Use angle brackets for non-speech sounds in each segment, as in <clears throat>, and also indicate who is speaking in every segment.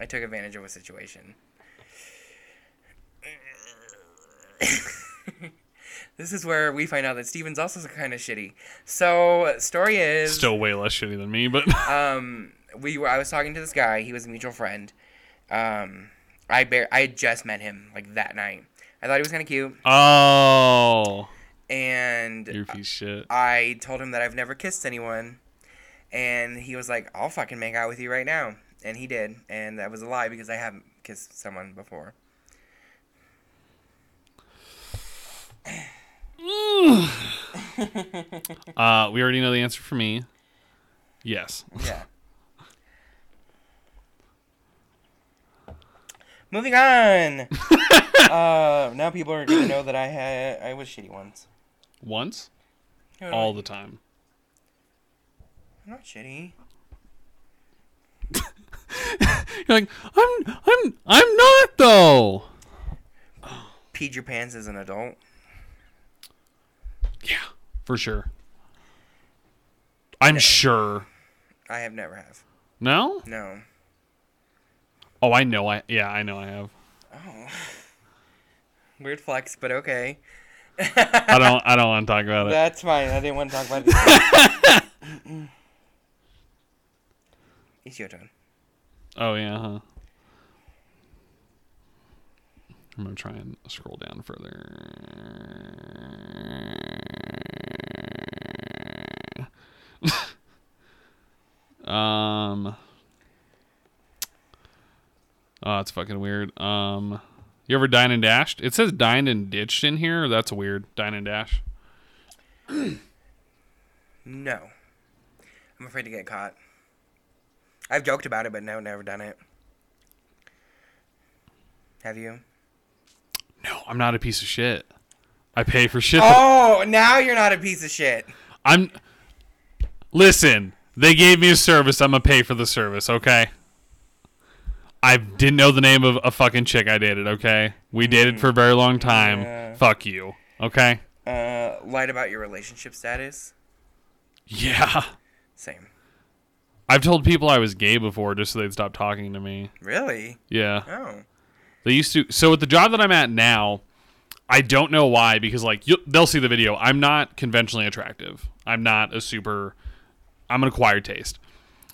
Speaker 1: I took advantage of a situation. <laughs> this is where we find out that Steven's also kind of shitty. So, story is
Speaker 2: Still way less shitty than me, but
Speaker 1: um we were I was talking to this guy, he was a mutual friend. Um I bar- I had just met him like that night. I thought he was kind of cute
Speaker 2: oh,
Speaker 1: and
Speaker 2: your piece of shit.
Speaker 1: I told him that I've never kissed anyone, and he was like, "I'll fucking make out with you right now," and he did, and that was a lie because I haven't kissed someone before.
Speaker 2: <laughs> Uh, we already know the answer for me. Yes.
Speaker 1: Yeah. <laughs> Moving on. <laughs> uh, now people are gonna know that I had I was shitty once.
Speaker 2: Once,
Speaker 1: No, no,
Speaker 2: all the time.
Speaker 1: I'm not shitty.
Speaker 2: You're like, I'm, I'm, I'm not though.
Speaker 1: Peed your pants as an adult.
Speaker 2: Yeah, for sure. I'm sure.
Speaker 1: I have never have.
Speaker 2: No?
Speaker 1: No.
Speaker 2: Oh, I know. I yeah, I know. I have.
Speaker 1: Oh. Weird flex, but okay.
Speaker 2: I don't. I don't want to talk about it.
Speaker 1: That's fine. I didn't want to talk about this. it's your turn.
Speaker 2: Oh yeah. Huh. I'm gonna try and scroll down further. <laughs> um. Oh, it's fucking weird. Um, you ever dined and dashed? It says dined and ditched in here. That's weird. Dine and dash.
Speaker 1: No. I'm afraid to get caught. I've joked about it, but no, never done it. Have you?
Speaker 2: No, I'm not a piece of shit. I pay for shit. that-
Speaker 1: Oh, now you're not a piece of shit.
Speaker 2: I'm. Listen, they gave me a service. I'm gonna pay for the service, okay? I didn't know the name of a fucking chick I dated, okay? We dated for a very long time.
Speaker 1: Yeah.
Speaker 2: Fuck you, okay?
Speaker 1: Uh, lied about your relationship status.
Speaker 2: Yeah.
Speaker 1: Same.
Speaker 2: I've told people I was gay before just so they'd stop talking to me.
Speaker 1: Really?
Speaker 2: Yeah.
Speaker 1: Oh.
Speaker 2: They used to. So with the job that I'm at now, I don't know why because like you, they'll see the video. I'm not conventionally attractive. I'm not a super. I'm an acquired taste.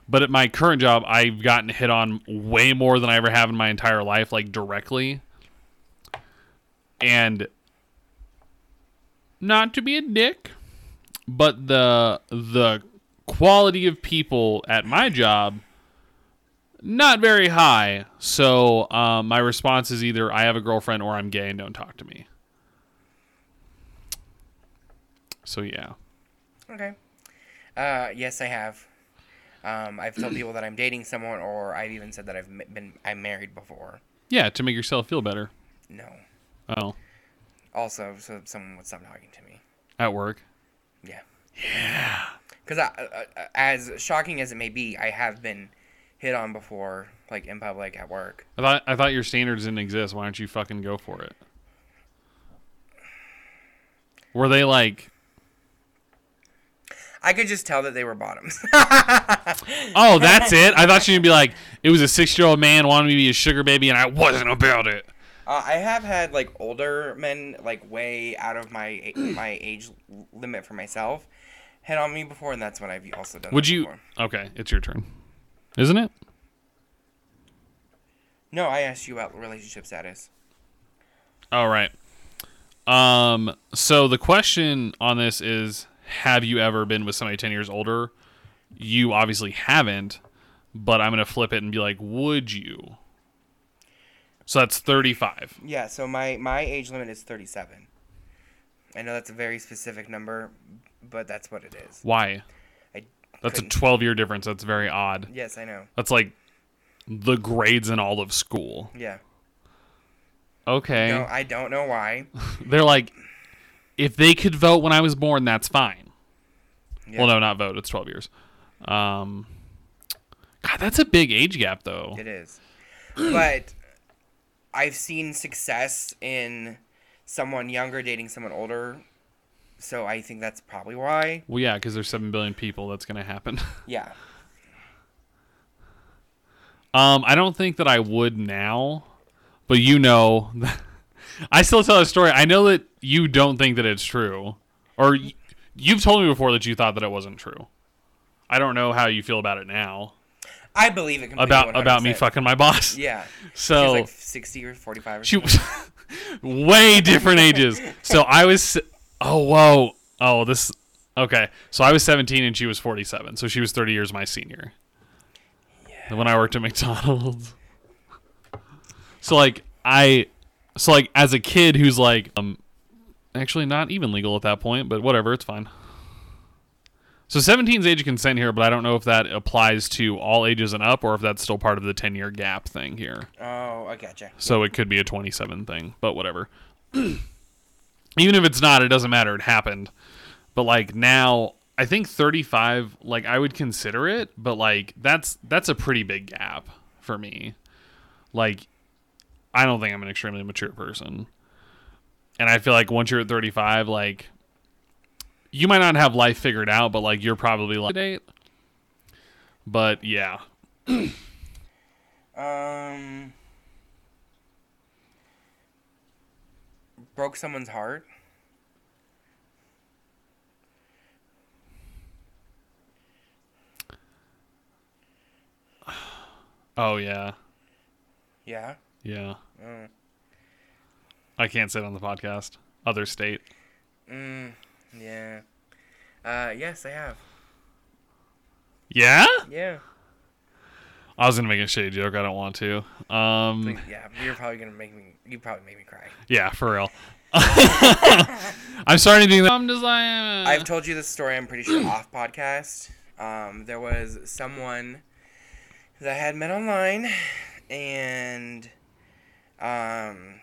Speaker 2: But at my current job, I've gotten hit on way more than I ever have in my entire life, like directly. And not to be a dick, but the the quality of people at my job not very high. So um, my response is either I have a girlfriend or I'm gay and don't talk to me. So yeah,
Speaker 1: Okay. Uh, yes, I have. Um, I've told people that I'm dating someone, or I've even said that I've m- been I'm married before.
Speaker 2: yeah, to make yourself feel better.
Speaker 1: No.
Speaker 2: Oh,
Speaker 1: Also, so someone would stop talking to me.
Speaker 2: at work.
Speaker 1: Yeah. Yeah. Because I, uh, as shocking as it may be, I have been hit on before, like in public at work.
Speaker 2: I thought I thought your standards didn't exist. Why don't you fucking go for it? Were they like,
Speaker 1: I could just tell that they were bottoms. <laughs> Uh,
Speaker 2: oh, that's it? I thought you'd be like, it was a six year old man wanted me to be a sugar baby and I wasn't about it.
Speaker 1: Uh, I have had like older men, like way out of my <clears throat> my age limit for myself, hit on me before, and that's when I've also done.
Speaker 2: Would
Speaker 1: that
Speaker 2: you?
Speaker 1: Before.
Speaker 2: Okay, it's your turn, isn't it?
Speaker 1: No, I asked you about relationship status.
Speaker 2: All right. Um. So the question on this is: Have you ever been with somebody ten years older? You obviously haven't, but I'm gonna flip it and be like, would you? So that's thirty-five.
Speaker 1: Yeah, so my my age limit is thirty seven. I know that's a very specific number, but that's what it is.
Speaker 2: Why?
Speaker 1: I
Speaker 2: That's a
Speaker 1: couldn't-
Speaker 2: twelve-year difference. That's very odd.
Speaker 1: yes, I know.
Speaker 2: That's like the grades in all of school.
Speaker 1: Yeah.
Speaker 2: Okay.
Speaker 1: No, I don't know
Speaker 2: <laughs>
Speaker 1: why.
Speaker 2: They're like, if they could vote when I was born, that's fine.
Speaker 1: Yeah.
Speaker 2: Well, no, not vote. It's twelve years. Um, God, that's a big age gap, though.
Speaker 1: It is. But I've seen success in someone younger dating someone older. So I think that's probably why.
Speaker 2: Well, yeah, because there's seven billion people. That's gonna happen.
Speaker 1: Yeah.
Speaker 2: <laughs> Um, I don't think that I would now, but you know, <laughs> I still tell that story. I know that you don't think that it's true, or y- you've told me before that you thought that it wasn't true. I don't know how you feel about it now.
Speaker 1: I believe it completely.
Speaker 2: About about me
Speaker 1: 100%.
Speaker 2: fucking my boss.
Speaker 1: Yeah. She's
Speaker 2: <laughs> So
Speaker 1: like 60 or 45 or
Speaker 2: she was <laughs> way different ages. So I was oh whoa oh this okay. So I was 17 and she was 47. So she was 30 years my senior. Yeah. When I worked at McDonald's. So like I so like as a kid who's like um actually not even legal at that point, but whatever, it's fine. So 17 is age of consent here, but I don't know if that applies to all ages and up or if that's still part of the 10 year gap thing here.
Speaker 1: Oh, I gotcha.
Speaker 2: So it could be a 27 thing, but whatever. <clears throat> Even if it's not, it doesn't matter. It happened. But like now, I think 35, like I would consider it, but like that's that's a pretty big gap for me. Like I don't think I'm an extremely mature person. And I feel like once you're at 35, like you might not have life figured out, but like you're probably like date. But yeah.
Speaker 1: Um, broke someone's heart.
Speaker 2: Oh yeah.
Speaker 1: Yeah.
Speaker 2: Yeah.
Speaker 1: Mm.
Speaker 2: I can't say it on the podcast. Other state.
Speaker 1: Mm, yeah. Uh, yes, I have.
Speaker 2: Yeah?
Speaker 1: Yeah.
Speaker 2: I was gonna make a shitty joke. I don't want to.
Speaker 1: Like,
Speaker 2: Um,
Speaker 1: yeah, you're probably gonna make me. You probably made me cry.
Speaker 2: yeah, for real. <laughs> I'm starting to do that. I'm just like, eh.
Speaker 1: I've told you this story. I'm pretty
Speaker 2: <clears throat>
Speaker 1: sure off podcast. Um, there was someone that I had met online, and um,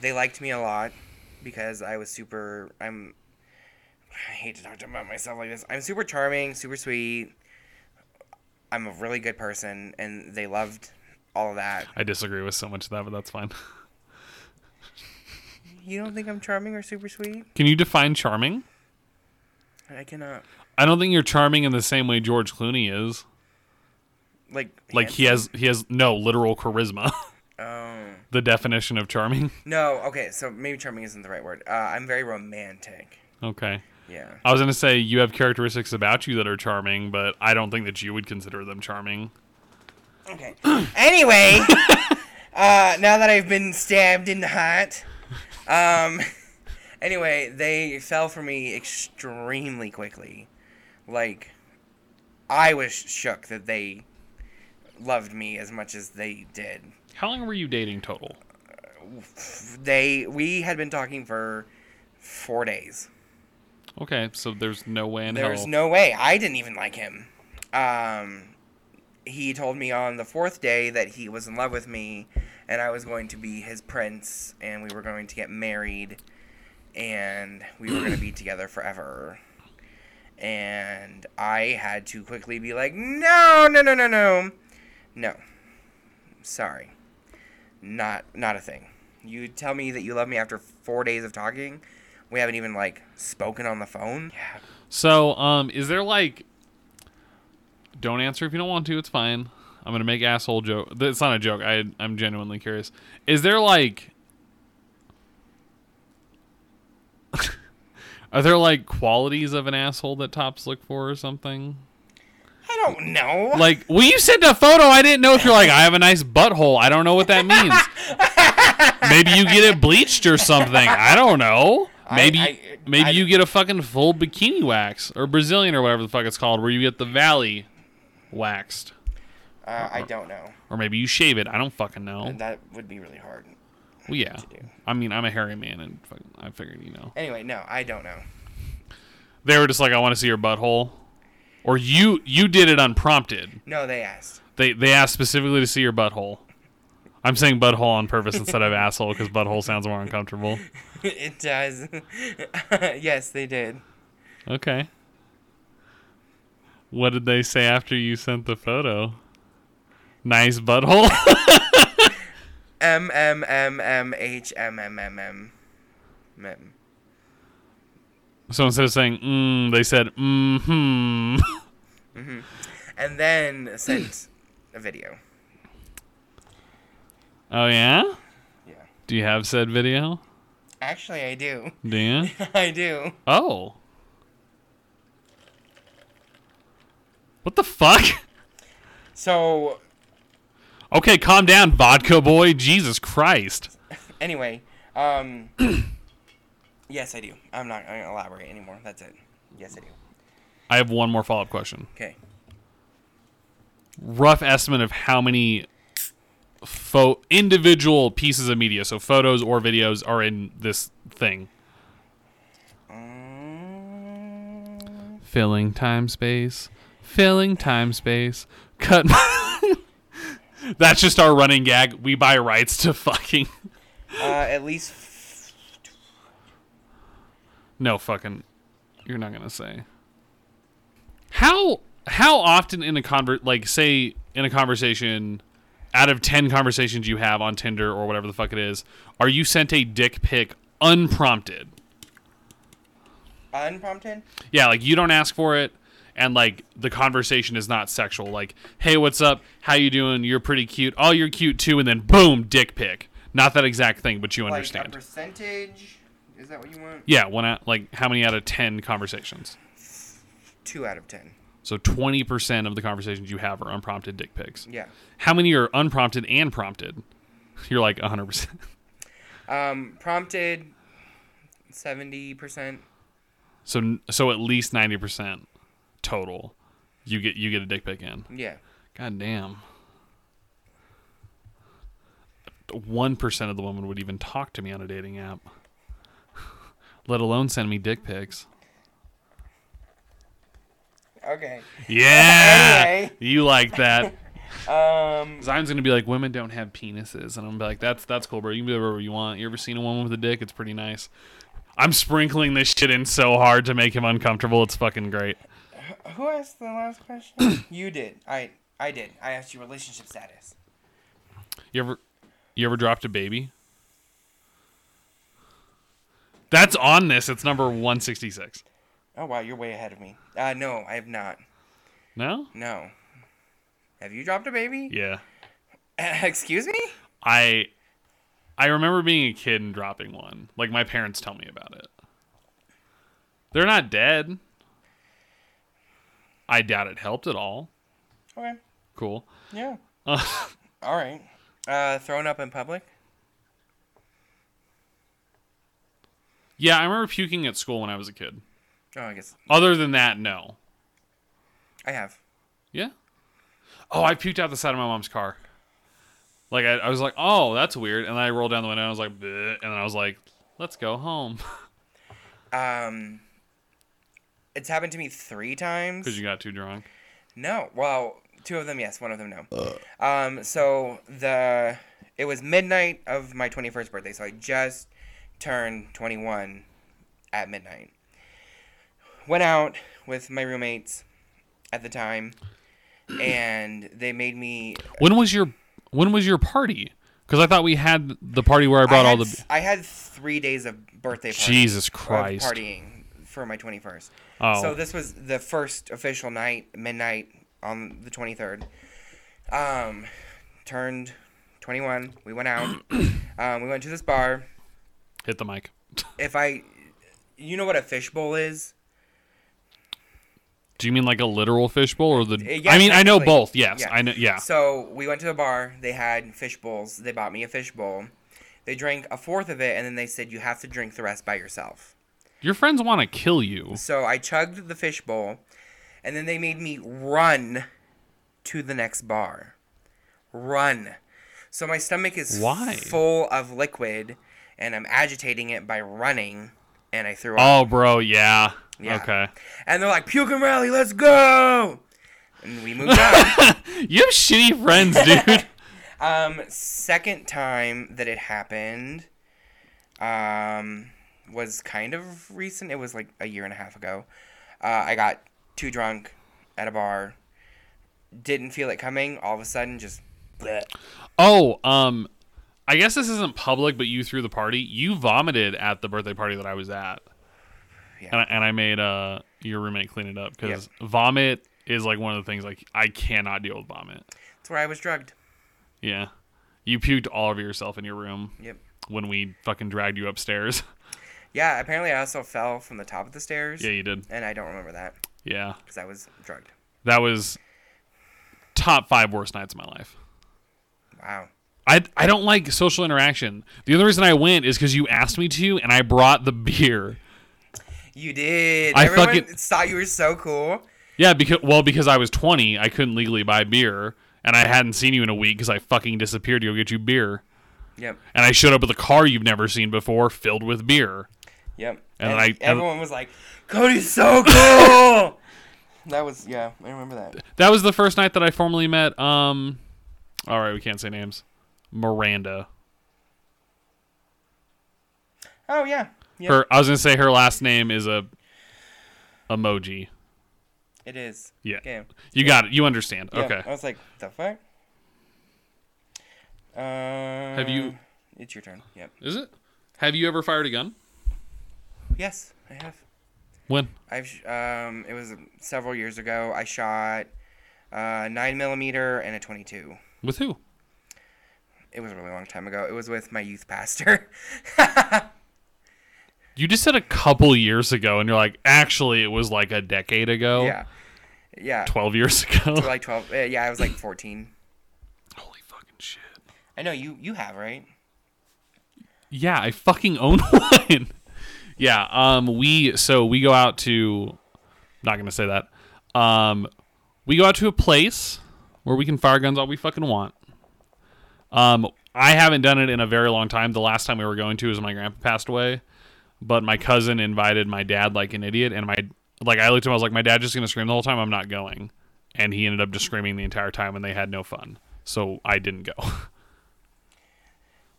Speaker 1: they liked me a lot because I was super. I'm. I hate to talk about myself like this. I'm super charming, super sweet. I'm a really good person, and they loved all of that.
Speaker 2: I disagree with so much of that, but that's fine.
Speaker 1: You don't think I'm charming or super sweet?
Speaker 2: Can you define charming?
Speaker 1: I cannot.
Speaker 2: I don't think you're charming in the same way George Clooney is.
Speaker 1: Like,
Speaker 2: Like he has, he has no literal charisma. <laughs>
Speaker 1: Oh.
Speaker 2: the definition of charming.
Speaker 1: No, okay, so maybe charming isn't the right word. Uh, I'm very romantic.
Speaker 2: Okay.
Speaker 1: Yeah.
Speaker 2: I was gonna say you have characteristics about you that are charming, but I don't think that you would consider them charming.
Speaker 1: Okay. <clears throat> anyway, uh, now that I've been stabbed in the heart, um, <laughs> anyway, they fell for me extremely quickly. Like, I was shook that they loved me as much as they did.
Speaker 2: How long were you dating total?
Speaker 1: They, we had been talking for four days.
Speaker 2: Okay, so there's no way in
Speaker 1: There's
Speaker 2: hell.
Speaker 1: no way. I didn't even like him. Um, he told me on the fourth day that he was in love with me, and I was going to be his prince, and we were going to get married, and we were going to be together forever. And I had to quickly be like, no, no, no, no, no, no. Sorry, not not a thing. You tell me that you love me after four days of talking. We haven't even like spoken on the phone. Yeah,
Speaker 2: So, um, is there like, don't answer if you don't want to. It's fine. I'm gonna make asshole joke. th- It's not a joke. I I'm genuinely curious. Is there like, <laughs> are there like qualities of an asshole that tops look for or something?
Speaker 1: I don't know.
Speaker 2: Like, well, you sent a photo. I didn't know if you're like, I have a nice butthole. I don't know what that means. maybe you get it bleached or something. I don't know. Maybe
Speaker 1: I-
Speaker 2: maybe
Speaker 1: I-
Speaker 2: you get a fucking full bikini wax or Brazilian or whatever the fuck it's called, where you get the valley waxed,
Speaker 1: uh, I don't know.
Speaker 2: or maybe you shave it. I don't fucking know.
Speaker 1: That would be really hard.
Speaker 2: Well, yeah.
Speaker 1: do.
Speaker 2: I mean, I'm a hairy man, and fucking, I figured you know.
Speaker 1: Anyway, no, I don't know.
Speaker 2: They were just like, I want to see your butthole, or you you did it unprompted.
Speaker 1: No, they asked. <laughs>
Speaker 2: They they asked specifically to see your butthole. I'm saying butthole on purpose instead of asshole because butthole sounds more uncomfortable.
Speaker 1: it does. <laughs> yes, they did.
Speaker 2: Okay. What did they say after you sent the photo? Nice butthole. <laughs>
Speaker 1: M M M M H M M M M. M.
Speaker 2: so instead of saying "Mm-hmm." mm, they said mm hmm.
Speaker 1: And then sent a video.
Speaker 2: Oh yeah.
Speaker 1: Yeah.
Speaker 2: Do you have said video?
Speaker 1: Actually, I do. <laughs>
Speaker 2: Do you?
Speaker 1: I do.
Speaker 2: Oh. What the fuck? <laughs>
Speaker 1: So,
Speaker 2: Okay, calm down, vodka boy. Jesus Christ.
Speaker 1: anyway, um, yes, I do. I'm not going to elaborate anymore. That's it. Yes, I do.
Speaker 2: I have one more follow up question.
Speaker 1: Okay.
Speaker 2: Rough estimate of how many fo- individual pieces of media, so photos or videos, are in this thing.
Speaker 1: Um,
Speaker 2: Filling time space. Filling time space. Cut. <laughs> That's just our running gag. We buy rights to fucking.
Speaker 1: uh, at least f-
Speaker 2: No fucking you're not gonna say. How how often in a convert like say in a conversation out of ten conversations you have on Tinder or whatever the fuck it is, are you sent a dick pic unprompted?
Speaker 1: unprompted.
Speaker 2: Yeah, like you don't ask for it and like the conversation is not sexual. Like, hey, what's up? How you doing? You're pretty cute. Oh, you're cute too, and then boom, dick pic. Not that exact thing, but you
Speaker 1: Like a
Speaker 2: understand.
Speaker 1: percentage. Is that what you want?
Speaker 2: Yeah, one out like how many out of ten conversations?
Speaker 1: Two out of ten.
Speaker 2: So 20% of the conversations you have are unprompted dick pics.
Speaker 1: Yeah.
Speaker 2: How many are unprompted and prompted? You're like 100%.
Speaker 1: Um, prompted. Seventy percent.
Speaker 2: <laughs> So so at least 90% total. You get you get a dick pic in.
Speaker 1: Yeah.
Speaker 2: God damn. 1% of the women would even talk to me on a dating app. <laughs> Let alone send me dick pics.
Speaker 1: Okay.
Speaker 2: Yeah.
Speaker 1: Anyway.
Speaker 2: You like that.
Speaker 1: Um.
Speaker 2: Zion's gonna be like, women don't have penises, and I'm gonna be like, that's that's cool, bro. You can be whatever you want. You ever seen a woman with a dick? It's pretty nice. I'm sprinkling this shit in so hard to make him uncomfortable. It's fucking great.
Speaker 1: Who asked the last
Speaker 2: <coughs>
Speaker 1: question? you did. I. I did. I asked you relationship status.
Speaker 2: You ever you ever dropped a baby? That's on this. It's number 166.
Speaker 1: Oh wow, you're way ahead of me. Uh, no, I have not.
Speaker 2: No?
Speaker 1: No. Have you dropped a baby?
Speaker 2: Yeah.
Speaker 1: <laughs> Excuse me?
Speaker 2: I I remember being a kid and dropping one. Like my parents tell me about it. They're not dead. I doubt it helped at all.
Speaker 1: Okay.
Speaker 2: Cool.
Speaker 1: Yeah.
Speaker 2: Uh, <laughs>
Speaker 1: All right. Uh, thrown up in public.
Speaker 2: yeah, I remember puking at school when I was a kid.
Speaker 1: Oh, I guess
Speaker 2: Other than that, no.
Speaker 1: I have.
Speaker 2: Yeah. Oh, I puked out the side of my mom's car. Like I, I was like, oh, that's weird, and then I rolled down the window and I was like, "Bleh," and then I was like, let's go home <laughs>
Speaker 1: Um, it's happened to me three times.
Speaker 2: because you got too drunk.
Speaker 1: No. Well, two of them yes, one of them no. Um, so the it was midnight of my 21st birthday, so I just turned 21 at midnight. Went out with my roommates at the time and they made me
Speaker 2: When was your When was your party? Because I thought we had the party where I brought
Speaker 1: I
Speaker 2: all
Speaker 1: had
Speaker 2: the.
Speaker 1: th- I had 3 days of birthday party,
Speaker 2: Jesus
Speaker 1: of
Speaker 2: Christ.
Speaker 1: partying for my 21st.
Speaker 2: Oh,
Speaker 1: So this was the first official night, midnight on the 23rd. Um, turned 21. We went
Speaker 2: <coughs>
Speaker 1: out. um, we went to this bar.
Speaker 2: hit the mic. <laughs>
Speaker 1: If I, you know what a fishbowl is?
Speaker 2: Do you mean like a literal fishbowl or the?
Speaker 1: Uh, yeah,
Speaker 2: I mean, I know
Speaker 1: technically.
Speaker 2: both. Yes,
Speaker 1: Yeah.
Speaker 2: I know. Yeah.
Speaker 1: So we went to the bar. They had fish bowls. They bought me a fish bowl. They drank a fourth of it, and then they said you have to drink the rest by yourself.
Speaker 2: Your friends want to kill you.
Speaker 1: So I chugged the fish bowl, and then they made me run to the next bar. Run. So my stomach is
Speaker 2: Why?
Speaker 1: full of liquid, and I'm agitating it by running, and I threw up.
Speaker 2: Oh, bro. Yeah.
Speaker 1: Yeah.
Speaker 2: Okay.
Speaker 1: And they're like, "Puke and rally, let's go!" And we moved on.
Speaker 2: You have shitty
Speaker 1: <laughs>
Speaker 2: friends, dude.
Speaker 1: um, second time that it happened, um, was kind of recent. It was like a year and a half ago. Uh, I got too drunk at a bar. Didn't feel it coming. All of a sudden, just bleh.
Speaker 2: oh, um, I guess this isn't public, but you threw the party. You vomited at the birthday party that I was at,
Speaker 1: Yeah.
Speaker 2: and I, and I made uh your roommate clean it up because vomit is like one of the things like I cannot deal with vomit.
Speaker 1: That's where I was drugged.
Speaker 2: Yeah. You puked all over yourself in your room
Speaker 1: Yep.
Speaker 2: when we fucking dragged you upstairs. <laughs>
Speaker 1: Yeah, apparently I also fell from the top of the stairs.
Speaker 2: yeah, you did.
Speaker 1: And I don't remember that
Speaker 2: Yeah.
Speaker 1: because I was drugged.
Speaker 2: That was top five worst nights of my life.
Speaker 1: Wow.
Speaker 2: I, I don't like social interaction. The only reason I went is because you asked me to, and I brought the beer.
Speaker 1: You did.
Speaker 2: I
Speaker 1: Everyone
Speaker 2: fucking-
Speaker 1: thought you were so cool.
Speaker 2: Yeah, because well, because I was 20, I couldn't legally buy beer, and I hadn't seen you in a week because I fucking disappeared to go get you beer,
Speaker 1: Yep.
Speaker 2: and I showed up with a car you've never seen before filled with beer.
Speaker 1: Yep.
Speaker 2: And
Speaker 1: And,
Speaker 2: I- and-
Speaker 1: everyone was like, Cody's so <coughs> cool. that was, yeah, I remember that.
Speaker 2: That was the first night that I formally met. Um, all right, we can't say names. Miranda.
Speaker 1: Oh, yeah. Yep.
Speaker 2: Her. I was gonna say her last name is a emoji.
Speaker 1: It is.
Speaker 2: Yeah.
Speaker 1: Okay.
Speaker 2: You got it. You understand.
Speaker 1: Yeah,
Speaker 2: Okay.
Speaker 1: I was like, the fuck? Uh, Have
Speaker 2: you-
Speaker 1: Uh, It's your turn. Yep.
Speaker 2: Is it? Have you ever fired a gun?
Speaker 1: Yes, I have.
Speaker 2: When?
Speaker 1: I've sh- um, it was several years ago. I shot uh, nine millimeter and a twenty-two.
Speaker 2: With who?
Speaker 1: It was a really long time ago. It was with my youth pastor. <laughs>
Speaker 2: You just said a couple years ago, and you're like, actually, it was like a decade ago.
Speaker 1: yeah, yeah.
Speaker 2: Twelve years ago.
Speaker 1: Like twelve. Uh, yeah, I was like fourteen.
Speaker 2: <laughs> Holy fucking shit.
Speaker 1: I know you. You have right.
Speaker 2: Yeah, I fucking own <laughs> one. yeah, um we so we go out to not going to say that. Um we go out to a place where we can fire guns all we fucking want. Um I haven't done it in a very long time. The last time we were going to is when my grandpa passed away, but my cousin invited my dad like an idiot and my like I looked at him I was like my dad's just going to scream the whole time I'm not going. And he ended up just screaming the entire time and they had no fun. So I didn't go.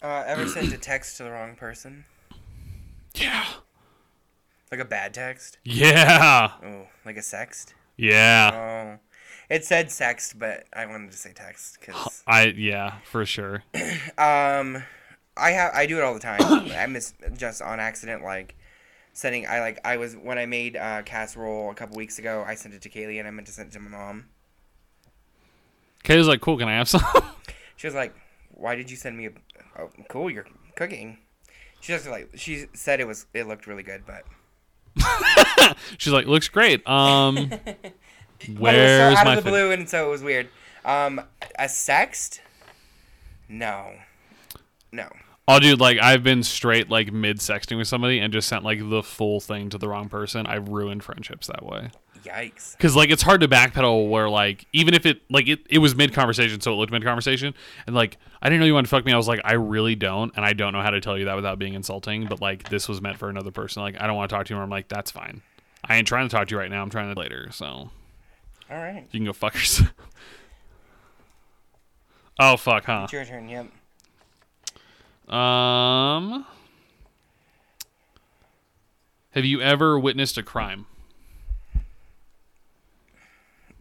Speaker 1: Uh, ever sent a text to the wrong person,
Speaker 2: yeah.
Speaker 1: like a bad text.
Speaker 2: <laughs> Yeah.
Speaker 1: Oh, like a sext.
Speaker 2: Yeah.
Speaker 1: Oh, it said sext, but I wanted to say text because
Speaker 2: I yeah, for sure.
Speaker 1: Um, I have I do it all the time. I miss just on accident like sending. I like I was when I made uh, casserole a couple weeks ago. I sent it to Kaylee and I meant to send it to my mom.
Speaker 2: Kayla's like, cool. Can I have some? <laughs>
Speaker 1: She was like, "Why did you send me a? Oh, cool, you're cooking." She just like she said it was it looked really good, but
Speaker 2: She's like, looks great. Um,
Speaker 1: but it was so
Speaker 2: where's
Speaker 1: out
Speaker 2: my
Speaker 1: of the
Speaker 2: food?
Speaker 1: blue and so it was weird. Um, a sext? No, no.
Speaker 2: Oh, dude, like I've been straight like mid sexting with somebody and just sent like the full thing to the wrong person. I've ruined friendships that way.
Speaker 1: Yikes.
Speaker 2: Cause like it's hard to backpedal where like even if it like it, it was mid conversation, so it looked mid conversation, and like I didn't know you wanted to fuck me. I was like, I really don't, and I don't know how to tell you that without being insulting. But like this was meant for another person. Like I don't want to talk to you. Or I'm like, that's fine. I ain't trying to talk to you right now. I'm trying to later. So
Speaker 1: All right,
Speaker 2: You can go fuck yourself. <laughs> Oh fuck, huh?
Speaker 1: it's your turn. Yep.
Speaker 2: Um, have you ever witnessed a crime?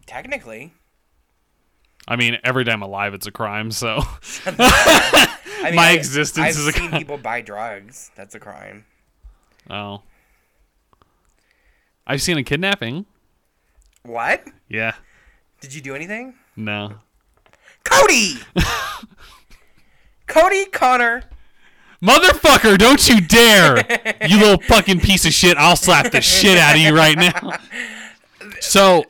Speaker 1: Technically,
Speaker 2: I mean, every day I'm alive, it's a crime. So <laughs>
Speaker 1: I mean,
Speaker 2: My
Speaker 1: I-
Speaker 2: existence
Speaker 1: I've
Speaker 2: is a
Speaker 1: seen
Speaker 2: crime.
Speaker 1: people buy drugs. That's a crime.
Speaker 2: oh, I've seen a kidnapping.
Speaker 1: What?
Speaker 2: Yeah,
Speaker 1: Did you do anything?
Speaker 2: no, <laughs>
Speaker 1: Cody! Cody Connor. <laughs>
Speaker 2: motherfucker! Don't you dare, you little fucking piece of shit! I'll slap the shit out of you right now. So,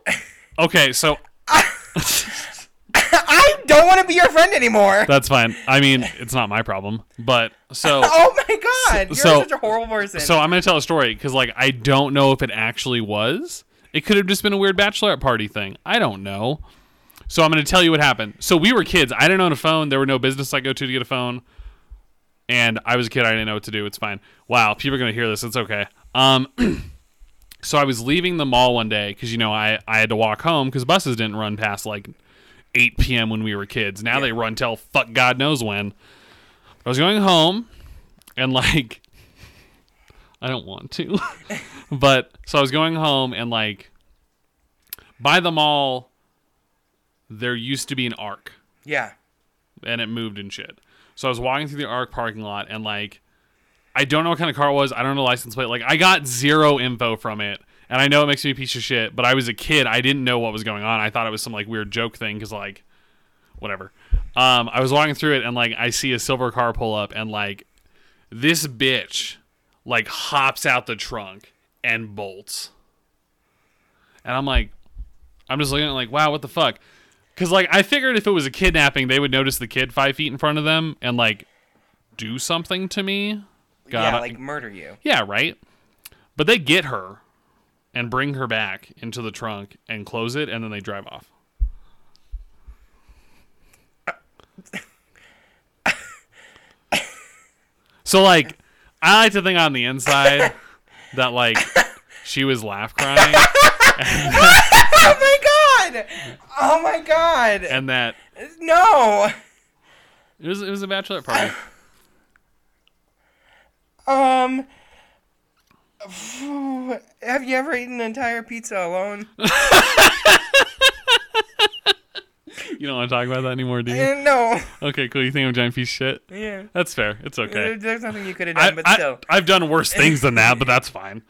Speaker 2: okay, so
Speaker 1: I don't want to be your friend anymore.
Speaker 2: that's fine. I mean, it's not my problem, but so.
Speaker 1: Oh my god. You're
Speaker 2: so-
Speaker 1: such a horrible person.
Speaker 2: So I'm gonna tell a story because like I don't know if it actually was. It could have just been a weird bachelorette party thing. I don't know. So I'm gonna tell you what happened. So we were kids. I didn't own a phone. There were no business I go to to get a phone. And I was a kid. I didn't know what to do. It's fine. Wow, people are gonna hear this. It's okay. Um, <clears throat> so I was leaving the mall one day because you know I I had to walk home because buses didn't run past like 8 p.m. when we were kids. Now they run till fuck God knows when. I was going home and like I don't want to. <laughs> but so I was going home and like by the mall there used to be an arc
Speaker 1: yeah.
Speaker 2: and it moved and shit. So I was walking through the arc parking lot and like I don't know what kind of car it was. I don't know the license plate. Like I got zero info from it. And I know it makes me a piece of shit, but I was a kid. I didn't know what was going on. I thought it was some like weird joke thing cuz like whatever. Um, I was walking through it and like I see a silver car pull up and like this bitch like hops out the trunk and bolts. And I'm like, I'm just looking at it like, wow, what the fuck? Because like I figured if it was a kidnapping, they would notice the kid five feet in front of them and like do something to me. God,
Speaker 1: yeah,
Speaker 2: I-
Speaker 1: like murder
Speaker 2: <laughs>
Speaker 1: you.
Speaker 2: yeah, right. But they get her and bring her back into the trunk and close it, and then they drive off. so, like, I like to think on the inside that, like, she was laugh crying
Speaker 1: Oh my god! Oh my god!
Speaker 2: and that
Speaker 1: No!
Speaker 2: it was, it was a bachelorette party.
Speaker 1: Um. <sighs> Have you ever eaten an entire pizza
Speaker 2: <laughs>
Speaker 1: alone?
Speaker 2: You don't want to talk about that anymore, do
Speaker 1: <laughs>
Speaker 2: you?
Speaker 1: Eh, no.
Speaker 2: Okay, cool. You think I'm a giant piece of shit?
Speaker 1: Yeah.
Speaker 2: That's fair. It's
Speaker 1: <laughs>
Speaker 2: okay.
Speaker 1: There- There's nothing you could have done,
Speaker 2: I,
Speaker 1: but
Speaker 2: I,
Speaker 1: still.
Speaker 2: I've done worse things than
Speaker 1: <laughs>
Speaker 2: that, but that's fine.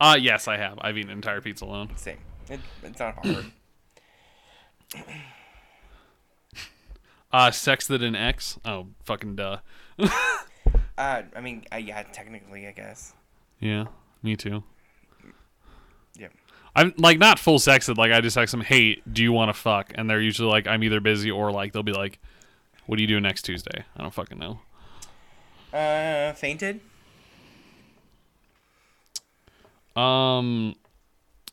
Speaker 2: Uh yes, I have. I've eaten entire pizza alone.
Speaker 1: Same. It, it's not
Speaker 2: <clears throat>
Speaker 1: hard.
Speaker 2: Uh sex that an ex. Oh, fucking duh.
Speaker 1: uh, I mean, I, yeah, technically, I guess.
Speaker 2: Yeah, me too.
Speaker 1: Yeah.
Speaker 2: I'm like not full sexed. Like I just text them, "Hey, do you want to fuck?" And they're usually like, "I'm either busy or like they'll be like, what do you do next Tuesday?" I don't fucking know.
Speaker 1: Uh, fainted?
Speaker 2: Um,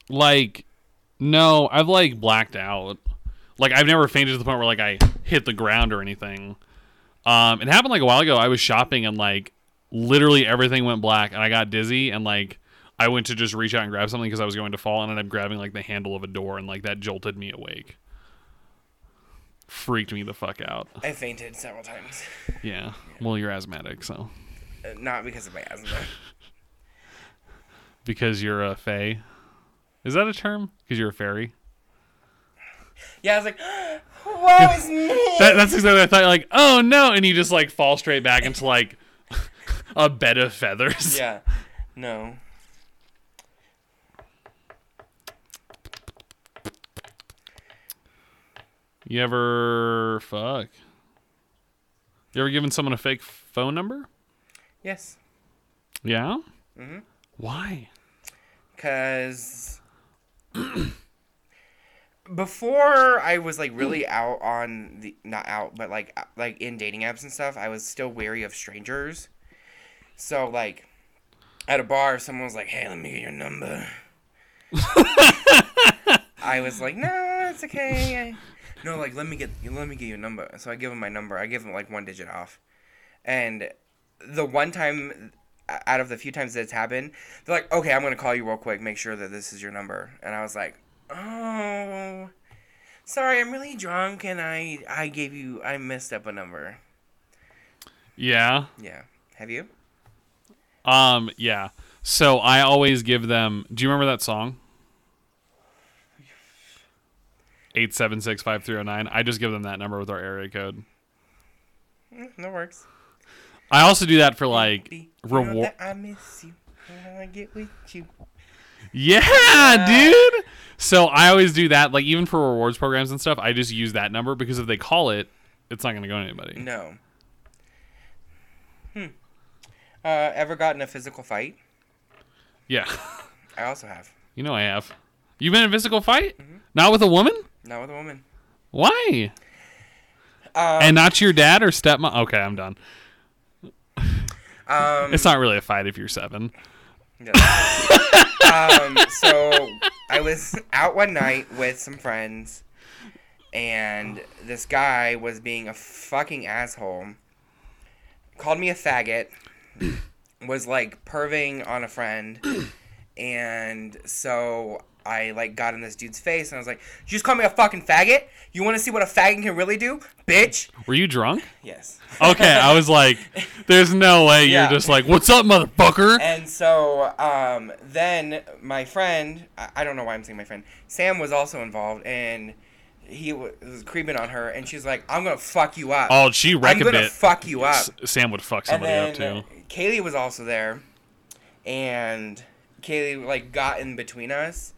Speaker 2: like, no, I've like blacked out. Like, I've never fainted to the point where like I hit the ground or anything. Um, it happened like a while ago. I was shopping and like literally everything went black and I got dizzy and like I went to just reach out and grab something because I was going to fall and I ended up grabbing like the handle of a door and like that jolted me awake. Freaked me the fuck out.
Speaker 1: I fainted several times.
Speaker 2: Yeah. Well, you're asthmatic, so
Speaker 1: Uh, not because of my asthma.
Speaker 2: because you're a fae. Is that a term? Because you're a fairy.
Speaker 1: Yeah, I was like, <gasps> woe is me!
Speaker 2: That, that's exactly what I thought. Like, oh no, and you just like fall straight back into like <laughs> a bed of feathers.
Speaker 1: yeah. No.
Speaker 2: <laughs> You ever fuck? You ever given someone a fake phone number?
Speaker 1: Yes.
Speaker 2: Yeah. Mm-hmm. Why?
Speaker 1: Because <clears throat> before I was like really out on the not out, but like uh, like in dating apps and stuff, I was still wary of strangers. So like at a bar, if someone was like, "Hey, let me get your number." I was like, "No, it's okay." No, like let me get let me get your number. So I give him my number. I give him like one digit off, and the one time out of the few times that's happened, they're like, okay, I'm gonna call you real quick, make sure that this is your number. And I was like, oh, sorry, I'm really drunk, and I I gave you I messed up a number.
Speaker 2: Yeah.
Speaker 1: Yeah, have you?
Speaker 2: Um. Yeah. So I always give them. Do you remember that song? Eight seven six five three zero nine. I just give them that number with our area code.
Speaker 1: Mm, That works.
Speaker 2: I also do that for like
Speaker 1: Be- you know
Speaker 2: reward.
Speaker 1: that I miss you. When I get with you.
Speaker 2: Yeah, dude. So I always do that. Like even for rewards programs and stuff, I just use that number because if they call it, it's not gonna go to anybody.
Speaker 1: No. Hmm. Uh, ever gotten a physical fight?
Speaker 2: Yeah, <laughs>
Speaker 1: I also have.
Speaker 2: you know I have. You've been in a physical fight,
Speaker 1: Mm-hmm.
Speaker 2: not with a woman.
Speaker 1: Not with a woman.
Speaker 2: Why?
Speaker 1: Um,
Speaker 2: and not your dad or stepmom. Okay, I'm done.
Speaker 1: Um,
Speaker 2: It's not really a fight if you're seven.
Speaker 1: No. um, so I was out one night with some friends, and this guy was being a fucking asshole. Called me a faggot. Was like perving on a friend, and so I like got in this dude's face, and I was like, "You just call me a fucking faggot? You want to see what a faggot can really do, bitch?"
Speaker 2: Were
Speaker 1: <laughs>
Speaker 2: you drunk?
Speaker 1: Yes.
Speaker 2: Okay, I was like, there's no way
Speaker 1: Yeah.
Speaker 2: you're just like, what's up, motherfucker?
Speaker 1: And so um, then my friend, I I don't know why I'm saying my friend, Sam was also involved, and he wa- was creeping on her, and she's like, "I'm gonna fuck you up.
Speaker 2: oh, she
Speaker 1: I'm
Speaker 2: wrecked
Speaker 1: gonna
Speaker 2: it.
Speaker 1: fuck you up."
Speaker 2: S- Sam would fuck
Speaker 1: And
Speaker 2: somebody
Speaker 1: then
Speaker 2: up too.
Speaker 1: Kaylee was also there, and Kaylee like got in between us,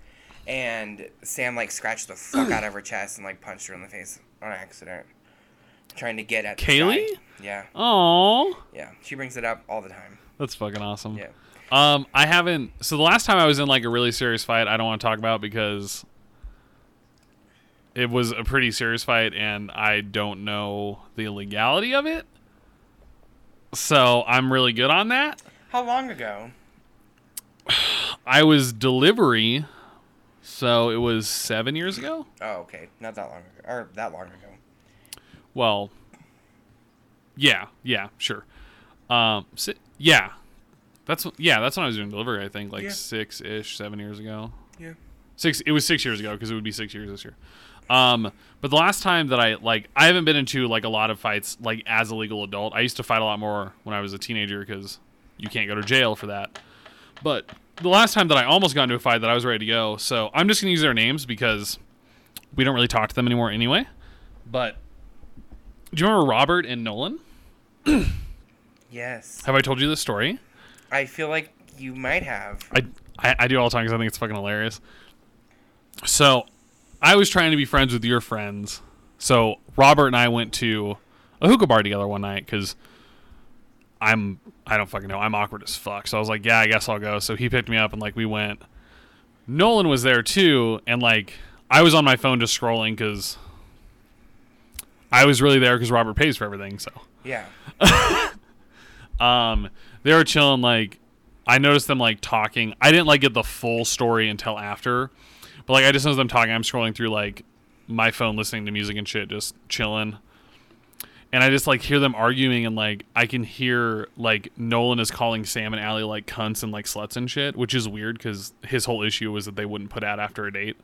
Speaker 1: and Sam like scratched the fuck out of her chest and like punched her in the face on accident, trying to get at this
Speaker 2: Kaylee?
Speaker 1: guy. Yeah,
Speaker 2: Oh,
Speaker 1: yeah. She brings it up all the time.
Speaker 2: that's fucking awesome.
Speaker 1: Yeah.
Speaker 2: Um, I haven't. So the last time I was in like a really serious fight, I don't want to talk about because it was a pretty serious fight, and I don't know the legality of it. So I'm really good on that.
Speaker 1: How long ago?
Speaker 2: I was delivery, so it was seven years ago.
Speaker 1: Oh, okay, not that long ago, or that long ago.
Speaker 2: Well, yeah, yeah, sure. Um, si- yeah, that's wh- yeah, that's when I was doing delivery. I think like
Speaker 1: Yeah.
Speaker 2: six ish, seven years ago.
Speaker 1: Yeah.
Speaker 2: Six. It was six years ago because it would be six years this year. Um, but the last time that I like, I haven't been into like a lot of fights like as a legal adult. I used to fight a lot more when I was a teenager because you can't go to jail for that. But the last time that I almost got into a fight that I was ready to go, so I'm just gonna use their names because we don't really talk to them anymore anyway. But do you remember Robert and Nolan?
Speaker 1: Yes.
Speaker 2: Have I told you this story?
Speaker 1: I feel like you might have.
Speaker 2: I, I, I do all the time because I think it's fucking hilarious. So, I was trying to be friends with your friends. So Robert and I went to a hookah bar together one night because I'm I don't fucking know I'm awkward as fuck. So I was like, yeah, I guess I'll go. So he picked me up and like we went. Nolan was there too, and like I was on my phone just scrolling because I was really there because Robert pays for everything. So
Speaker 1: Yeah.
Speaker 2: um, they were chilling. Like, I noticed them like talking. I didn't like get the full story until after, but like I just noticed them talking. I'm scrolling through like my phone, listening to music and shit, just chilling. And I just like hear them arguing, and like I can hear like Nolan is calling Sam and Allie like cunts and like sluts and shit, which is weird because his whole issue was that they wouldn't put out after a date,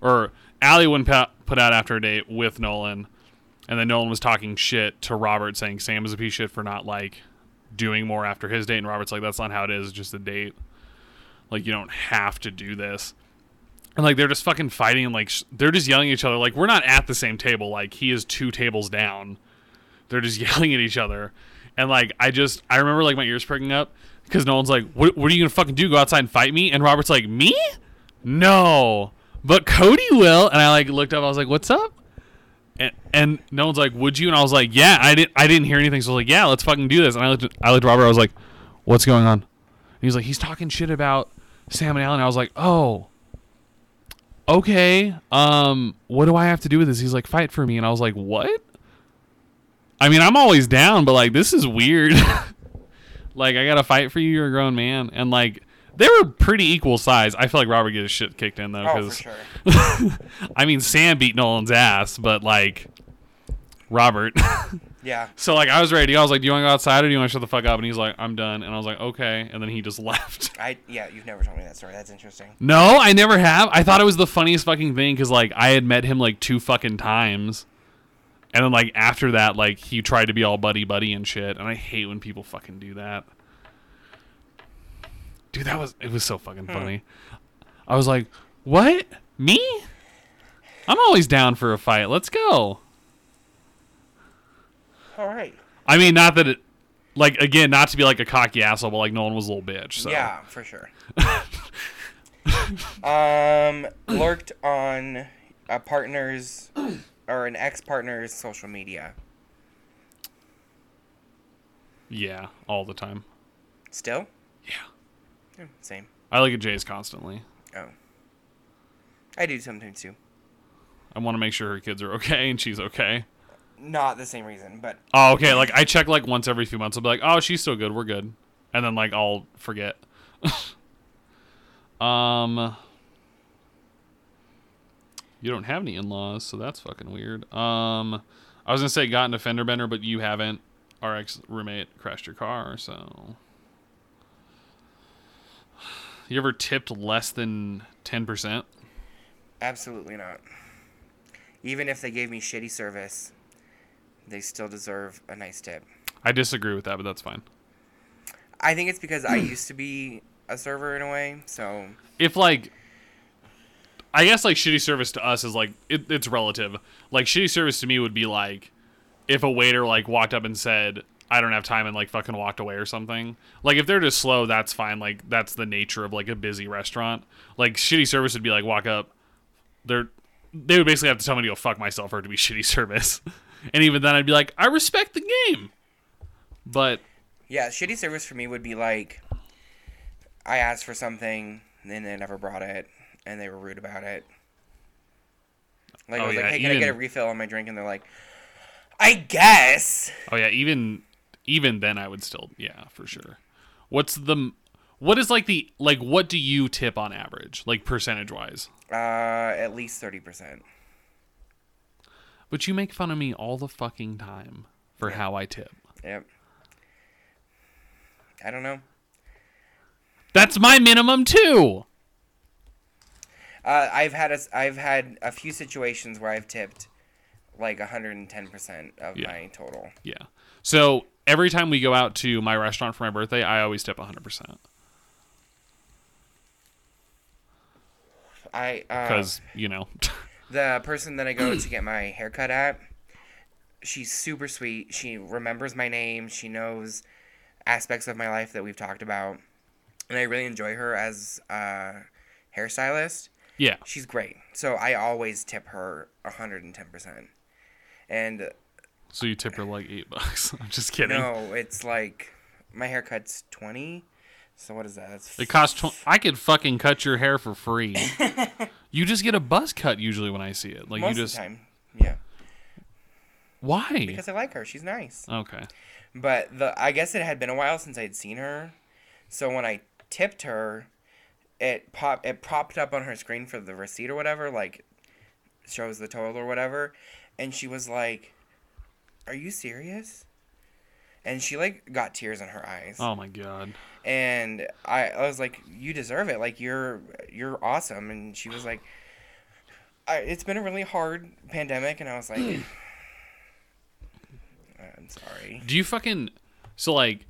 Speaker 2: or Allie wouldn't pa- put out after a date with Nolan, and then Nolan was talking shit to Robert, saying Sam is a piece of shit for not like doing more after his date. And Robert's like, that's not how it is. It's just a date. Like, you don't have to do this. And like, they're just fucking fighting and like, sh- they're just yelling at each other. Like, we're not at the same table. Like, he is two tables down. They're just <laughs> yelling at each other. And like, I just, I remember like my ears pricking up because no one's like, what, what are you going to fucking do? Go outside and fight me? And Robert's like, me? No. But Cody will. And I like looked up. I was like, what's up? and, and no one's like, "Would you?" And I was like, "Yeah." I didn't. I didn't hear anything. So I was like, "Yeah, let's fucking do this." And I looked. At, I looked at Robert. I was like, "What's going on?" And he was like, "He's talking shit about Sam and Alan." I was like, "Oh, okay. Um, what do I have to do with this?" He's like, "Fight for me." And I was like, "What?" I mean, I'm always down, but like, this is weird. <laughs> like, I gotta fight for you. You're a grown man, and like, they were pretty equal size. I feel like Robert gets his shit kicked in though.
Speaker 1: Oh, for
Speaker 2: 'cause-
Speaker 1: sure.
Speaker 2: <laughs> I mean, Sam beat Nolan's ass, but like Robert. <laughs>
Speaker 1: Yeah.
Speaker 2: so like, I was ready. to go. I was like, "Do you want to go outside or do you want to shut the fuck up?" And he's like, "I'm done." And I was like, "Okay." And then he just <laughs> left.
Speaker 1: I yeah. You've never told me that story. That's interesting.
Speaker 2: No, I never have. I thought it was the funniest fucking thing because like I had met him like two fucking times, and then like after that, like he tried to be all buddy buddy and shit. And I hate when people fucking do that. Dude, that was it was so fucking funny. I was like, "What me? I'm always down for a fight. Let's go."
Speaker 1: All right.
Speaker 2: I mean, not that it, like again, not to be like a cocky asshole, but like Nolan was a little bitch. So.
Speaker 1: Yeah, for sure. <laughs> um, lurked on a partner's or an ex-partner's social media.
Speaker 2: yeah, all the time.
Speaker 1: Still?
Speaker 2: Yeah,
Speaker 1: Yeah, same.
Speaker 2: I look at Jay's constantly.
Speaker 1: Oh. I do sometimes too.
Speaker 2: I want to make sure her kids are okay and she's okay.
Speaker 1: Not the same reason, but
Speaker 2: Oh, okay. Like I check like once every few months. I'll be like, oh, she's still good. We're good. And then like I'll forget. <laughs> um, you don't have any in-laws, so that's fucking weird. Um, I was gonna say got in a fender bender, but you haven't. Our ex roommate crashed your car, so. You ever tipped less than ten percent?
Speaker 1: absolutely not. Even if they gave me shitty service, they still deserve a nice tip.
Speaker 2: I disagree with that, but that's fine.
Speaker 1: I think it's
Speaker 2: <clears throat>
Speaker 1: because I used to be a server in a way, so
Speaker 2: if like I guess like shitty service to us is like it, it's relative. Like shitty service to me would be like if a waiter like walked up and said, I don't have time and like fucking walked away or something. Like if they're just slow, that's fine. Like that's the nature of like a busy restaurant. Like shitty service would be like walk up. They're they would basically have to tell me to go fuck myself or to be <laughs> shitty service. And even then I'd be like, I respect the game. But
Speaker 1: Yeah, shitty service for me would be like I asked for something and then they never brought it and they were rude about it. Like
Speaker 2: Oh,
Speaker 1: I was
Speaker 2: yeah,
Speaker 1: like, "Hey, can I get a
Speaker 2: even-
Speaker 1: refill on my drink?" and they're like, "I guess."
Speaker 2: oh yeah, even even then I would still yeah, for sure. What's the what is like the like what do you tip on average? Like percentage wise?
Speaker 1: Uh, at least 30%.
Speaker 2: But you make fun of me all the fucking time for how I tip.
Speaker 1: Yep. I don't know.
Speaker 2: That's my minimum too.
Speaker 1: Uh, I've had a, s- I've had a few situations where I've tipped like 110% of
Speaker 2: Yeah.
Speaker 1: my total.
Speaker 2: Yeah. So every time we go out to my restaurant for my birthday, I always tip 100%.
Speaker 1: I uh,
Speaker 2: Because, you know, <laughs>
Speaker 1: the person that I go to get my haircut at, she's super sweet. She remembers my name. She knows aspects of my life that we've talked about, and I really enjoy her as a hairstylist.
Speaker 2: yeah.
Speaker 1: She's great. So I always tip her 110%. And
Speaker 2: So you tip her like eight bucks. <laughs> I'm just kidding.
Speaker 1: no, it's like my haircut's 20. So what is that? That's
Speaker 2: It costs. Tw- I could fucking cut your hair
Speaker 1: <laughs>
Speaker 2: for free. you just get a buzz cut usually when I see it. Like
Speaker 1: most
Speaker 2: you just
Speaker 1: of the time. Yeah.
Speaker 2: why?
Speaker 1: Because I like her. She's nice.
Speaker 2: okay.
Speaker 1: But the I guess it had been a while since I'd seen her, so when I tipped her, it pop it popped up on her screen for the receipt or whatever, like shows the total or whatever, and she was like, "Are you serious?" And she like got tears in her eyes,
Speaker 2: Oh my god.
Speaker 1: and I I was like, "You deserve it. Like you're you're awesome." And she was like. I, it's been a really hard pandemic, and I was like, "I'm sorry."
Speaker 2: Do you fucking so like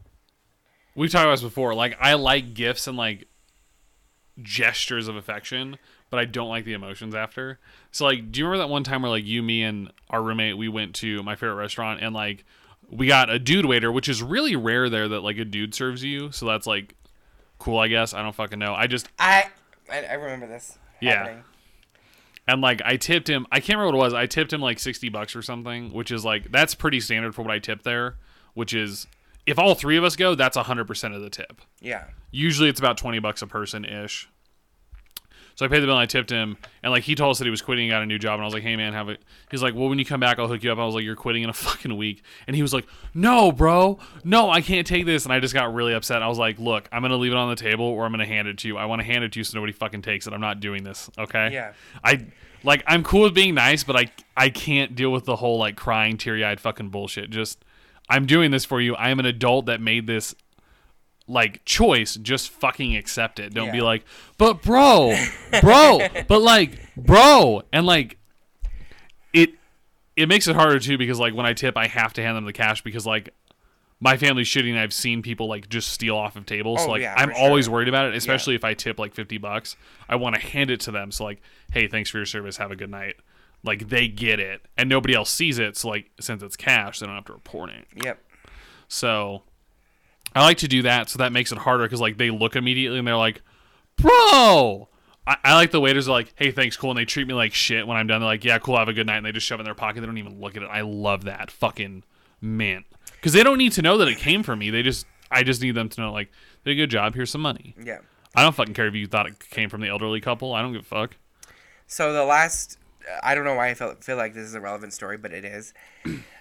Speaker 2: we've talked about this before? Like I like gifts and like gestures of affection, but I don't like the emotions after. So like, do you remember that one time where like you, me, and our roommate we went to my favorite restaurant and like we got a dude waiter, which is really rare there that like a dude serves you. So that's like cool, I guess. I don't fucking know. I just
Speaker 1: I I, I remember this.
Speaker 2: Yeah.
Speaker 1: happening.
Speaker 2: And like I tipped him, I can't remember what it was. I tipped him like sixty bucks or something, which is like that's pretty standard for what I tip there. Which is if all three of us go, that's hundred percent of the tip.
Speaker 1: Yeah.
Speaker 2: Usually it's about twenty bucks a person ish. So I paid the bill and I tipped him, and like he told us that he was quitting, and got a new job, and I was like, "Hey man, have it." He's like, "Well, when you come back, I'll hook you up." I was like, "You're quitting in a <laughs> fucking week," and he was like, "No, bro, no, I can't take this," and I just got really upset. I was like, "Look, I'm gonna leave it on the table, or I'm gonna hand it to you. I want to hand it to you so nobody fucking takes it. I'm not doing this, okay?"
Speaker 1: Yeah.
Speaker 2: I like I'm cool with being nice, but I I can't deal with the whole like crying, teary eyed fucking bullshit. Just I'm doing this for you. I am an adult that made this like choice. Just fucking accept it. Don't be
Speaker 1: Yeah.
Speaker 2: like, but bro, bro, but like, bro, and like it it makes it harder too because like when I tip, I have to hand them the cash because like my family's shitty and I've seen people like just steal off of tables. so
Speaker 1: Oh,
Speaker 2: like
Speaker 1: yeah,
Speaker 2: I'm
Speaker 1: for
Speaker 2: always worried about it, especially if I tip like 50 bucks. I want to hand it to them. So like, hey, thanks for your service. Have a good night. Like they get it and nobody else sees it. So like since it's cash, they don't have to report it.
Speaker 1: Yep.
Speaker 2: So I like to do that. So that makes it harder because like they look immediately and they're like, bro. I, I like the waiters are like, hey, thanks, cool, and they treat me like shit when I'm done. They're like, yeah, cool, have a good night, and they just shove it in their pocket. They don't even look at it. I love that fucking mint because they don't need to know that it came from me. They just, I just need them to know like, did a good job. Here's some money.
Speaker 1: Yeah.
Speaker 2: I don't fucking care if you thought it came from the elderly couple. I don't give a fuck.
Speaker 1: So the last I don't know why I feel feel like this is a relevant story, but it is.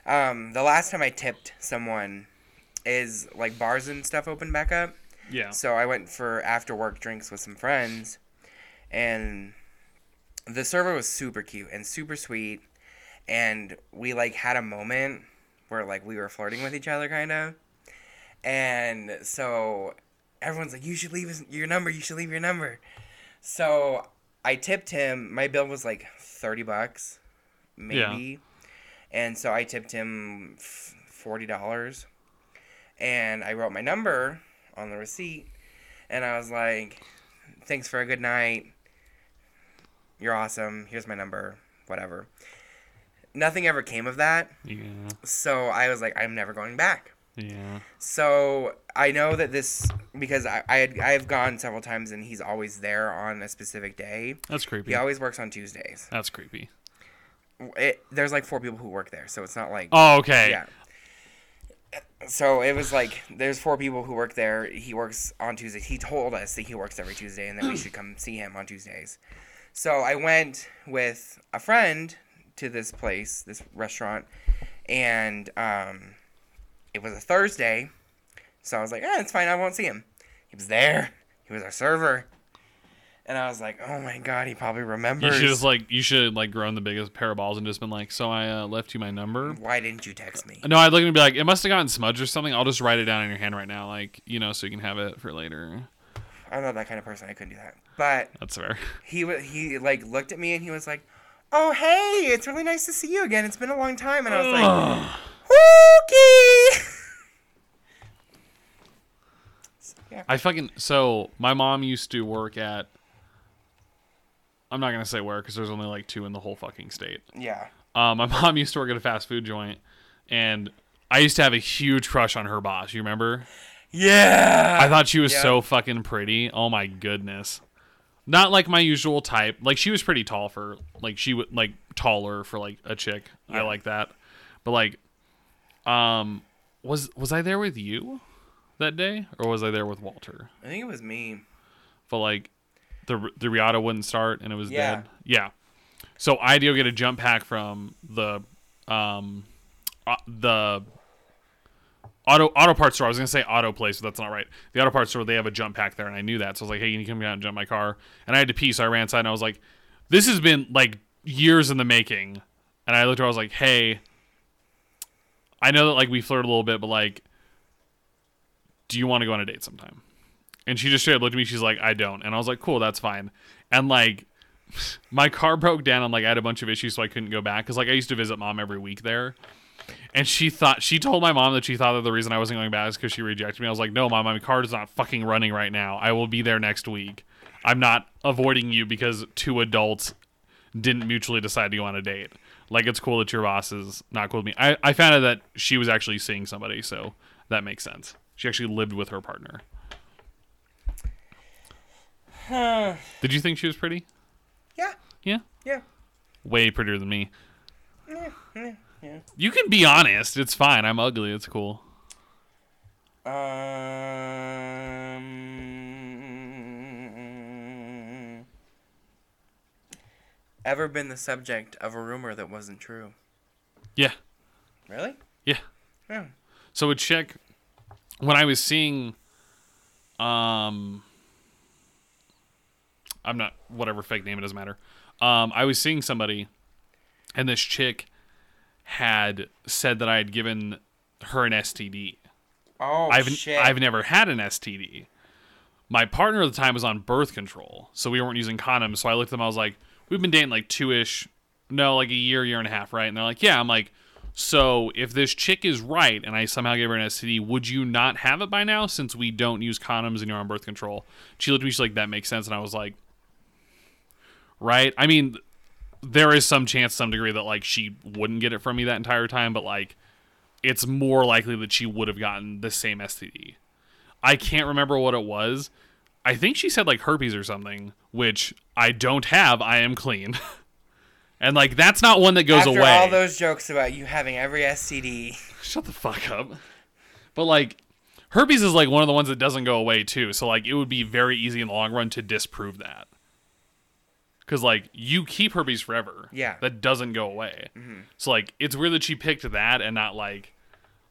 Speaker 1: Um, the last time I tipped someone is like bars and stuff opened back up.
Speaker 2: Yeah.
Speaker 1: So I went for after work drinks with some friends, and the server was super cute and super sweet, and we like had a moment where like we were flirting with each other kind of, and so everyone's like, "You should leave his, your number. You should leave your number." So I tipped him. My bill was like thirty bucks, maybe, and so I tipped him f- forty dollars and I wrote my number on the receipt, and I was like, "Thanks for a good night. You're awesome. Here's my number. Whatever." Nothing ever came of that,
Speaker 2: Yeah.
Speaker 1: so I was like, "I'm never going back."
Speaker 2: Yeah.
Speaker 1: So I know that this because I I, had, I have gone several times and he's always there on a specific day.
Speaker 2: That's creepy.
Speaker 1: He always works on Tuesdays.
Speaker 2: That's creepy.
Speaker 1: It, there's like four people who work there, so it's not like
Speaker 2: Oh, okay.
Speaker 1: yeah. So it was like there's four people who work there. He works on Tuesdays. He told us that he works every Tuesday and that we
Speaker 2: <clears throat>
Speaker 1: should come see him on Tuesdays. So I went with a friend to this place, this restaurant, and um, it was a Thursday. So I was like, "Ah, it's fine. I won't see him." He was there. He was our server, and I was like, "Oh my god, he probably
Speaker 2: You
Speaker 1: remembers."
Speaker 2: should just like you should like grown the biggest pair of balls and just been like, so I uh, left you my number.
Speaker 1: Why didn't you text me?
Speaker 2: No, I'd look and be like, it must have gotten smudged or something. I'll just write it down in your hand right now, like you know, so you can have it for later.
Speaker 1: I'm not that kind of person. I couldn't do that. But
Speaker 2: That's fair. <laughs>
Speaker 1: he wa he like looked at me and he was like, "Oh hey, it's really nice to see you again. It's been a long time." And I was like,
Speaker 2: <sighs>
Speaker 1: "Okay."
Speaker 2: I fucking so my mom used to work at. I'm not gonna say where because there's only like two in the whole fucking state.
Speaker 1: yeah.
Speaker 2: Um, my <laughs> mom used to work at a fast food joint, and I used to have a huge crush on her boss. You remember?
Speaker 1: Yeah.
Speaker 2: I thought she was
Speaker 1: Yeah.
Speaker 2: so fucking pretty. Oh my goodness. Not like my usual type. Like she was pretty tall for like she would like taller for like a chick. I like that. But like um was was I there with you that day or was I there with Walter?
Speaker 1: I think it was me.
Speaker 2: But like the the Riata wouldn't start and it was
Speaker 1: Yeah.
Speaker 2: dead. Yeah. So I had to go get a jump pack from the um uh, the auto auto parts store. I was gonna say auto place, but that's not right. The auto parts store they have a jump pack there, and I knew that. So I was like, hey, can you come down and jump my car? And I had to pee, so I ran inside and I was like, this has been like years in the making. And I looked at her, I was like, hey, I know that like we flirted a little bit, but like, do you want to go on a date sometime? And she just straight up looked at me. She's like, I don't. And I was like, cool, that's fine. And like, my car broke down and like I had a bunch of issues, so I couldn't go back because like I used to visit mom every week there. And she thought she told my mom that she thought that the reason I wasn't going back is because she rejected me. I was like, no, mom, my car is not fucking running right now. I will be there next week. I'm not avoiding you because two adults didn't mutually decide to go on a date. Like it's cool that your boss is not cool with me. I, I found out that she was actually seeing somebody, so that makes sense. She actually lived with her partner. Did you think she was pretty?
Speaker 1: Yeah.
Speaker 2: Yeah.
Speaker 1: Yeah.
Speaker 2: Way prettier than me. You can be honest. It's fine. I'm ugly. It's cool.
Speaker 1: Um. Ever been the subject of a rumor that wasn't true?
Speaker 2: Yeah.
Speaker 1: Really?
Speaker 2: Yeah.
Speaker 1: Yeah.
Speaker 2: So a chick when I was seeing um I'm not whatever fake name it doesn't matter. Um I was seeing somebody and this chick had said that I had given her an STD.
Speaker 1: Oh
Speaker 2: I've
Speaker 1: shit.
Speaker 2: I've never had an STD. My partner at the time was on birth control, so we weren't using condoms. So I looked at them. I was like, "We've been dating like two ish, no, like a year, year and a half, right?" And they're like, "Yeah." I'm like, "So if this chick is right, and I somehow gave her an STD, would you not have it by now since we don't use condoms and you're on birth control?" She looked at me. She's like, "That makes sense," and I was like, "Right." I mean, there is some chance, some degree, that like she wouldn't get it from me that entire time, but like it's more likely that she would have gotten the same STD. I can't remember what it was. I think she said like herpes or something, which I don't have. I am clean. <laughs> and like that's not one that goes
Speaker 1: After
Speaker 2: away.
Speaker 1: all those jokes about you having every STD.
Speaker 2: Shut the fuck up. But like herpes is like one of the ones that doesn't go away too. So like it would be very easy in the long run to disprove that. Cause like you keep herpes forever.
Speaker 1: Yeah. Mm-hmm.
Speaker 2: That doesn't go away. So like it's weird that she picked that and not like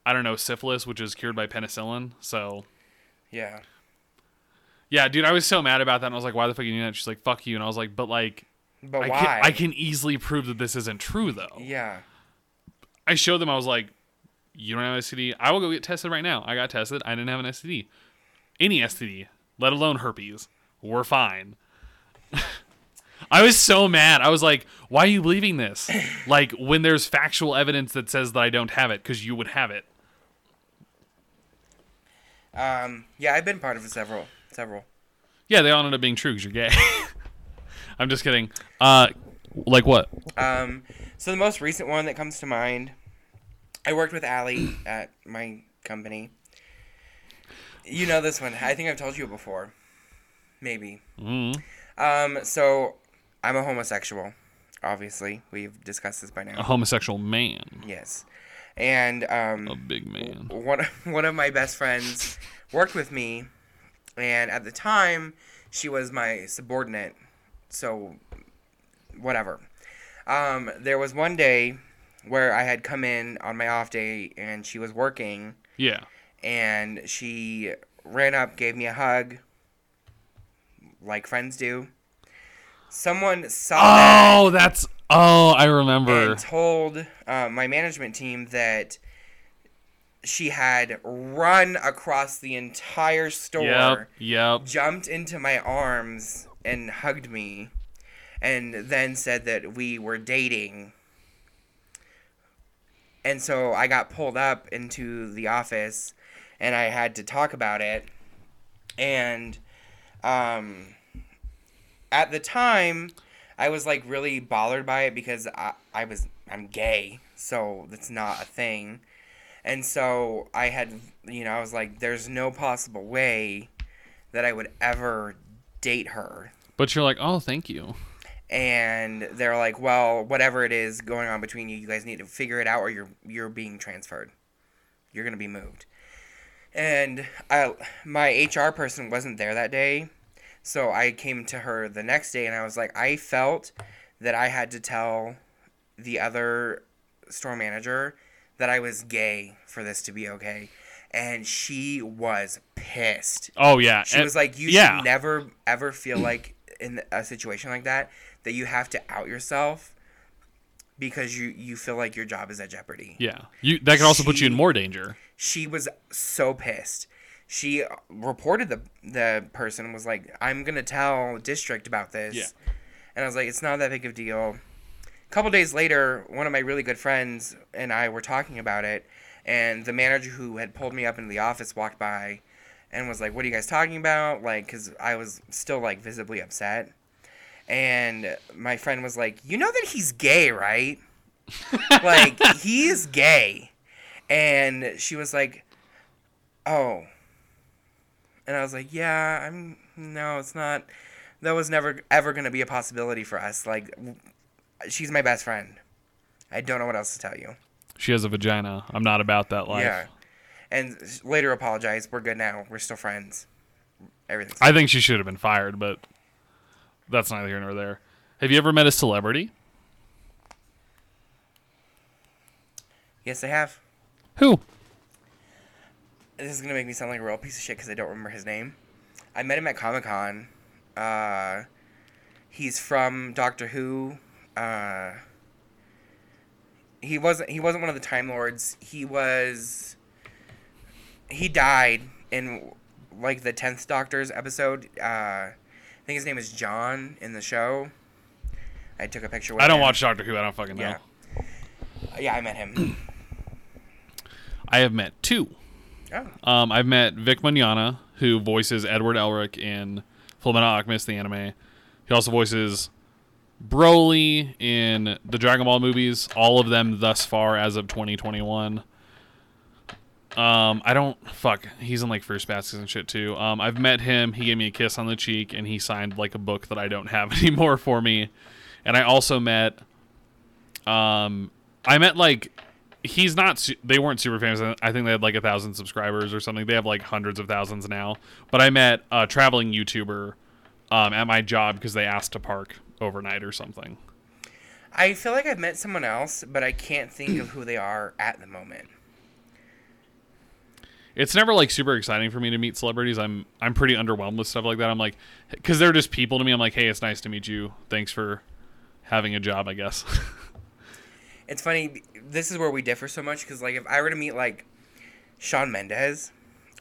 Speaker 2: I don't know syphilis, which is cured by penicillin. So
Speaker 1: Yeah.
Speaker 2: yeah, dude, I was so mad about that. And I was like, why the fuck you do that? She's like, fuck you. And I was like, but like
Speaker 1: But
Speaker 2: I
Speaker 1: why?
Speaker 2: can, I can easily prove that this isn't true though.
Speaker 1: Yeah.
Speaker 2: I showed them. I was like, "You don't have an STD. I will go get tested right now. I got tested. I didn't have an STD, any STD, let alone herpes. We're fine." <laughs> I was so mad. I was like, "Why are you believing this? Like when there's factual evidence that says that I don't have it, because you would have it."
Speaker 1: Um. Yeah, I've been part of several. Several.
Speaker 2: Yeah, they all ended up being true because you're gay. <laughs> I'm just kidding. Uh, like what? <clears throat>
Speaker 1: Um. So the most recent one that comes to mind, I worked with Allie at my company. You know this one. I think I've told you before. Maybe.
Speaker 2: Mm.
Speaker 1: Um, so I'm a homosexual. Obviously, we've discussed this by now.
Speaker 2: A homosexual man,
Speaker 1: Yes, and um,
Speaker 2: a big man.
Speaker 1: one of- <laughs> one of my best friends worked with me, and at the time she was my subordinate, so whatever. Um, there was one day where I had come in on my off day, and she was working,
Speaker 2: Yeah.
Speaker 1: and she ran up, gave me a hug, like friends do. Someone saw that
Speaker 2: Oh, that's. Oh, I remember.
Speaker 1: and told uh, my management team that she had run across the entire store,
Speaker 2: Yep. Yep.
Speaker 1: jumped into my arms, and hugged me, and then said that we were dating. And so I got pulled up into the office and I had to talk about it. And um, at the time, I was like really bothered by it because I, I was I'm gay, so that's not a thing. And so I had you know, I was like, there's no possible way that I would ever date her.
Speaker 2: But you're like, oh, thank you.
Speaker 1: And they're like, Well, whatever it is going on between you, you guys need to figure it out or you're you're being transferred. You're gonna be moved. And I my HR person wasn't there that day. So I came to her the next day and I was like, I felt that I had to tell the other store manager that I was gay for this to be okay. And she was pissed.
Speaker 2: Oh yeah.
Speaker 1: She
Speaker 2: and-
Speaker 1: was like, You
Speaker 2: yeah.
Speaker 1: should never, ever feel like in a situation like that, that you have to out yourself because you, you feel like your job is at jeopardy
Speaker 2: yeah. You that could also put you in
Speaker 1: She-
Speaker 2: more danger.
Speaker 1: she was so pissed. She reported the the person and was like, "I'm gonna tell district about this."
Speaker 2: Yeah.
Speaker 1: And I was like, "It's not that big of a deal." A couple days later, one of my really good friends and I were talking about it, and the manager who had pulled me up into the office walked by, and was like, "What are you guys talking about?" Like, because I was still like visibly upset, and my friend was like, "You know that he's gay, right? like, he is gay." and she was like, "Oh," and I was like, "Yeah, I'm no, it's not. That was never ever gonna be a possibility for us. Like, w- she's my best friend. I don't know what else to tell you.
Speaker 2: She has a vagina. I'm not about that life.
Speaker 1: Yeah." And s- later apologized. We're good now. We're still friends. Everything's.
Speaker 2: I think she should have been fired, but that's neither here nor there. Have you ever met a celebrity?
Speaker 1: yes, I have.
Speaker 2: Who?
Speaker 1: This is gonna make me sound like a real piece of shit because I don't remember his name. I met him at Comic Con. Uh, he's from Doctor Who. Uh, he wasn't. He wasn't one of the Time Lords. He was. He died in like the tenth Doctor's episode. Uh, I think his name is John in the show. I took a picture. With
Speaker 2: I don't
Speaker 1: him.
Speaker 2: watch Doctor Who. I don't fucking know.
Speaker 1: Yeah. Yeah, I met him. <clears throat>
Speaker 2: I have met two.
Speaker 1: oh,
Speaker 2: Um, I've met Vic Mignogna, who voices Edward Elric in Fullmetal Alchemist, the anime. He also voices Broly in the Dragon Ball movies, all of them thus far as of 2021. Um, I don't fuck. He's in like Fruit Baskets and shit too. Um, I've met him. He gave me a kiss on the cheek, and he signed like a book that I don't have <laughs> anymore for me. And I also met, um, I met like he's not su- they weren't super famous i think they had like a thousand subscribers or something they have like hundreds of thousands now but i met a traveling youtuber um, at my job because they asked to park overnight or something
Speaker 1: I feel like I've met someone else, but I can't think of who they are at the moment.
Speaker 2: it's never like super exciting for me to meet celebrities i'm i'm pretty underwhelmed with stuff like that i'm like because they're just people to me i'm like hey it's nice to meet you thanks for having a job i guess <laughs>
Speaker 1: It's funny. This is where we differ so much because, like, if I were to meet like Sean Mendez,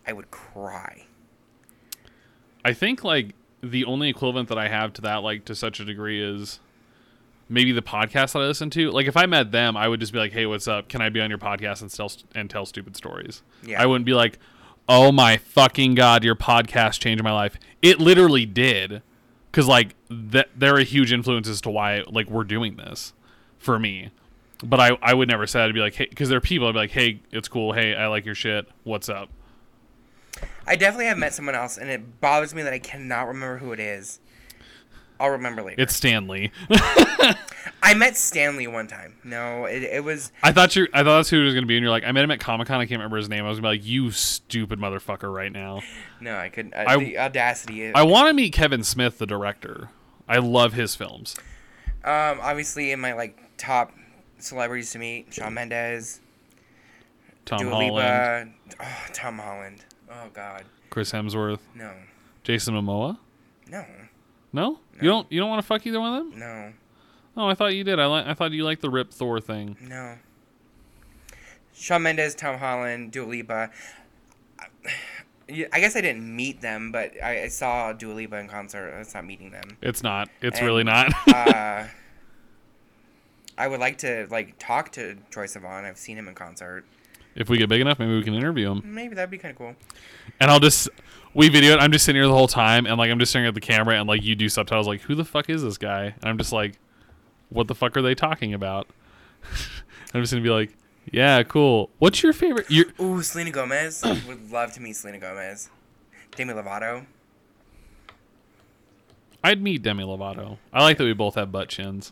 Speaker 1: I would cry.
Speaker 2: I think like the only equivalent that I have to that, like to such a degree, is maybe the podcast that I listen to. Like if I met them, I would just be like, "Hey, what's up? Can I be on your podcast and tell and tell stupid stories?"
Speaker 1: Yeah.
Speaker 2: I wouldn't be like, "Oh my fucking god, your podcast changed my life." It literally did, because like that they're a huge influence as to why like we're doing this for me. But I, I would never say that. I'd be like, hey, because there are people. I'd be like, hey, it's cool. Hey, I like your shit. What's up?
Speaker 1: I definitely have met someone else, and it bothers me that I cannot remember who it is. I'll remember later.
Speaker 2: It's Stanley.
Speaker 1: I met Stanley one time. No, it, it was
Speaker 2: I thought you. I thought that's who it was gonna be. And you're like, I met him at Comic Con. I can't remember his name. I was gonna be like, you stupid motherfucker, right now.
Speaker 1: no. I couldn't.
Speaker 2: I-
Speaker 1: I, the audacity.
Speaker 2: I want to meet Kevin Smith, the director. I love his films.
Speaker 1: Um, obviously, in my like top celebrities to meet, Shawn Mendes,
Speaker 2: Tom
Speaker 1: Dua
Speaker 2: Holland,
Speaker 1: Lipa, oh, Tom Holland. Oh God,
Speaker 2: Chris Hemsworth,
Speaker 1: no,
Speaker 2: Jason Momoa.
Speaker 1: no,
Speaker 2: No? you don't. You don't want to fuck either one of them.
Speaker 1: no,
Speaker 2: Oh, I thought you did. I like. I thought you liked the Rip Thor thing.
Speaker 1: no. Shawn Mendes, Tom Holland, Dua Lipa. I I guess I didn't meet them, but I, I saw Dua Lipa in concert. That's not meeting them.
Speaker 2: It's not. It's
Speaker 1: And-
Speaker 2: really not.
Speaker 1: Uh, I would like to like talk to Troy Sivan. I've seen him in concert.
Speaker 2: <laughs> if we get big enough, maybe we can interview him.
Speaker 1: Maybe that'd be kind of cool.
Speaker 2: And I'll just we video it. I'm just sitting here the whole time, and like I'm just staring at the camera, and like you do subtitles. Like, who the fuck is this guy? And I'm just like, what the fuck are they talking about? <laughs> I'm just gonna be like, yeah, cool. What's your favorite? Your
Speaker 1: Ooh, Selena
Speaker 2: <clears throat>
Speaker 1: Gomez. Would love to meet Selena Gomez. Demi Lovato.
Speaker 2: I'd meet Demi Lovato. I like that we both have butt chins.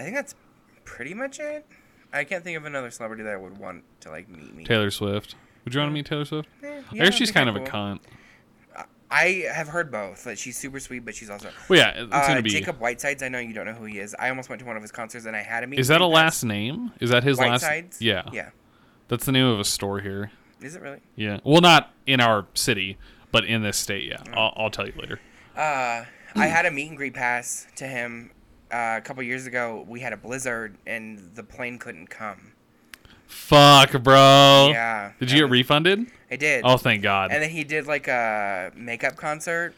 Speaker 1: I think that's pretty much it. I can't think of another celebrity that I would want to like meet me.
Speaker 2: Taylor Swift. Would you want to meet Taylor Swift?
Speaker 1: Eh,
Speaker 2: I
Speaker 1: yeah,
Speaker 2: hear
Speaker 1: that'd
Speaker 2: she's
Speaker 1: be
Speaker 2: kind of
Speaker 1: kinda
Speaker 2: a
Speaker 1: cool.
Speaker 2: cunt.
Speaker 1: I have heard both. Like she's super sweet, but she's also.
Speaker 2: Well, yeah, it's
Speaker 1: Uh,
Speaker 2: gonna be.
Speaker 1: Jacob Whitesides. I know you don't know who he is. I almost went to one of his concerts and I had him.
Speaker 2: is that a last name? Is that his
Speaker 1: Whitesides?
Speaker 2: last? Yeah.
Speaker 1: Yeah.
Speaker 2: That's the name of a store here.
Speaker 1: Is it really?
Speaker 2: Yeah. Well, not in our city, but in this state. Yeah.
Speaker 1: Mm.
Speaker 2: I'll, I'll tell you later.
Speaker 1: Uh, I had a meet and greet pass to him uh, a couple years ago. We had a blizzard and the plane couldn't come.
Speaker 2: Fuck, bro.
Speaker 1: Yeah.
Speaker 2: Did you get refunded?
Speaker 1: I did.
Speaker 2: Oh, thank God.
Speaker 1: And then he did like a makeup concert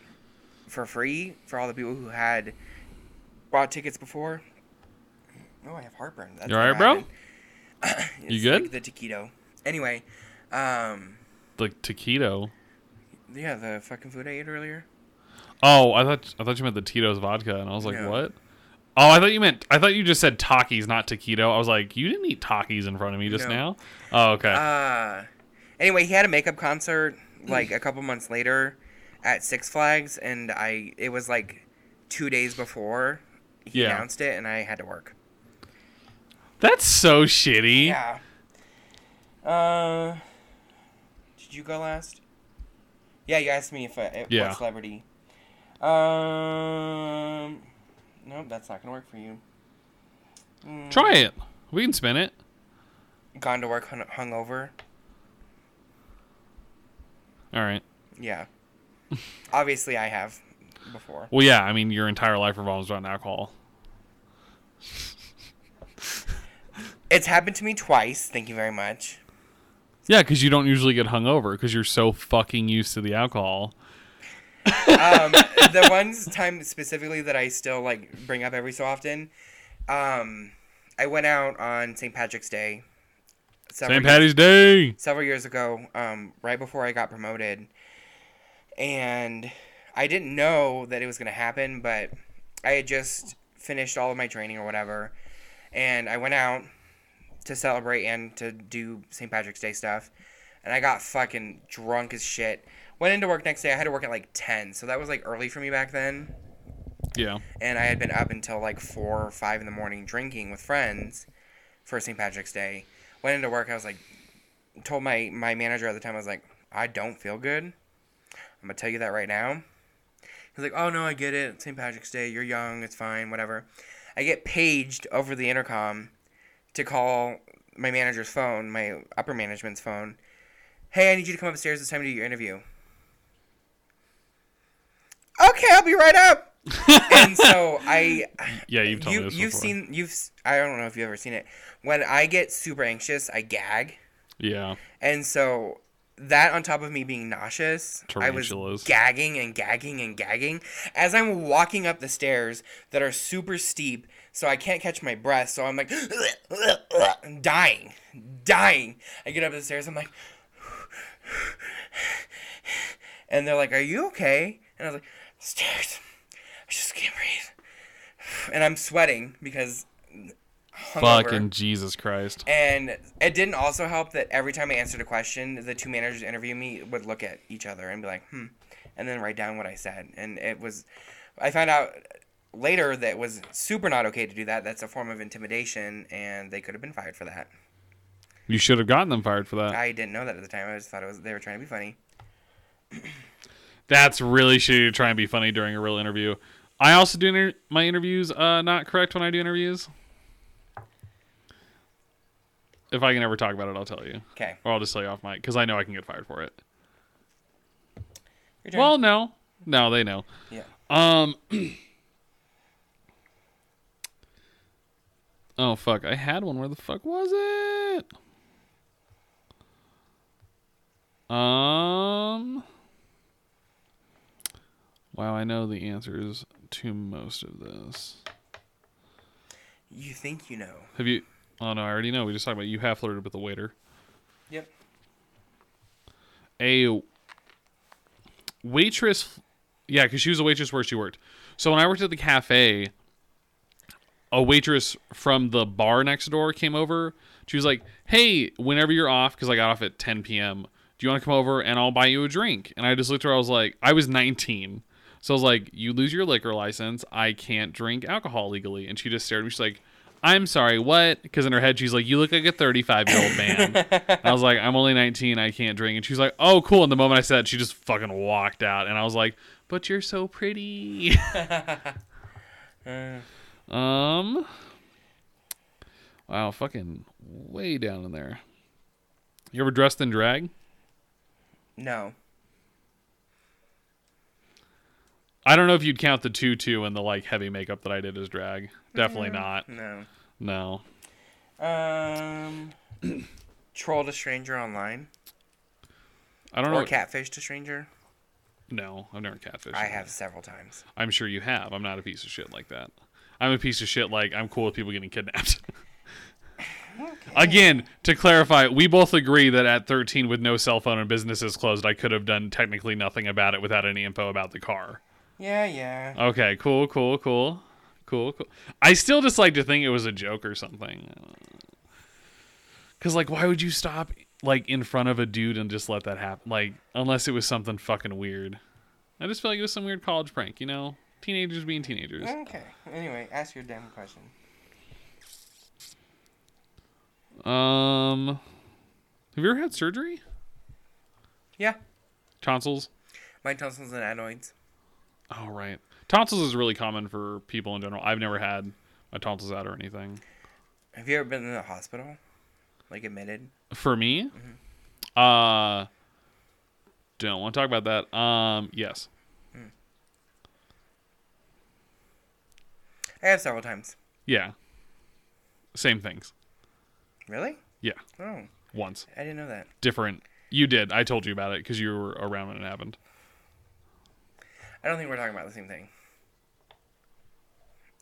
Speaker 1: for free for all the people who had bought tickets before. Oh, I have heartburn. That's
Speaker 2: You all
Speaker 1: what
Speaker 2: right, bro?
Speaker 1: happened. It's
Speaker 2: You good?
Speaker 1: Like the taquito. Anyway, um,
Speaker 2: Like taquito.
Speaker 1: yeah, the fucking food I ate earlier.
Speaker 2: Oh, I thought I thought you meant the Tito's vodka, and I was like,
Speaker 1: No.
Speaker 2: what? Oh, I thought you meant I thought you just said Takis, not taquito. I was like, you didn't eat Takis in front of me just
Speaker 1: No.
Speaker 2: now. Oh, okay.
Speaker 1: Uh, anyway, he had a makeup concert
Speaker 2: Mm.
Speaker 1: like a couple months later at Six Flags, and I it was like two days before he
Speaker 2: Yeah.
Speaker 1: announced it, and I had to work.
Speaker 2: That's so shitty.
Speaker 1: Yeah. Uh, did you go last? Yeah, you asked me if I if
Speaker 2: Yeah.
Speaker 1: what celebrity. Um, nope, that's not gonna work for you. Mm,
Speaker 2: Try it. We can spin it.
Speaker 1: Gone to work hun- hungover.
Speaker 2: All right.
Speaker 1: Yeah. Obviously, I have before.
Speaker 2: Well, yeah. I mean, your entire life revolves around alcohol.
Speaker 1: It's happened to me twice. Thank you very much.
Speaker 2: Yeah, because you don't usually get hungover because you're so fucking used to the alcohol.
Speaker 1: Um, the ones time specifically that I still like bring up every so often. Um, I went out on St. Patrick's Day. several
Speaker 2: St.
Speaker 1: years-
Speaker 2: Patty's Day.
Speaker 1: several years ago, um, right before I got promoted, and I didn't know that it was gonna happen, but I had just finished all of my training or whatever, and I went out to celebrate and to do St. Patrick's Day stuff, and I got fucking drunk as shit. Went into work next day. I had to work at like ten, so that was like early for me back then
Speaker 2: Yeah.
Speaker 1: and I had been up until like four or five in the morning drinking with friends for St. Patrick's Day. Went into work. I was like, told my my manager at the time. I was like, I don't feel good. I'm gonna tell you that right now. He's like, Oh no, I get it. It's St. Patrick's Day. You're young. It's fine. Whatever. I get paged over the intercom to call my manager's phone, my upper management's phone. Hey, I need you to come upstairs. It's time to do your interview. Okay, I'll be right up.
Speaker 2: <laughs>
Speaker 1: and so I
Speaker 2: Yeah, you've told
Speaker 1: you,
Speaker 2: me this
Speaker 1: you've
Speaker 2: before.
Speaker 1: seen you've s- i don't know if you've ever seen it when i get super anxious i gag
Speaker 2: Yeah.
Speaker 1: and so that on top of me being nauseous i was
Speaker 2: Tarantulas.
Speaker 1: gagging and gagging and gagging as i'm walking up the stairs that are super steep so i can't catch my breath so i'm like <laughs> I'm dying dying i get up the stairs i'm like <sighs> and they're like are you okay and i was like stairs i just can't breathe and i'm sweating because hungover.
Speaker 2: Fucking Jesus Christ.
Speaker 1: And it didn't also help that every time I answered a question, the two managers interviewing me would look at each other and be like, hmm, and then write down what I said. And it was, I found out later that it was super not okay to do that. That's a form of intimidation, and they could have been fired for that.
Speaker 2: You should have gotten them fired for that.
Speaker 1: I didn't know that at the time. I just thought it was they were trying to be funny.
Speaker 2: That's really shitty to try and be funny during a real interview. I also do inter- my interviews uh, not correct when I do interviews. If I can ever talk about it, I'll tell you.
Speaker 1: Okay.
Speaker 2: Or I'll just tell you off mic because I know I can get fired for it.
Speaker 1: Your turn.
Speaker 2: Well, no. No, they know.
Speaker 1: yeah.
Speaker 2: Um. <clears throat> oh fuck! I had one. Where the fuck was it? Um. Wow, I know the answers to most of this.
Speaker 1: You think you know.
Speaker 2: Have you? Oh no, I already know. We just talked about you have flirted with a waiter.
Speaker 1: Yep.
Speaker 2: a waitress. Yeah, because she was a waitress where she worked. So when I worked at the cafe, a waitress from the bar next door came over. She was like, "Hey, whenever you're off, because I got off at 10 p.m. Do you want to come over and I'll buy you a drink?" And I just looked at her. I was like, I was 19, so I was like, "You lose your liquor license. I can't drink alcohol legally." And she just stared at me. She's like. I'm sorry, what? Because in her head, she's like, "You look like a 35 year old man." And I was like, I'm only 19. I can't drink. And she's like, oh, cool. And the moment I said it, she just fucking walked out. And I was like, but you're
Speaker 1: <laughs>
Speaker 2: so pretty. <laughs> um. Wow, fucking way down in there. You ever dressed in drag?
Speaker 1: No.
Speaker 2: I don't know if you'd count the tutu and the like heavy makeup that I did as drag. Definitely not.
Speaker 1: No.
Speaker 2: No.
Speaker 1: Um. <clears throat> trolled a stranger online
Speaker 2: I don't
Speaker 1: or
Speaker 2: know.
Speaker 1: catfished a stranger.
Speaker 2: no, I've never catfished.
Speaker 1: I have several times.
Speaker 2: I'm sure you have. I'm not a piece of shit like that. I'm a piece of shit like I'm cool with people getting kidnapped. <laughs> Again, to clarify, we both agree that at 13 with no cell phone and businesses closed, I could have done technically nothing about it without any info about the car.
Speaker 1: Yeah, yeah.
Speaker 2: Okay, cool, cool, cool. Cool, cool. I still just like to think it was a joke or something. Cuz like why would you stop like in front of a dude and just let that happen? Like unless it was something fucking weird. I just feel like it was some weird college prank, you know? Teenagers being teenagers.
Speaker 1: Okay. Anyway, ask your damn question.
Speaker 2: Um, have you ever had surgery?
Speaker 1: Yeah.
Speaker 2: Tonsils.
Speaker 1: My tonsils and adenoids.
Speaker 2: Oh right, tonsils is really common for people in general. I've never had my tonsils out or anything.
Speaker 1: Have you ever been in the hospital? Like admitted?
Speaker 2: For me,
Speaker 1: Mm-hmm.
Speaker 2: uh, don't want to talk about that. Um, yes.
Speaker 1: I have several times.
Speaker 2: Yeah. Same things.
Speaker 1: Really?
Speaker 2: Yeah.
Speaker 1: Oh,
Speaker 2: Once.
Speaker 1: I didn't know that.
Speaker 2: Different. You did. I told you about it because you were around when it happened.
Speaker 1: I don't think we're talking about the same thing.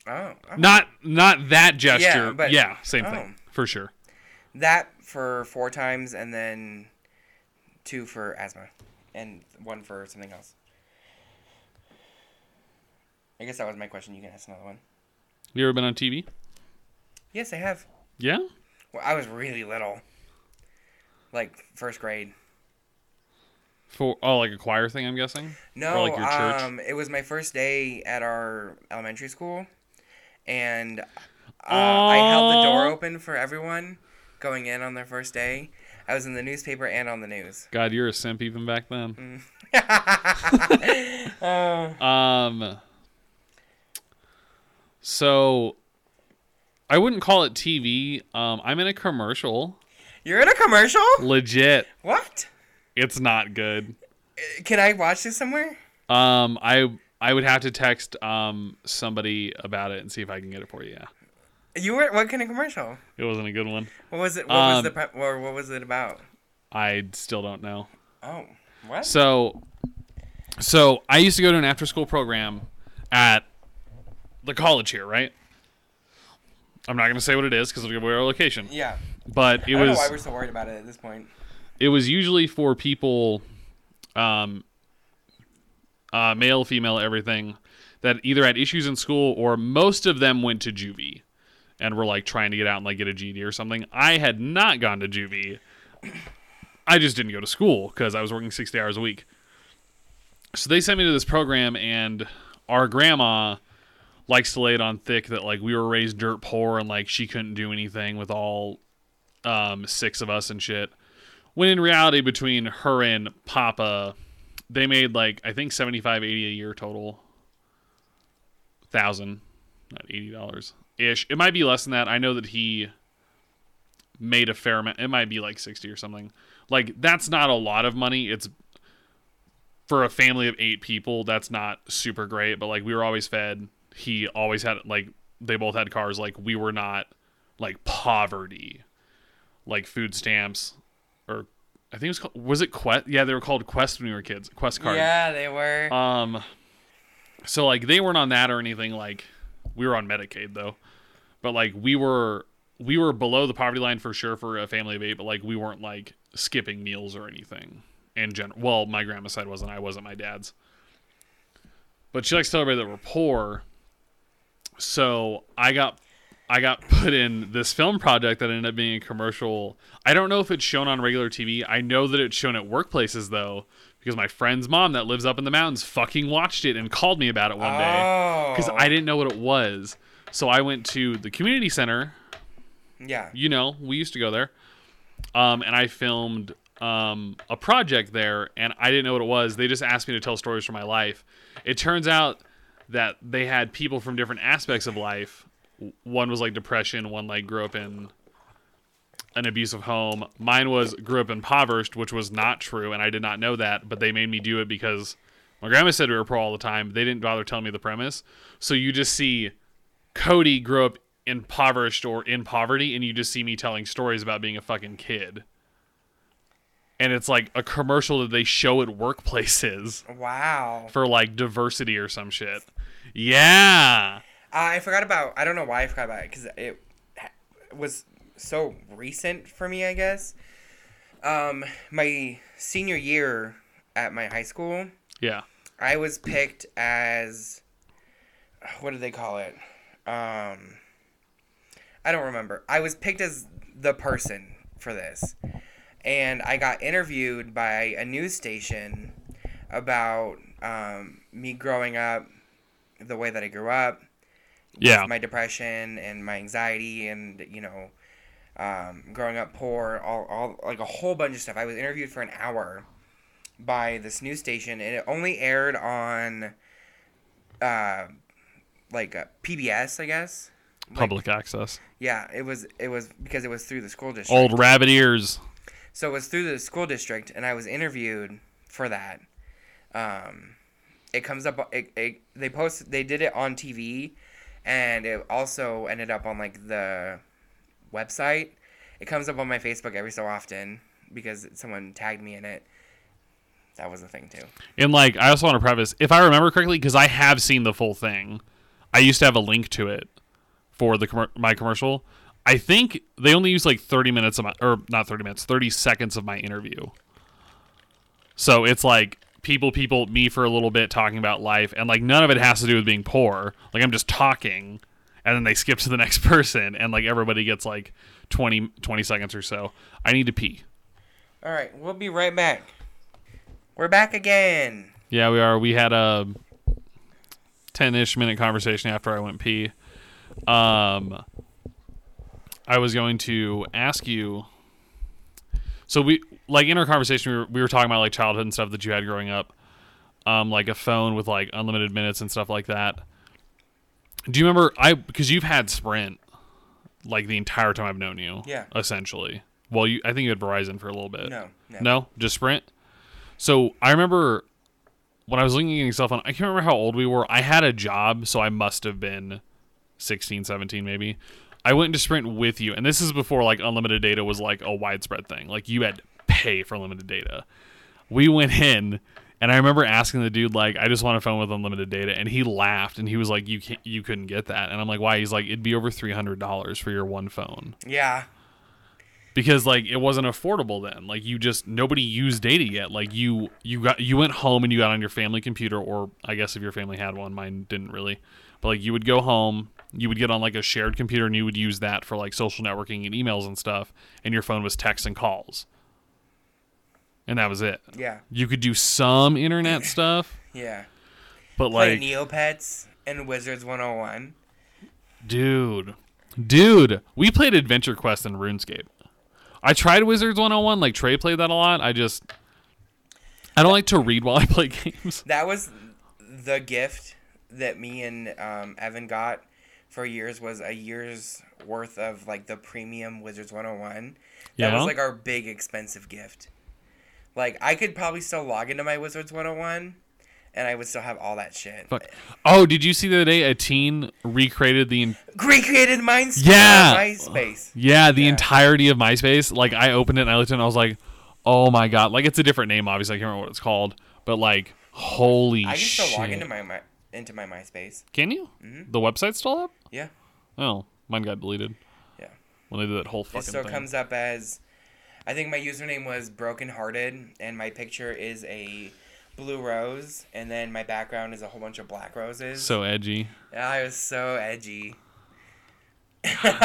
Speaker 1: Oh. oh.
Speaker 2: Not not that gesture. Yeah,
Speaker 1: but-
Speaker 2: same
Speaker 1: oh.
Speaker 2: thing. For sure.
Speaker 1: That for four times and then two for asthma and one for something else. I guess that was my question. You can ask another one.
Speaker 2: You ever been on TV?
Speaker 1: Yes, I have.
Speaker 2: Yeah?
Speaker 1: Well, I was really little. Like first grade.
Speaker 2: For oh like a choir thing, I'm guessing?
Speaker 1: No,
Speaker 2: like, your church?
Speaker 1: um, it was my first day at our elementary school, and uh, I held the door
Speaker 2: Aw.
Speaker 1: open for everyone going in on their first day. I was in the newspaper and on the news.
Speaker 2: God, you're a simp even back then.
Speaker 1: Uh,
Speaker 2: Um, so I wouldn't call it TV. Um, I'm in a commercial.
Speaker 1: you're in a commercial?
Speaker 2: Legit,
Speaker 1: What?
Speaker 2: it's not good.
Speaker 1: Uh, Can I watch this somewhere?
Speaker 2: Um, I I would have to text um somebody about it and see if I can get it for you. Yeah,
Speaker 1: You were what kind of commercial?
Speaker 2: it wasn't a good one.
Speaker 1: What was it? What was
Speaker 2: Um,
Speaker 1: the pre- or what was it about?
Speaker 2: I still don't know.
Speaker 1: Oh, what?
Speaker 2: So, so I used to go to an after-school program at the college here, right? I'm not gonna say what it is because it'll give away our location.
Speaker 1: yeah,
Speaker 2: But it
Speaker 1: I don't know
Speaker 2: was
Speaker 1: why we're so worried about it at this point.
Speaker 2: it was usually for people, um, uh, male, female, everything, that either had issues in school or most of them went to juvie. and were like trying to get out and like get a GD or something. I had not gone to juvie. I just didn't go to school because I was working 60 hours a week. So they sent me to this program, and our grandma likes to lay it on thick that like we were raised dirt poor and like she couldn't do anything with all um, six of us and shit. When in reality, between her and Papa, they made like I think 75, 80 a year total. Thousand, not eighty dollars ish. It might be less than that. I know that he made a fair amount. It might be like sixty or something. Like that's not a lot of money. It's for a family of eight people. That's not super great. But like we were always fed. He always had like they both had cars. Like we were not like poverty like food stamps or I think it was called was it Quest? Yeah, they were called Quest when we were kids. Quest card.
Speaker 1: Yeah, they were.
Speaker 2: Um so like they weren't on that or anything like we were on Medicaid though. But like we were we were below the poverty line for sure for a family of 8, but like we weren't like skipping meals or anything in general. Well, my grandma's side wasn't. I wasn't my dad's. But she likes to tell everybody that we're poor. So I got I got <laughs> put in this film project that ended up being a commercial. I don't know if it's shown on regular TV. I know that it's shown at workplaces though, because my friend's mom that lives up in the mountains fucking watched it and called me about it one day because
Speaker 1: Oh.
Speaker 2: I didn't know what it was. So I went to the community center.
Speaker 1: yeah.
Speaker 2: You know, we used to go there, um, and I filmed um, a project there, and I didn't know what it was. They just asked me to tell stories from my life. It turns out that they had people from different aspects of life. W- One was like depression. One like grew up in an abusive home. Mine was grew up impoverished, which was not true, and I did not know that. But they made me do it because my grandma said we were poor all the time. They didn't bother telling me the premise, so you just see Cody grew up impoverished or in poverty, and you just see me telling stories about being a fucking kid. And it's like a commercial that they show at workplaces <laughs>
Speaker 1: Wow. Uh,
Speaker 2: for like diversity or some shit. Yeah.
Speaker 1: I forgot about. I don't know why I forgot about it because it ha- was so recent for me. I guess. Um, my senior year at my high school,
Speaker 2: Yeah.
Speaker 1: I was picked as what do they call it? Um I don't remember. I was picked as the person for this. And I got interviewed by a news station about um, me growing up the way that I grew up
Speaker 2: Yeah.
Speaker 1: my depression and my anxiety and you know um, growing up poor all, all like a whole bunch of stuff i was interviewed for an hour by this news station and it only aired on uh, like uh, pbs i guess
Speaker 2: Public access.
Speaker 1: yeah it was it was because it was through the school district
Speaker 2: Old rabbit ears.
Speaker 1: so it was through the school district and i was interviewed for that um, it comes up it, it, they post they did it on tv and it also ended up on like the website it comes up on my facebook every so often because someone tagged me in it that was a thing too
Speaker 2: And like, I also want to preface, if I remember correctly, because I have seen the full thing, I used to have a link to it for the commer my commercial. I think they only used like thirty minutes of my, or not thirty minutes, thirty seconds of my interview. So it's like people, people, me for a little bit talking about life, and like none of it has to do with being poor. Like I'm just talking, and then they skip to the <laughs> next person, and like everybody gets like 20, 20 seconds or so. I need to pee.
Speaker 1: all right we'll be right back we're back again
Speaker 2: Yeah, we are. We had a ten-ish minute conversation after I went pee. Um, I was going to ask you. So we like in our conversation we were, we were talking about like childhood and stuff that you had growing up, um, like a phone with like unlimited minutes and stuff like that. Do you remember I because you've had Sprint like the entire time I've known you?
Speaker 1: Yeah.
Speaker 2: Essentially, well, you I think you had Verizon for a little bit.
Speaker 1: No, no.
Speaker 2: no, just Sprint. So I remember when I was looking at your cell phone, I can't remember how old we were. I had a job, so I must have been 16, 17 maybe. I went into Sprint with you, and this is before like unlimited data was like a widespread thing. Like you had to pay for limited data. We went in, and I remember asking the dude like, "I just want a phone with unlimited data," and he laughed and he was like, "You can't, you couldn't get that." And I'm like, "Why?" He's like, "It'd be over three hundred dollars for your one phone."
Speaker 1: yeah
Speaker 2: because like it wasn't affordable then like you just nobody used data yet like you you got you went home and you got on your family computer or i guess if your family had one mine didn't really but like you would go home you would get on like a shared computer and you would use that for like social networking and emails and stuff and your phone was texts and calls and that was it
Speaker 1: Yeah.
Speaker 2: you could do some internet stuff
Speaker 1: Yeah.
Speaker 2: but
Speaker 1: Play
Speaker 2: like
Speaker 1: Neopets and Wizards 101.
Speaker 2: dude dude we played adventure quest and runescape i tried wizards 101 like trey played that a lot i just i don't like to read while i play <laughs> games
Speaker 1: That was the gift that me and um, Evan got for years was a year's worth of like the premium Wizards 101. That
Speaker 2: Yeah.
Speaker 1: was like our big expensive gift. Like I could probably still log into my Wizards 101 and I would still have all that shit.
Speaker 2: Fuck. Oh, did you see the other day a teen recreated the en-
Speaker 1: Recreated Mindspace.
Speaker 2: Yeah.
Speaker 1: MySpace.
Speaker 2: yeah the
Speaker 1: Yeah.
Speaker 2: entirety of MySpace? Like I opened it and I looked at it and I was like, oh my god! Like it's a different name, obviously. I can't remember what it's called, but like, holy
Speaker 1: I can
Speaker 2: shit!
Speaker 1: still log into my, Hmm? my into my MySpace.
Speaker 2: can you? The website's still up?
Speaker 1: Yeah.
Speaker 2: Oh, mine got deleted
Speaker 1: Yeah.
Speaker 2: when they did that whole
Speaker 1: It
Speaker 2: fucking
Speaker 1: still
Speaker 2: thing.
Speaker 1: comes up as I think my username was brokenhearted and my picture is a blue rose and then my background is a whole bunch of black roses.
Speaker 2: so edgy.
Speaker 1: I was so edgy. <laughs> and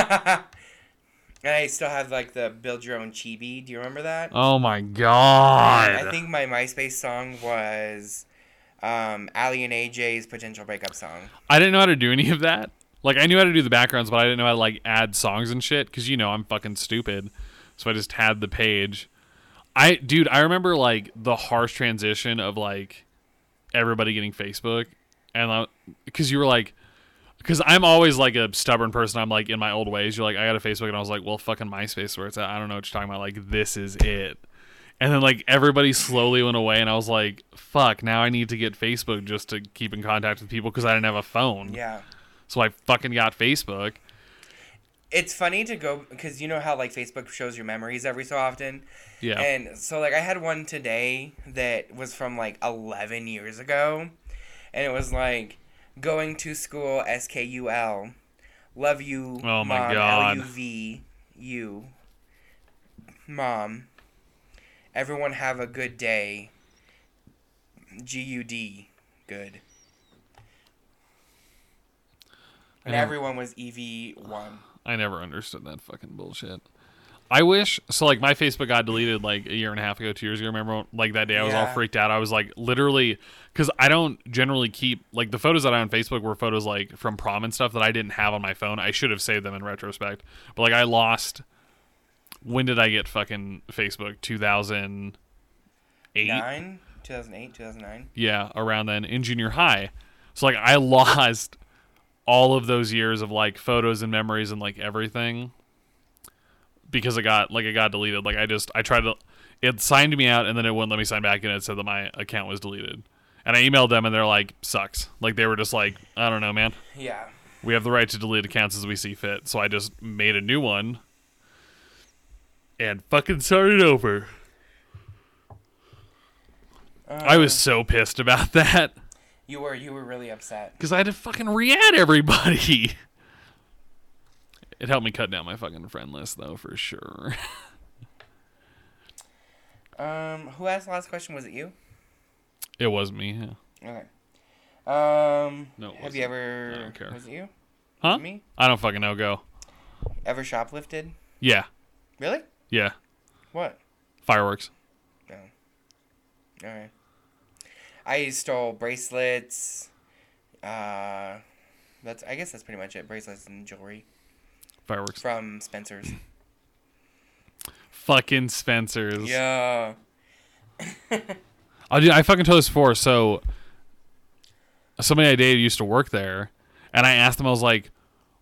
Speaker 1: I still have like the build your own chibi. Do you remember that?
Speaker 2: Oh my god!
Speaker 1: I think my MySpace song was um, Ali and AJ's potential breakup song.
Speaker 2: I didn't know how to do any of that. Like I knew how to do the backgrounds, but I didn't know how to like add songs and shit because you know I'm fucking stupid. So I just had the page. I dude, I remember like the harsh transition of like everybody getting Facebook, and because you were like, because I'm always like a stubborn person. I'm like in my old ways. You're like, I got a Facebook, and I was like, well, fucking MySpace, where it's at. I don't know what you're talking about. Like this is it. And then like everybody slowly went away, and I was like, "Fuck! Now I need to get Facebook just to keep in contact with people because I didn't have a phone."
Speaker 1: Yeah.
Speaker 2: So I fucking got Facebook.
Speaker 1: It's funny to go because you know how like Facebook shows your memories every so often.
Speaker 2: Yeah.
Speaker 1: And so like I had one today that was from like 11 years ago and it was like going to school SKUL love you
Speaker 2: Oh my
Speaker 1: mom
Speaker 2: God.
Speaker 1: LUV you mom everyone have a good day GUD good and
Speaker 2: I know.
Speaker 1: everyone was E EV1
Speaker 2: I never understood that fucking bullshit. I wish so like my Facebook got deleted like a year and a half ago, two years ago. Remember like that day I was all
Speaker 1: Yeah.
Speaker 2: freaked out. I was like literally because I don't generally keep like the photos that I on Facebook were photos like from prom and stuff that I didn't have on my phone. I should have saved them in retrospect. But like I lost when did I get fucking Facebook? Two thousand eight?
Speaker 1: 9 2008 2009
Speaker 2: yeah, around then in junior high. So like I <laughs> lost all of those years of like photos and memories and like everything because it got like it got deleted. Like I just I tried to it signed me out and then it wouldn't let me sign back and it said that my account was deleted. And I emailed them and they're like sucks. Like they were just like I don't know, man.
Speaker 1: yeah
Speaker 2: We have the right to delete accounts as we see fit. So I just made a new one and fucking started over. I was so pissed about <laughs> that.
Speaker 1: you were you were really upset
Speaker 2: because I had to fucking re-add everybody. It helped me cut down my fucking friend list though, for sure. <laughs>
Speaker 1: Um, who asked the last question? Was it you?
Speaker 2: it was me, yeah.
Speaker 1: Okay. Um,
Speaker 2: No, it
Speaker 1: have you
Speaker 2: wasn't.
Speaker 1: ever?
Speaker 2: I don't care.
Speaker 1: Was it you?
Speaker 2: huh?
Speaker 1: Me?
Speaker 2: I don't fucking know. Go.
Speaker 1: Ever shoplifted?
Speaker 2: Yeah,
Speaker 1: Really?
Speaker 2: yeah.
Speaker 1: What?
Speaker 2: Fireworks.
Speaker 1: No. All right. I stole bracelets. Uh, that's. I guess that's pretty much it. Bracelets and jewelry
Speaker 2: Fireworks.
Speaker 1: from Spencer's.
Speaker 2: Fucking Spencer's.
Speaker 1: yeah.
Speaker 2: I did, I fucking told this before. So somebody I dated used to work there, and I asked them, I was like,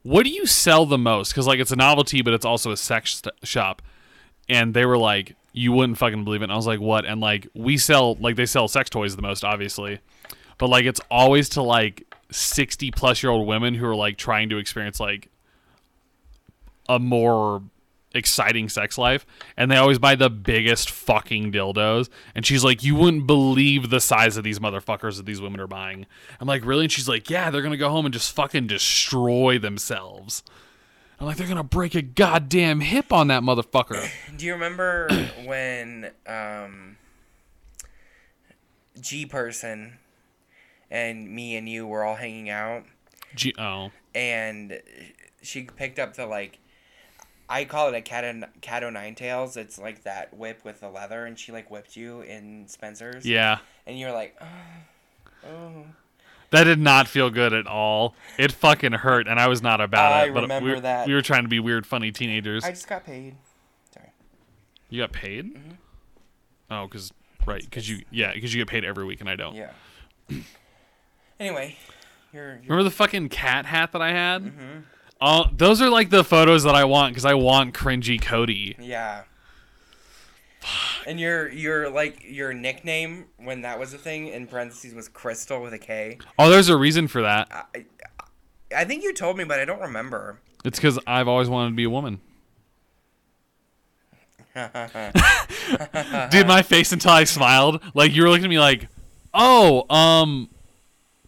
Speaker 2: "What do you sell the most?" Because like it's a novelty, but it's also a sex st- shop. And they were like, "You wouldn't fucking believe it." And I was like, "What?" And like we sell like they sell sex toys the most, obviously, but like it's always to like sixty plus year old women who are like trying to experience like a more exciting sex life and they always buy the biggest fucking dildos and she's like you wouldn't believe the size of these motherfuckers that these women are buying i'm like really and she's like yeah they're gonna go home and just fucking destroy themselves i'm like they're gonna break a goddamn hip on that motherfucker
Speaker 1: Do you remember when um, G person and me and you were all hanging out,
Speaker 2: G- oh,
Speaker 1: and she picked up the like I call it a cat and cat o' nine tails. It's like that whip with the leather, and she like whipped you in Spencer's.
Speaker 2: yeah.
Speaker 1: And you're like, oh, oh.
Speaker 2: That did not feel good at all. It fucking hurt, and I was not about
Speaker 1: I
Speaker 2: it. But
Speaker 1: remember
Speaker 2: we were,
Speaker 1: that.
Speaker 2: we were trying to be weird, funny teenagers.
Speaker 1: I just got paid. Sorry.
Speaker 2: you got paid? Oh, because right, because you yeah, because you get paid every week, and I don't.
Speaker 1: Yeah. <clears throat> anyway, you're, you're
Speaker 2: Remember the fucking cat hat that I had? Oh, those are like the photos that I want because I want cringy Cody.
Speaker 1: yeah. And your your like your nickname when that was a thing in parentheses was Crystal with a K.
Speaker 2: Oh, there's a reason for that.
Speaker 1: I, I- I think you told me, but I don't remember. <laughs>
Speaker 2: It's because I've always wanted to be a woman. Dude, my face until I smiled. Like you were looking at me like, oh, um,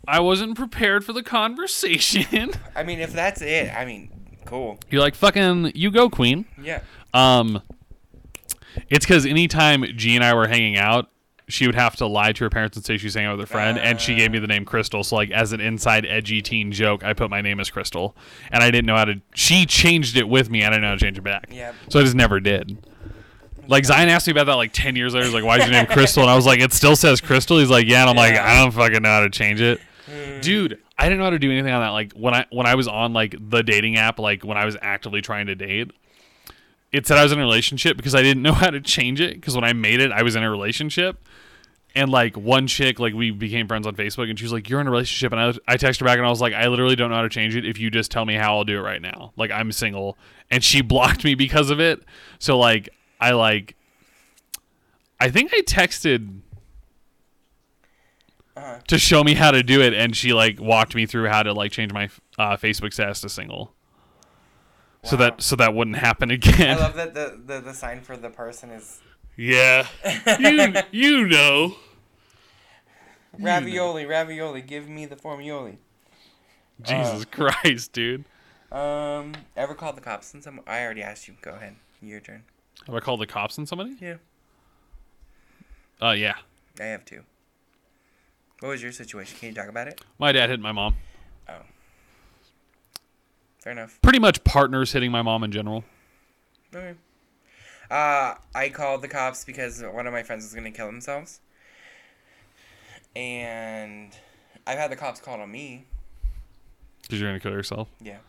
Speaker 2: I wasn't prepared for the conversation. <laughs>
Speaker 1: I mean, if that's it, I mean, cool.
Speaker 2: You're like, fucking, you go, queen.
Speaker 1: Yeah.
Speaker 2: Um, it's because anytime G and I were hanging out, she would have to lie to her parents and say she's hanging out with her friend, and she gave me the name Crystal. So, like, as an inside edgy teen joke, I put my name as Crystal, and I didn't know how to. She changed it with me, and I didn't know how to change it back.
Speaker 1: Yep.
Speaker 2: So I just never did. Like Zion asked me about that like ten years later. He's like, "Why'd you name Crystal?" And I was like, "It still says Crystal." He's like, "Yeah," and I'm like,
Speaker 1: Yeah.
Speaker 2: "I don't fucking know how to change it." Dude, I didn't know how to do anything on that. Like when I when I was on like the dating app, like when I was actively trying to date, it said I was in a relationship because I didn't <laughs> know how to change it. Because when I made it, I was in a relationship. And like one chick, like we became friends on Facebook, and she was like, "You're in a relationship," and I, I texted her back, and I was like, "I literally don't know how to change it. If you just tell me how, I'll do it right now. Like I'm single." And she <laughs> blocked me because of it. So like I like, I think I texted
Speaker 1: Uh-huh.
Speaker 2: to show me how to do it, and she like walked me through how to like change my uh, Facebook status to single, so
Speaker 1: Wow.
Speaker 2: that so that wouldn't happen <laughs> again.
Speaker 1: I love that the, the, the sign for the person is <laughs>
Speaker 2: yeah, you you know.
Speaker 1: ravioli, ravioli, give me the formioli. Uh-huh.
Speaker 2: Jesus Christ, dude.
Speaker 1: Um, ever called the cops on someone? I already asked you. Go ahead. Your turn.
Speaker 2: Have I called the cops on somebody?
Speaker 1: Yeah.
Speaker 2: Uh, yeah.
Speaker 1: I have two. What was your situation? Can you talk about it?
Speaker 2: My dad hit my mom.
Speaker 1: Fair enough.
Speaker 2: Pretty much partners hitting my mom in general.
Speaker 1: Okay. Uh, I called the cops because one of my friends was gonna kill themselves, and I've had the cops called on me.
Speaker 2: Because you're going to kill yourself.
Speaker 1: Yeah.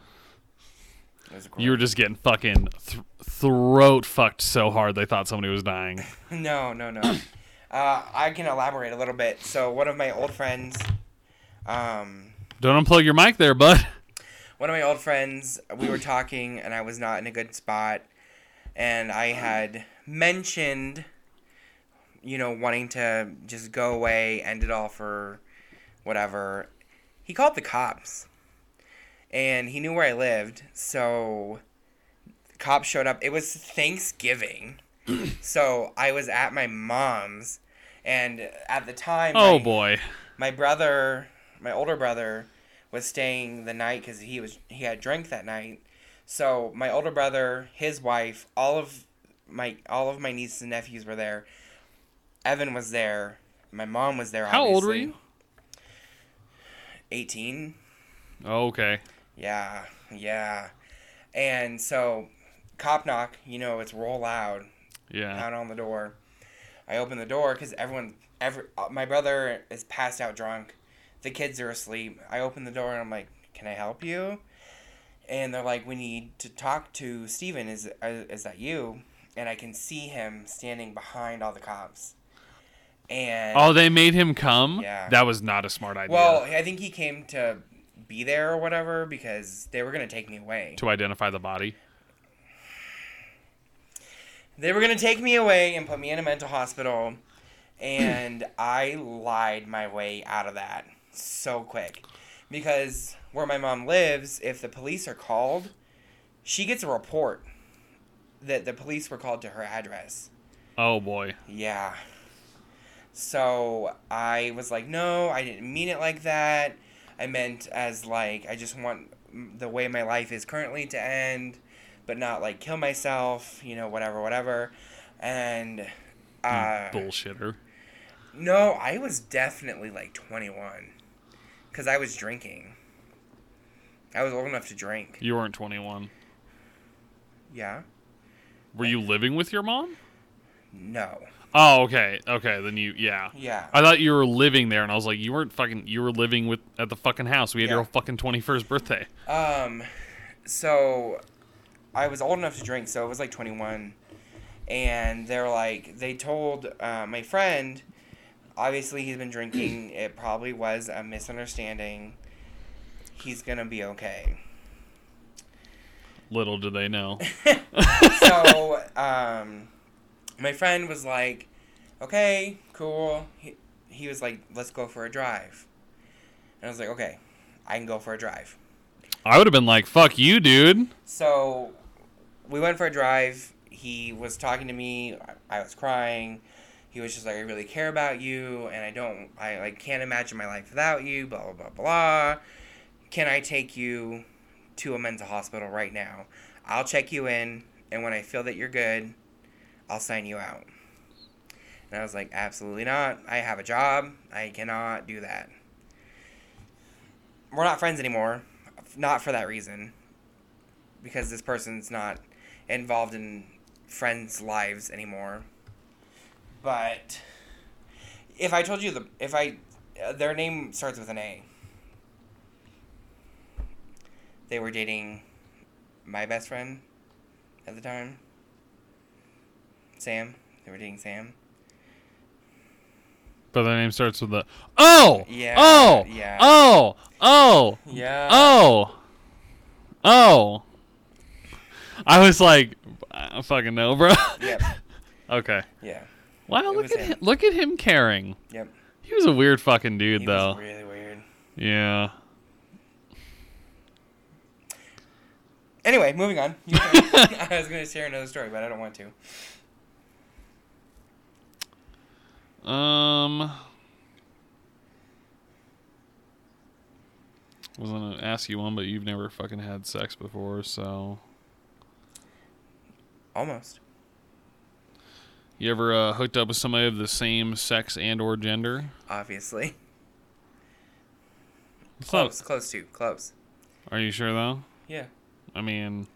Speaker 1: It was a
Speaker 2: You were just getting fucking th- throat fucked so hard they thought somebody was dying.
Speaker 1: <laughs> No, no, no. uh, I can elaborate a little bit. So one of my old friends, um,
Speaker 2: Don't unplug your mic there, bud. <laughs>
Speaker 1: one of my old friends, we were talking, and I was not in a good spot, and I had mentioned, you know, wanting to just go away, end it all for whatever. He called the cops, and he knew where I lived, so cops showed up. It was
Speaker 2: <clears throat>
Speaker 1: Thanksgiving, so I was at my mom's, and at the time,
Speaker 2: Oh,
Speaker 1: my-
Speaker 2: boy.
Speaker 1: my brother, my older brother, was staying the night because he was he had drank that night. So my older brother, his wife, all of my all of my nieces and nephews were there. Evan was there. My mom was there.
Speaker 2: How old were
Speaker 1: obviously.
Speaker 2: you?
Speaker 1: Eighteen.
Speaker 2: Oh, okay.
Speaker 1: Yeah, yeah. And so, cop knock. You know, it's roll loud.
Speaker 2: Yeah.
Speaker 1: out on the door. I open the door because everyone, every uh, my brother is passed out drunk. The kids are asleep. I open the door and I'm like, "Can I help you?" And they're like, "We need to talk to Steven. Is uh, is that you?" And I can see him standing behind all the cops. And
Speaker 2: Oh, they made him come?
Speaker 1: Yeah.
Speaker 2: That was not a smart idea.
Speaker 1: well, I think he came to be there or whatever because they were gonna take me away.
Speaker 2: to identify the body.
Speaker 1: They were gonna take me away and put me in a mental hospital, and I lied my way out of that so quick, because where my mom lives, if the police are called, she gets a report that the police were called to her address.
Speaker 2: Oh, boy.
Speaker 1: Yeah. So I was like, no, I didn't mean it like that. I meant as like I just want m- the way my life is currently to end, but not like kill myself, you know, whatever, whatever. And uh,
Speaker 2: Bullshitter.
Speaker 1: no, I was definitely like 21 because I was drinking. I was old enough to drink.
Speaker 2: You weren't 21.
Speaker 1: Yeah.
Speaker 2: Were you living with your mom?
Speaker 1: No.
Speaker 2: Oh, okay. Okay, then you yeah.
Speaker 1: Yeah.
Speaker 2: I thought you were living there and I was like you weren't fucking you were living with at the fucking house. We had
Speaker 1: Yeah.
Speaker 2: your fucking 21st birthday.
Speaker 1: Um, so I was old enough to drink, so it was like 21. And they're like, they told uh, my friend, obviously he's been drinking. it probably was a misunderstanding. He's going to be okay.
Speaker 2: Little did they know.
Speaker 1: <laughs>
Speaker 2: <laughs>
Speaker 1: so um, my friend was like, okay, cool. He, he was like, let's go for a drive. And I was like, okay, I can go for a drive.
Speaker 2: I would have been like, "Fuck you, dude."
Speaker 1: So we went for a drive. He was talking to me. I- I was crying. He was just like, I really care about you, and I don't, I like can't imagine my life without you. Blah blah blah blah. Can I take you to a mental hospital right now? I'll check you in, and when I feel that you're good, I'll sign you out. And I was like, absolutely not. I have a job. I cannot do that. We're not friends anymore. Not for that reason because this person's not involved in friends' lives anymore. But if I told you the if I uh, their name starts with an A. They were dating my best friend at the time. Sam. They were dating Sam.
Speaker 2: But the name starts with the Oh.
Speaker 1: Yeah,
Speaker 2: Oh.
Speaker 1: yeah.
Speaker 2: Oh. Oh.
Speaker 1: Yeah.
Speaker 2: Oh. Oh. I was like, "I don't fucking know, bro."
Speaker 1: Yep.
Speaker 2: <laughs> okay.
Speaker 1: Yeah.
Speaker 2: Wow,
Speaker 1: It
Speaker 2: look
Speaker 1: was
Speaker 2: at
Speaker 1: him.
Speaker 2: him. look at him caring.
Speaker 1: Yep.
Speaker 2: He was a weird fucking dude,
Speaker 1: He
Speaker 2: though.
Speaker 1: was really weird.
Speaker 2: Yeah.
Speaker 1: Anyway, moving on. You- <laughs> I was going to share another story, but I don't want to.
Speaker 2: Um. Was gonna ask you one, but you've never fucking had sex before, so
Speaker 1: Almost.
Speaker 2: you ever uh, hooked up with somebody of the same sex and or gender?
Speaker 1: Obviously.
Speaker 2: It's not-
Speaker 1: Close, close to, close.
Speaker 2: Are you sure though?
Speaker 1: Yeah.
Speaker 2: I mean,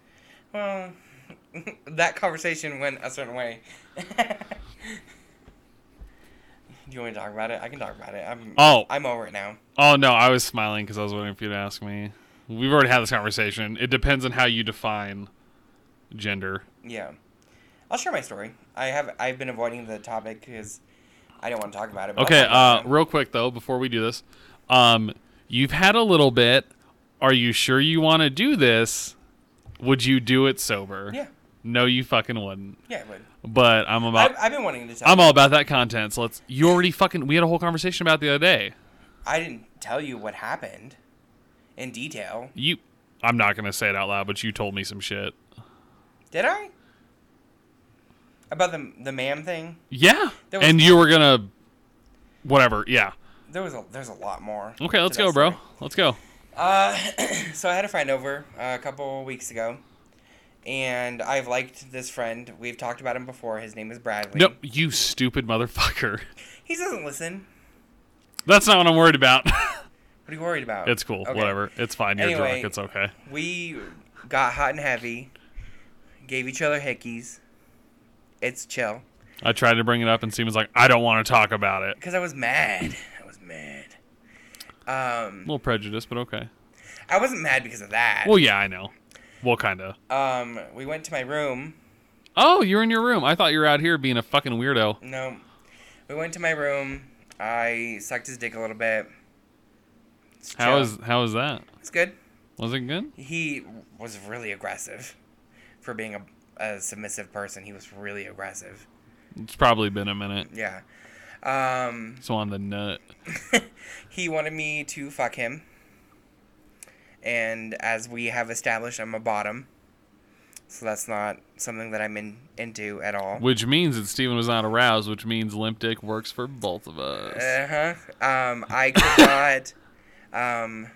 Speaker 1: Well, <laughs> that conversation went a certain way. <laughs> Do you want me to talk about it? I can talk about it. I'm
Speaker 2: Oh.
Speaker 1: I'm over it now.
Speaker 2: oh no, I was smiling because I was waiting for you to ask me. We've already had this conversation. It depends on how you define gender.
Speaker 1: Yeah, I'll share my story. I have I've been avoiding the topic because I don't want to talk about it. but I'll
Speaker 2: Okay,
Speaker 1: talk about
Speaker 2: uh,
Speaker 1: it now.
Speaker 2: real quick though, before we do this, um, you've had a little bit. Are you sure you want to do this? Would you do it sober?
Speaker 1: Yeah.
Speaker 2: No, you fucking wouldn't.
Speaker 1: yeah, but
Speaker 2: But I'm about.
Speaker 1: I've, I've been wanting to tell.
Speaker 2: uh, I'm
Speaker 1: you.
Speaker 2: all about that content. So let's. You already fucking. We had a whole conversation about it the other day.
Speaker 1: I didn't tell you what happened in detail,
Speaker 2: You. I'm not gonna say it out loud, but you told me some shit.
Speaker 1: did I? About the the ma'am thing.
Speaker 2: Yeah.
Speaker 1: There was-
Speaker 2: and you were gonna. Whatever. Yeah.
Speaker 1: There was a there's a lot more.
Speaker 2: Okay.
Speaker 1: to
Speaker 2: Let's
Speaker 1: that
Speaker 2: go, bro.
Speaker 1: story.
Speaker 2: Let's go.
Speaker 1: Uh, <clears throat> so I had a friend over uh, a couple weeks ago, and I've liked this friend. We've talked about him before. His name is Bradley.
Speaker 2: No, you stupid motherfucker. <laughs>
Speaker 1: He doesn't listen.
Speaker 2: That's not what I'm worried about. <laughs>
Speaker 1: What are you worried about?
Speaker 2: It's cool.
Speaker 1: Okay.
Speaker 2: Whatever. It's fine. You're
Speaker 1: Anyway.
Speaker 2: drunk. It's okay.
Speaker 1: We got hot and heavy, gave each other hickeys. It's chill.
Speaker 2: I tried to bring it up, and Seaman's like, I don't want to talk about it.
Speaker 1: Because I was mad. I was mad.
Speaker 2: A
Speaker 1: Um,
Speaker 2: little prejudiced, but okay.
Speaker 1: I wasn't mad because of that.
Speaker 2: Well, yeah, I know. Well, kind of.
Speaker 1: Um, we went to my room.
Speaker 2: Oh, you're in your room. I thought you were out here being a fucking weirdo.
Speaker 1: No. We went to my room. I sucked his dick a little bit. It's
Speaker 2: How
Speaker 1: chill.
Speaker 2: is how is that?
Speaker 1: It's good.
Speaker 2: Was it good?
Speaker 1: He was really aggressive for being a, a submissive person. He was really aggressive.
Speaker 2: It's probably been a minute.
Speaker 1: Yeah. Um,
Speaker 2: So on the nut.
Speaker 1: he wanted me to fuck him. And as we have established, I'm a bottom. So that's not something that I'm in, into at all.
Speaker 2: Which means that Steven was not aroused, which means limp dick works for both of us.
Speaker 1: Uh huh. Um, I could not um,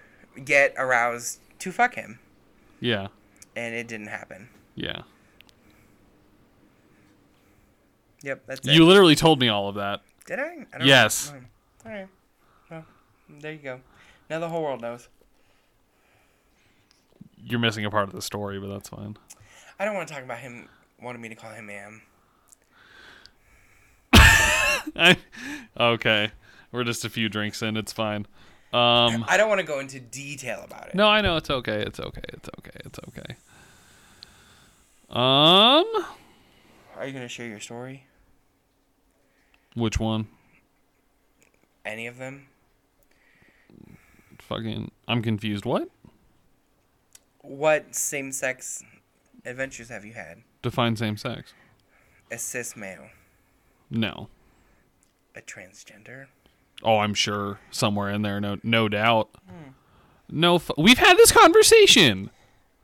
Speaker 1: get aroused to fuck him.
Speaker 2: yeah.
Speaker 1: And it didn't happen.
Speaker 2: Yeah.
Speaker 1: Yep, that's it.
Speaker 2: You literally told me all of that.
Speaker 1: Did I? I
Speaker 2: Yes.
Speaker 1: know. All right. Well, there you go. Now the whole world knows.
Speaker 2: you're missing a part of the story, but that's fine. <laughs>
Speaker 1: I don't want to talk about him wanting me to call him ma'am.
Speaker 2: I, okay, we're just a few drinks in. It's fine. Um,
Speaker 1: I don't want to go into detail about it.
Speaker 2: no, I know it's okay. It's okay. It's okay. It's okay. Um,
Speaker 1: Are you going to share your story?
Speaker 2: which one?
Speaker 1: Any of them?
Speaker 2: Fucking, I'm confused. What?
Speaker 1: What same sex adventures have you had?
Speaker 2: Define same sex?
Speaker 1: A cis male,
Speaker 2: No.
Speaker 1: a transgender.
Speaker 2: Oh, I'm sure somewhere in there, no, no doubt. No, fu- we've had this conversation.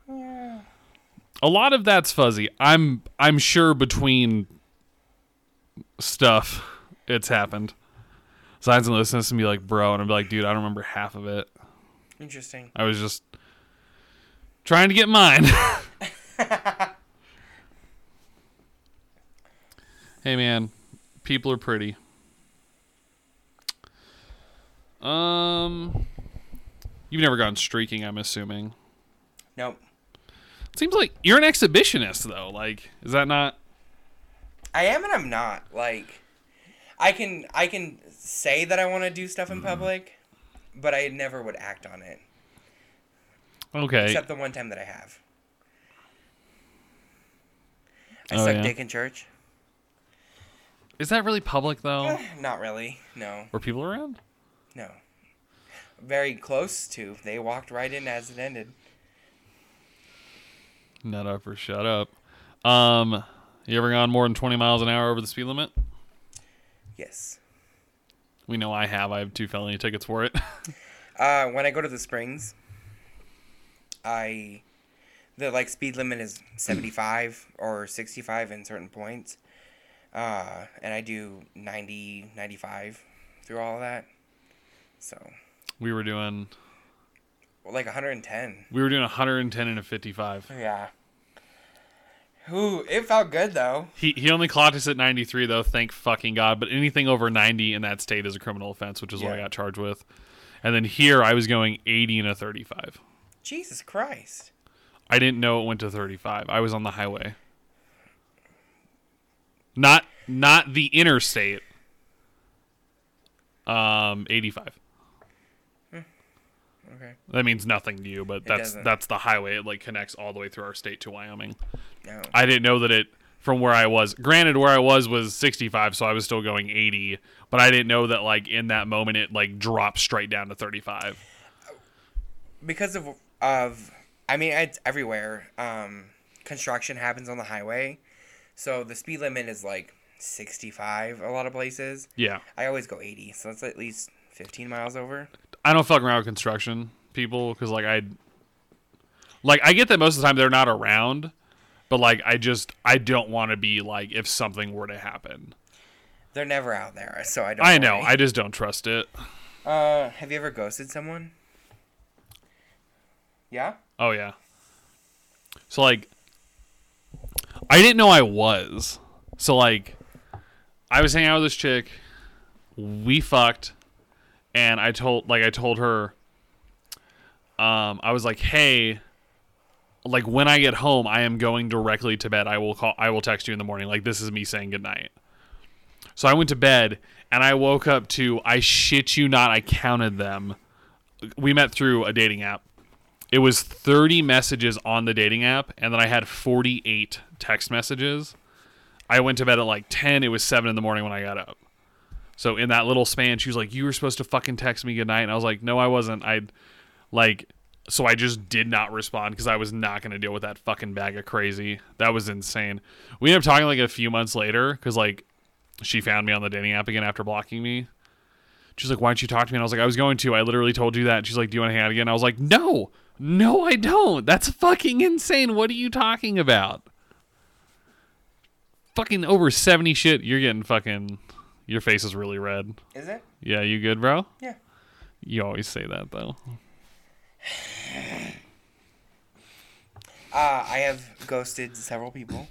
Speaker 2: A lot of that's fuzzy. I'm, I'm sure between stuff, it's happened. Signs and listens to me like, bro, and I'm like, dude, I don't remember half of it.
Speaker 1: Interesting.
Speaker 2: I was just trying to get mine. <laughs> hey man, people are pretty. Um you've never gone streaking, I'm assuming.
Speaker 1: Nope.
Speaker 2: Seems like you're an exhibitionist though. Like, is that not
Speaker 1: I am and I'm not. Like I can I can say that I want to do stuff
Speaker 2: Mm.
Speaker 1: in public, but I never would act on it.
Speaker 2: Okay.
Speaker 1: Except the one time that I have. I
Speaker 2: Oh,
Speaker 1: suck
Speaker 2: yeah.
Speaker 1: dick in church. Eh,
Speaker 2: Is that really public though?
Speaker 1: Not really. No.
Speaker 2: Were people around?
Speaker 1: No. Very close to. They walked right in as it ended.
Speaker 2: Nut up or shut up. Um you ever gone more than twenty miles an hour over the speed limit?
Speaker 1: Yes.
Speaker 2: We know I have. I have two felony tickets for it. <laughs>
Speaker 1: Uh, when I go to the springs, I the like speed limit
Speaker 2: <clears throat>
Speaker 1: is 75 or 65 in certain points. Uh, and I do 90, 95 through all of that. So,
Speaker 2: we were doing
Speaker 1: well, like 110.
Speaker 2: we were doing 110 and a 55.
Speaker 1: Yeah. Ooh, it felt good though.
Speaker 2: He he only clocked us at 93 though. Thank fucking god. But anything over 90 in that state is a criminal offense, which is what I
Speaker 1: Yeah.
Speaker 2: got charged with. And then here I was going 80 and a 35.
Speaker 1: Jesus Christ.
Speaker 2: I didn't know it went to 35. I was on the highway. Not not the interstate. Um 85.
Speaker 1: Hmm. Okay.
Speaker 2: That means nothing to you, but that's
Speaker 1: doesn't.
Speaker 2: that's the highway. It like connects all the way through our state to Wyoming.
Speaker 1: No.
Speaker 2: I didn't know that it from where I was. Granted, where I was was 65, so I was still going 80, but I didn't know that like in that moment it like dropped straight down to 35.
Speaker 1: because of of I mean it's everywhere. Um, construction happens on the highway, so the speed limit is like sixty five a lot of places.
Speaker 2: Yeah,
Speaker 1: I always go eighty, so that's at least fifteen miles over.
Speaker 2: I don't fuck around with construction people because like I like I get that most of the time they're not around, but like I just I don't want to be like if something were to happen.
Speaker 1: They're never out there, so I don't.
Speaker 2: I know
Speaker 1: worry.
Speaker 2: I just don't trust it.
Speaker 1: Uh, have you ever ghosted someone? Yeah.
Speaker 2: Oh yeah. So like I didn't know I was. So like I was hanging out with this chick, we fucked, and I told like I told her um I was like, "Hey, like when I get home, I am going directly to bed. I will call I will text you in the morning. Like this is me saying goodnight." So I went to bed and I woke up to I shit you not, I counted them. We met through a dating app it was 30 messages on the dating app and then i had 48 text messages i went to bed at like 10 it was 7 in the morning when i got up so in that little span she was like you were supposed to fucking text me goodnight and i was like no i wasn't i like so i just did not respond because i was not going to deal with that fucking bag of crazy that was insane we ended up talking like a few months later because like she found me on the dating app again after blocking me She's like, why don't you talk to me? And I was like, I was going to. I literally told you that. And she's like, do you want to hang out again? I was like, no, no, I don't. That's fucking insane. What are you talking about? Fucking over 70 shit. You're getting fucking, your face is really red.
Speaker 1: Is it?
Speaker 2: Yeah, you good, bro?
Speaker 1: Yeah.
Speaker 2: You always say that, though.
Speaker 1: Uh, I have ghosted several people.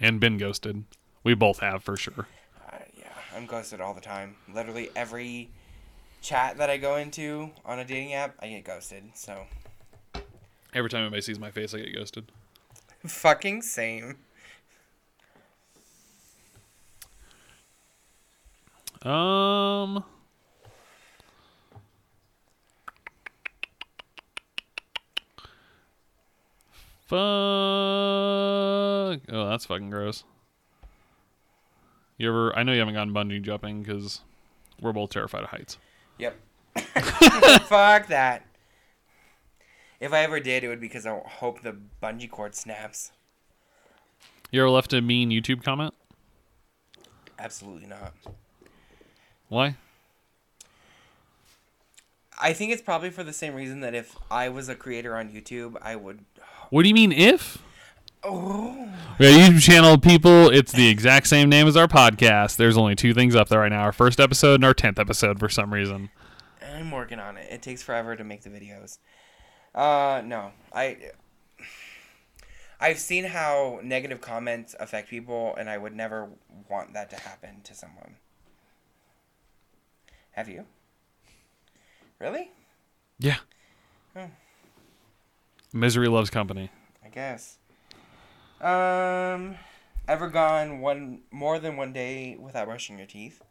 Speaker 2: And been ghosted. We both have for sure.
Speaker 1: Uh, yeah, I'm ghosted all the time. Literally every chat that I go into on a dating app, I get ghosted. So
Speaker 2: Every time anybody sees my face, I get ghosted.
Speaker 1: Fucking same.
Speaker 2: Um. Fuck. Oh, that's fucking gross. You ever? I know you haven't gone bungee jumping because we're both terrified of heights.
Speaker 1: Yep. <laughs> Fuck that. If I ever did, it would be because I hope the bungee cord snaps.
Speaker 2: You ever left a mean YouTube comment?
Speaker 1: Absolutely not.
Speaker 2: Why?
Speaker 1: I think it's probably for the same reason that if I was a creator on YouTube, I would.
Speaker 2: What do you mean if?
Speaker 1: Oh.
Speaker 2: We got a YouTube channel, people. It's the exact same name as our podcast. There's only two things up there right now: our first episode and our tenth episode. For some reason,
Speaker 1: I'm working on it. It takes forever to make the videos. Uh, no, I. I've seen how negative comments affect people, and I would never want that to happen to someone. Have you? Really?
Speaker 2: yeah.
Speaker 1: Hmm.
Speaker 2: Misery loves company.
Speaker 1: I guess. Um, ever gone one more than one day without brushing your teeth?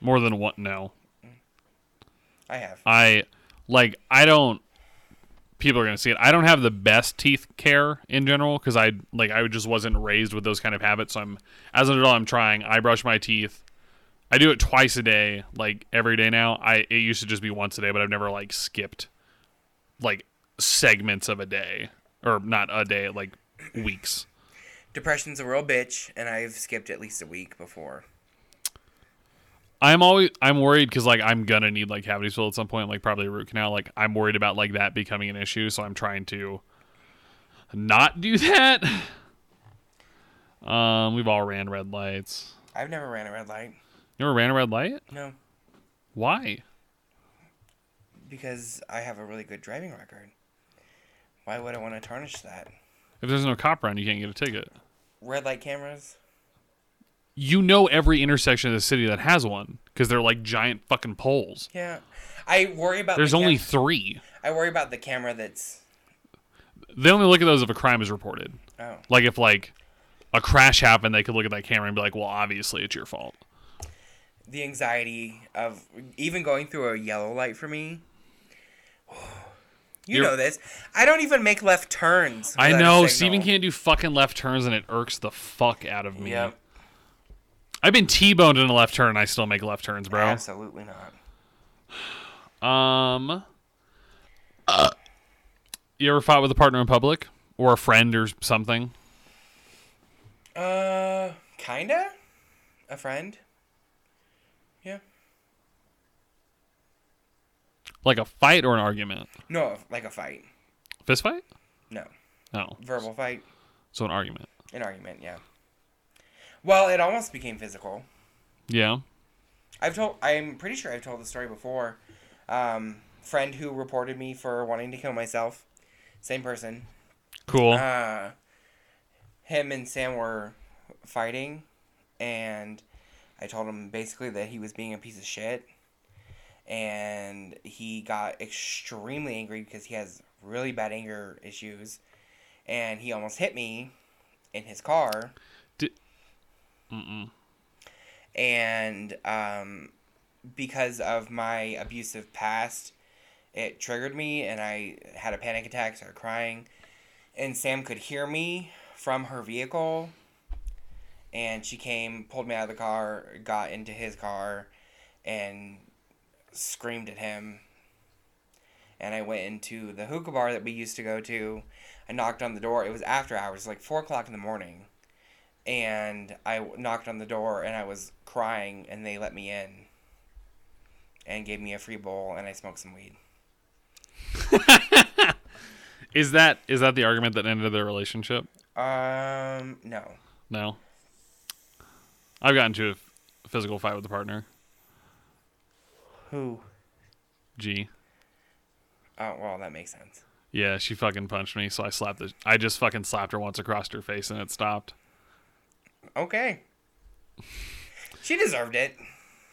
Speaker 2: More than one. No,
Speaker 1: I have.
Speaker 2: I like. I don't. People are gonna see it. I don't have the best teeth care in general because I like. I just wasn't raised with those kind of habits. So I'm as an adult. I'm trying. I brush my teeth. I do it twice a day, like every day now. I it used to just be once a day, but I've never like skipped like segments of a day or not a day, like weeks.
Speaker 1: Depression's a real bitch, and I've skipped at least a week before.
Speaker 2: I'm always I'm worried because like I'm gonna need like cavities filled at some point, like probably a root canal. Like I'm worried about like that becoming an issue, so I'm trying to not do <laughs> that. Um, we've all ran red lights.
Speaker 1: I've never ran a red light.
Speaker 2: You ever ran a red light?
Speaker 1: No,
Speaker 2: Why?
Speaker 1: because I have a really good driving record. Why would I want to tarnish that?
Speaker 2: If there's no cop around, you can't get a ticket.
Speaker 1: Red light cameras?
Speaker 2: You know every intersection of the city that has one because they're like giant fucking poles.
Speaker 1: Yeah. I worry about.
Speaker 2: There's
Speaker 1: the cam-
Speaker 2: only three.
Speaker 1: I worry about the camera that's.
Speaker 2: They only look at those if a crime is reported.
Speaker 1: Oh.
Speaker 2: Like if like a crash happened, they could look at that camera and be like, "Well, obviously it's your fault."
Speaker 1: the anxiety of even going through a yellow light for me. <sighs> You
Speaker 2: You're-
Speaker 1: know this. I don't even make left turns.
Speaker 2: I
Speaker 1: without a
Speaker 2: know
Speaker 1: signal.
Speaker 2: Steven can't do fucking left turns and it irks the fuck out of me.
Speaker 1: Yep.
Speaker 2: I've been T-boned in a left turn and I still make left turns, bro.
Speaker 1: Absolutely not.
Speaker 2: Um You ever fought with a partner in public or a friend or something?
Speaker 1: Uh, kinda. A friend. Yeah.
Speaker 2: Like a fight or an argument?
Speaker 1: No, like a fight.
Speaker 2: Fist fight?
Speaker 1: No,
Speaker 2: No.
Speaker 1: verbal fight.
Speaker 2: So an argument.
Speaker 1: An argument. Yeah. Well, it almost became physical.
Speaker 2: Yeah.
Speaker 1: I've told. I'm pretty sure I've told the story before. Um, friend who reported me for wanting to kill myself. Same person.
Speaker 2: Cool.
Speaker 1: uh, him and Sam were fighting, and I told him basically that he was being a piece of shit, and he got extremely angry because he has really bad anger issues, and he almost hit me in his car.
Speaker 2: Di- Mm-mm.
Speaker 1: and um, because of my abusive past, it triggered me, and I had a panic attack, started crying, and Sam could hear me from her vehicle, and she came, pulled me out of the car, got into his car, and screamed at him. And I went into the hookah bar that we used to go to. I knocked on the door. It was after hours, like four o'clock in the morning and I w- knocked on the door and I was crying and they let me in and gave me a free bowl and I smoked some weed.
Speaker 2: Is that is that the argument that ended their relationship?
Speaker 1: Um, no.
Speaker 2: No. I've gotten into a physical fight with a partner.
Speaker 1: Who?
Speaker 2: G.
Speaker 1: Oh, well, that makes sense.
Speaker 2: Yeah, she fucking punched me, so I slapped the. I just fucking slapped her once across her face, and it stopped.
Speaker 1: Okay. She deserved it.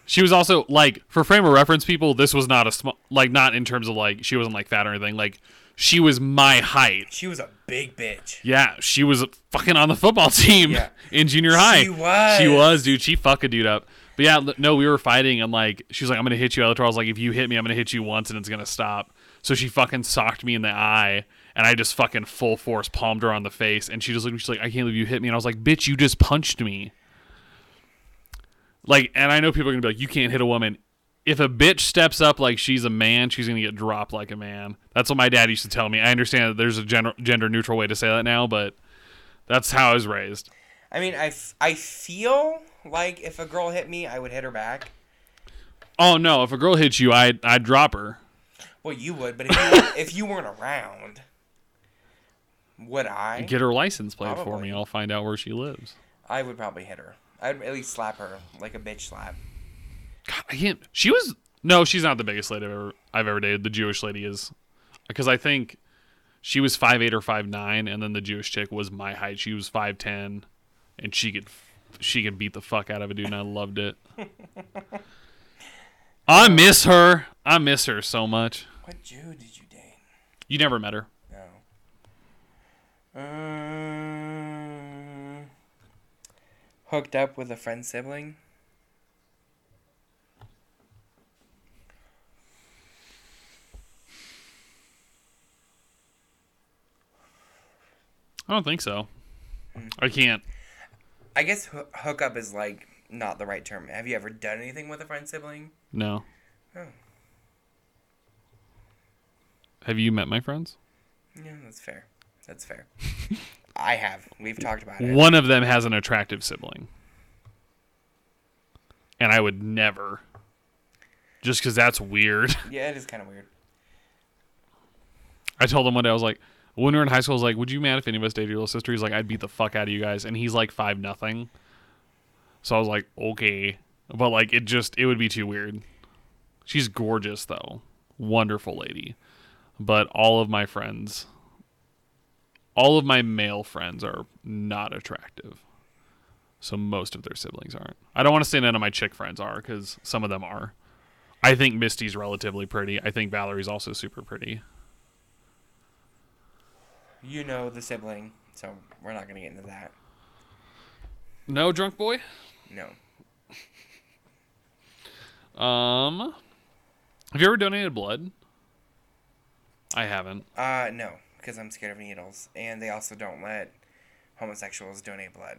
Speaker 2: She was also like, for frame of reference, people, this was not a small, like, not in terms of like she wasn't like fat or anything. Like, She was my height.
Speaker 1: She was a big bitch.
Speaker 2: Yeah, she was fucking on the football <laughs> team
Speaker 1: Yeah.
Speaker 2: in junior high.
Speaker 1: was.
Speaker 2: She was, dude. She fucked a dude up. But yeah, l- no, we were fighting, and like, she's like, I'm gonna hit you. Elytra I was like, if you hit me, I'm gonna hit you once, and it's gonna stop. So she fucking socked me in the eye, and I just fucking full force palmed her on the face, and she just looked. She's like, I can't believe you hit me, and I was like, bitch, you just punched me. Like, and I know people are gonna be like, you can't hit a woman. If a bitch steps up like she's a man, she's gonna get dropped like a man. That's what my dad used to tell me. I understand that there's a gender gender neutral way to say that now, but that's how I was raised.
Speaker 1: I mean, I, f- I feel like if a girl hit me, I would hit her back.
Speaker 2: Oh no! If a girl hits you, I I drop her.
Speaker 1: Well, you would, but if you, if you weren't around, would I?
Speaker 2: Get her license plate for
Speaker 1: Probably.
Speaker 2: me. I'll find out where she lives.
Speaker 1: I would probably hit her. I'd at least slap her like a bitch slap.
Speaker 2: God, I can't. She was no. She's not the biggest lady I've ever I've ever dated. The Jewish lady is because I think she was five eight or five nine, and then the Jewish chick was my height. She was five ten, and she could she could beat the fuck out of a dude, and I loved it. I miss her. I miss her so much.
Speaker 1: What Jew did you date?
Speaker 2: You never met her.
Speaker 1: No. Um, hooked up with a friend's sibling.
Speaker 2: I don't think so. I can't.
Speaker 1: I guess hoo- hookup is like not the right term. Have you ever done anything with a friend's sibling?
Speaker 2: No.
Speaker 1: Oh.
Speaker 2: Have you met my friends?
Speaker 1: Yeah, that's fair. That's fair. I have. We've talked about it.
Speaker 2: One of them has an attractive sibling. And I would never. Just because that's weird. <laughs>
Speaker 1: Yeah, it is kind of weird.
Speaker 2: I told him one day, I was like, when we were in high school, I was like, would you mad if any of us dated your little sister? He's like, I'd beat the fuck out of you guys. And he's like, five nothing. So I was like, okay. But like, it just, it would be too weird. She's gorgeous, though. Wonderful lady. But all of my friends, all of my male friends are not attractive. So most of their siblings aren't. I don't want to say none of my chick friends are because some of them are. I think Misty's relatively pretty. I think Valerie's also super pretty.
Speaker 1: You know the sibling, so we're not gonna get into that.
Speaker 2: No, drunk boy.
Speaker 1: No.
Speaker 2: Um, have you ever donated blood? I haven't.
Speaker 1: Uh, no, because I'm scared of needles, and they also don't let homosexuals donate blood.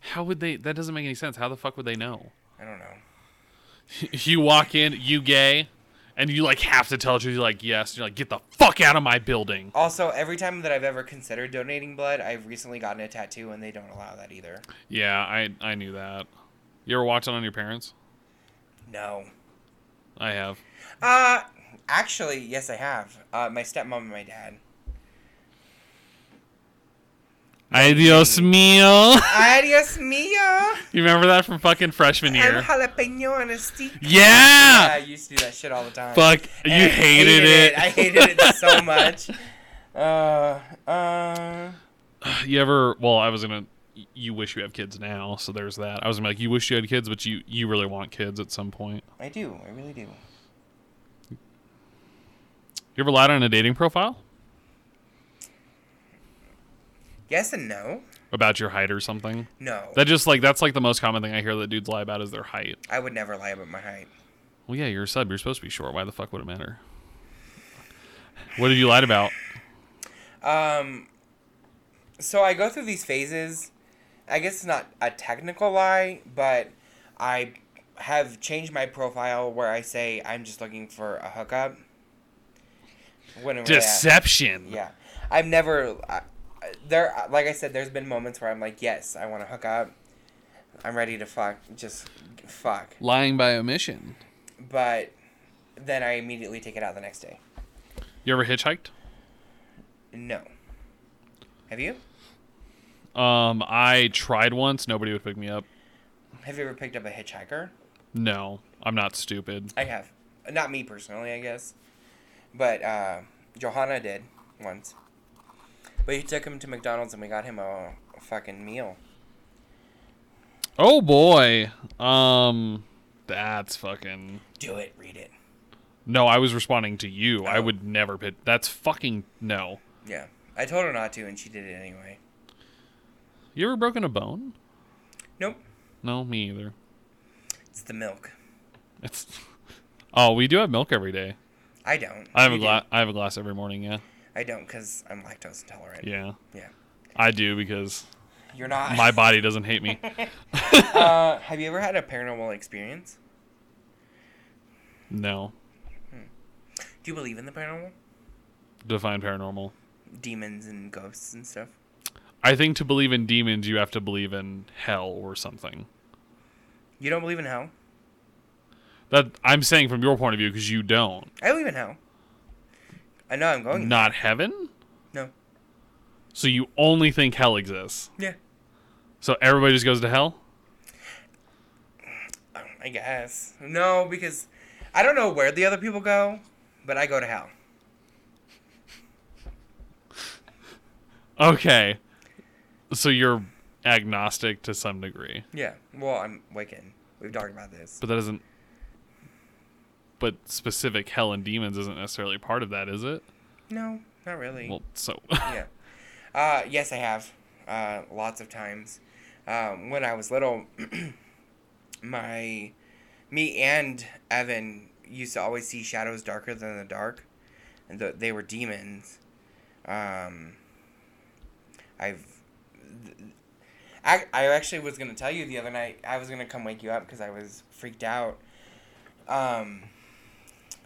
Speaker 2: How would they? That doesn't make any sense. How the fuck would they know? <laughs>
Speaker 1: I don't know.
Speaker 2: you walk in, you gay, and you like have to tell the truth. You're like, yes. you're like, get the fuck out of my building.
Speaker 1: Also, every time that I've ever considered donating blood, I've recently gotten a tattoo, and they don't allow that either.
Speaker 2: Yeah, I I knew that. You ever watch it on your parents?
Speaker 1: No.
Speaker 2: I have.
Speaker 1: Uh, actually, yes, I have. Uh, my stepmom and my dad.
Speaker 2: Adios mio. <laughs>
Speaker 1: Adios mio.
Speaker 2: you remember that from fucking freshman
Speaker 1: I'm
Speaker 2: year?
Speaker 1: jalapeno on a stick. Yeah, I
Speaker 2: Yeah.
Speaker 1: used to do that shit all the time.
Speaker 2: Fuck. You
Speaker 1: And I
Speaker 2: hated, it.
Speaker 1: I hated it
Speaker 2: <laughs>
Speaker 1: so much. Uh, uh,
Speaker 2: you ever well i was gonna you wish you have kids now so there's that i was gonna be like you wish you had kids but you you really want kids at some point
Speaker 1: I do. I really do.
Speaker 2: you ever lied on a dating profile
Speaker 1: Yes and no.
Speaker 2: about your height or something
Speaker 1: No.
Speaker 2: that just like that's like the most common thing i hear that dudes lie about is their height
Speaker 1: I would never lie about my height.
Speaker 2: well yeah you're a sub you're supposed to be short why the fuck would it matter what have you lied about
Speaker 1: Um, so I go through these phases. I guess it's not a technical lie, but I have changed my profile where I say I'm just looking for a hookup. When in reality-
Speaker 2: deception
Speaker 1: Yeah, I've never. I, I- there, like I said, there's been moments where I'm like, yes, I want to hook up. I'm ready to fuck, just fuck.
Speaker 2: lying by omission
Speaker 1: But then I immediately take it out the next day.
Speaker 2: you ever hitchhiked
Speaker 1: No. Have you?
Speaker 2: um i tried once nobody would pick me up
Speaker 1: Have you ever picked up a hitchhiker?
Speaker 2: no i'm not stupid
Speaker 1: I have. Not me personally, I guess. But uh, Johanna did once. But he took him to McDonald's and we got him a, a fucking meal.
Speaker 2: Oh boy. Um that's fucking
Speaker 1: Do it, read it.
Speaker 2: No, I was responding to you. I would never pit. That's fucking no.
Speaker 1: Yeah. I told her not to, and she did it anyway.
Speaker 2: You ever broken a bone?
Speaker 1: Nope.
Speaker 2: No, me either.
Speaker 1: It's the milk.
Speaker 2: It's <laughs> oh, we do have milk every day.
Speaker 1: I don't.
Speaker 2: I have
Speaker 1: You
Speaker 2: a
Speaker 1: do.
Speaker 2: glass. I have a glass every morning. Yeah,
Speaker 1: I don't because I'm lactose intolerant.
Speaker 2: yeah.
Speaker 1: Yeah.
Speaker 2: I do because
Speaker 1: You're not. <laughs>
Speaker 2: my body doesn't hate me.
Speaker 1: uh, have you ever had a paranormal experience?
Speaker 2: No,
Speaker 1: Do you believe in the paranormal?
Speaker 2: define paranormal.
Speaker 1: Demons and ghosts and stuff?
Speaker 2: I think to believe in demons, you have to believe in hell or something.
Speaker 1: You don't believe in hell?
Speaker 2: That I'm saying from your point of view because you don't.
Speaker 1: I believe in hell. I know I'm going.
Speaker 2: Not heaven.
Speaker 1: No.
Speaker 2: So you only think hell exists.
Speaker 1: Yeah.
Speaker 2: So everybody just goes to hell.
Speaker 1: Um, I guess. No, because I don't know where the other people go, but I go to hell.
Speaker 2: Okay. So you're agnostic to some degree,
Speaker 1: Yeah. Well, I'm Wiccan. We've talked about this.
Speaker 2: but that doesn't. But specific hell and demons isn't necessarily part of that, is it?
Speaker 1: No, not really.
Speaker 2: Well, so <laughs>
Speaker 1: <laughs> yeah. Uh, yes, I have. Uh, lots of times. Um, when I was little, <clears throat> my, me and Evan used to always see shadows darker than the dark, and th- they were demons. Um, I've, th- I, I actually was gonna tell you the other night. I was gonna come wake you up because I was freaked out. Um,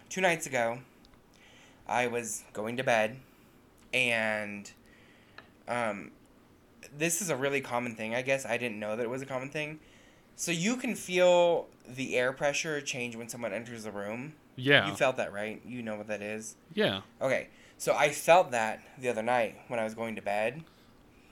Speaker 1: two nights ago, I was going to bed and um, this is a really common thing i guess i didn't know that it was a common thing so you can feel the air pressure change when someone enters the room
Speaker 2: yeah,
Speaker 1: you felt that right you know what that is
Speaker 2: yeah.
Speaker 1: okay so i felt that the other night when i was going to bed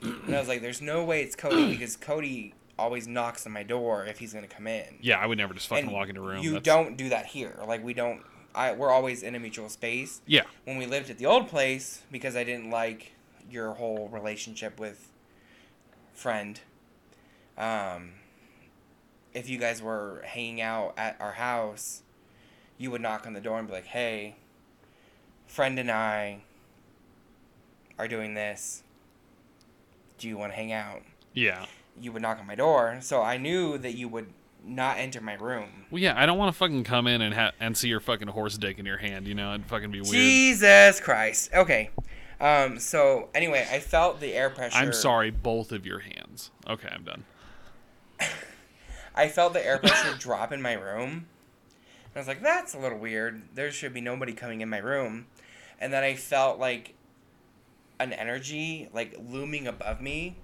Speaker 1: and i was like there's no way it's
Speaker 2: <clears throat>
Speaker 1: cody because cody always knocks on my door if he's going to come in
Speaker 2: Yeah, I would never just fucking
Speaker 1: And
Speaker 2: walk into a room.
Speaker 1: you
Speaker 2: That's-
Speaker 1: don't do that here like we don't I, we're always in a mutual space
Speaker 2: Yeah,
Speaker 1: when we lived at the old place because I didn't like your whole relationship with friend. Um, if you guys were hanging out at our house, you would knock on the door and be like, "Hey, friend and I are doing this. Do you want to hang out?"
Speaker 2: yeah.
Speaker 1: You would knock on my door, so I knew that you would not enter my room.
Speaker 2: Well, yeah. I don't want to fucking come in and ha- and see your fucking horse dick in your hand. You know, it'd fucking be weird.
Speaker 1: Jesus Christ. Okay. Um, so anyway, I felt the air pressure.
Speaker 2: I'm sorry, both of your hands. Okay, I'm done.
Speaker 1: I felt the air pressure <laughs> drop in my room. And I was like, that's a little weird. There should be nobody coming in my room. And then I felt like an energy like looming above me.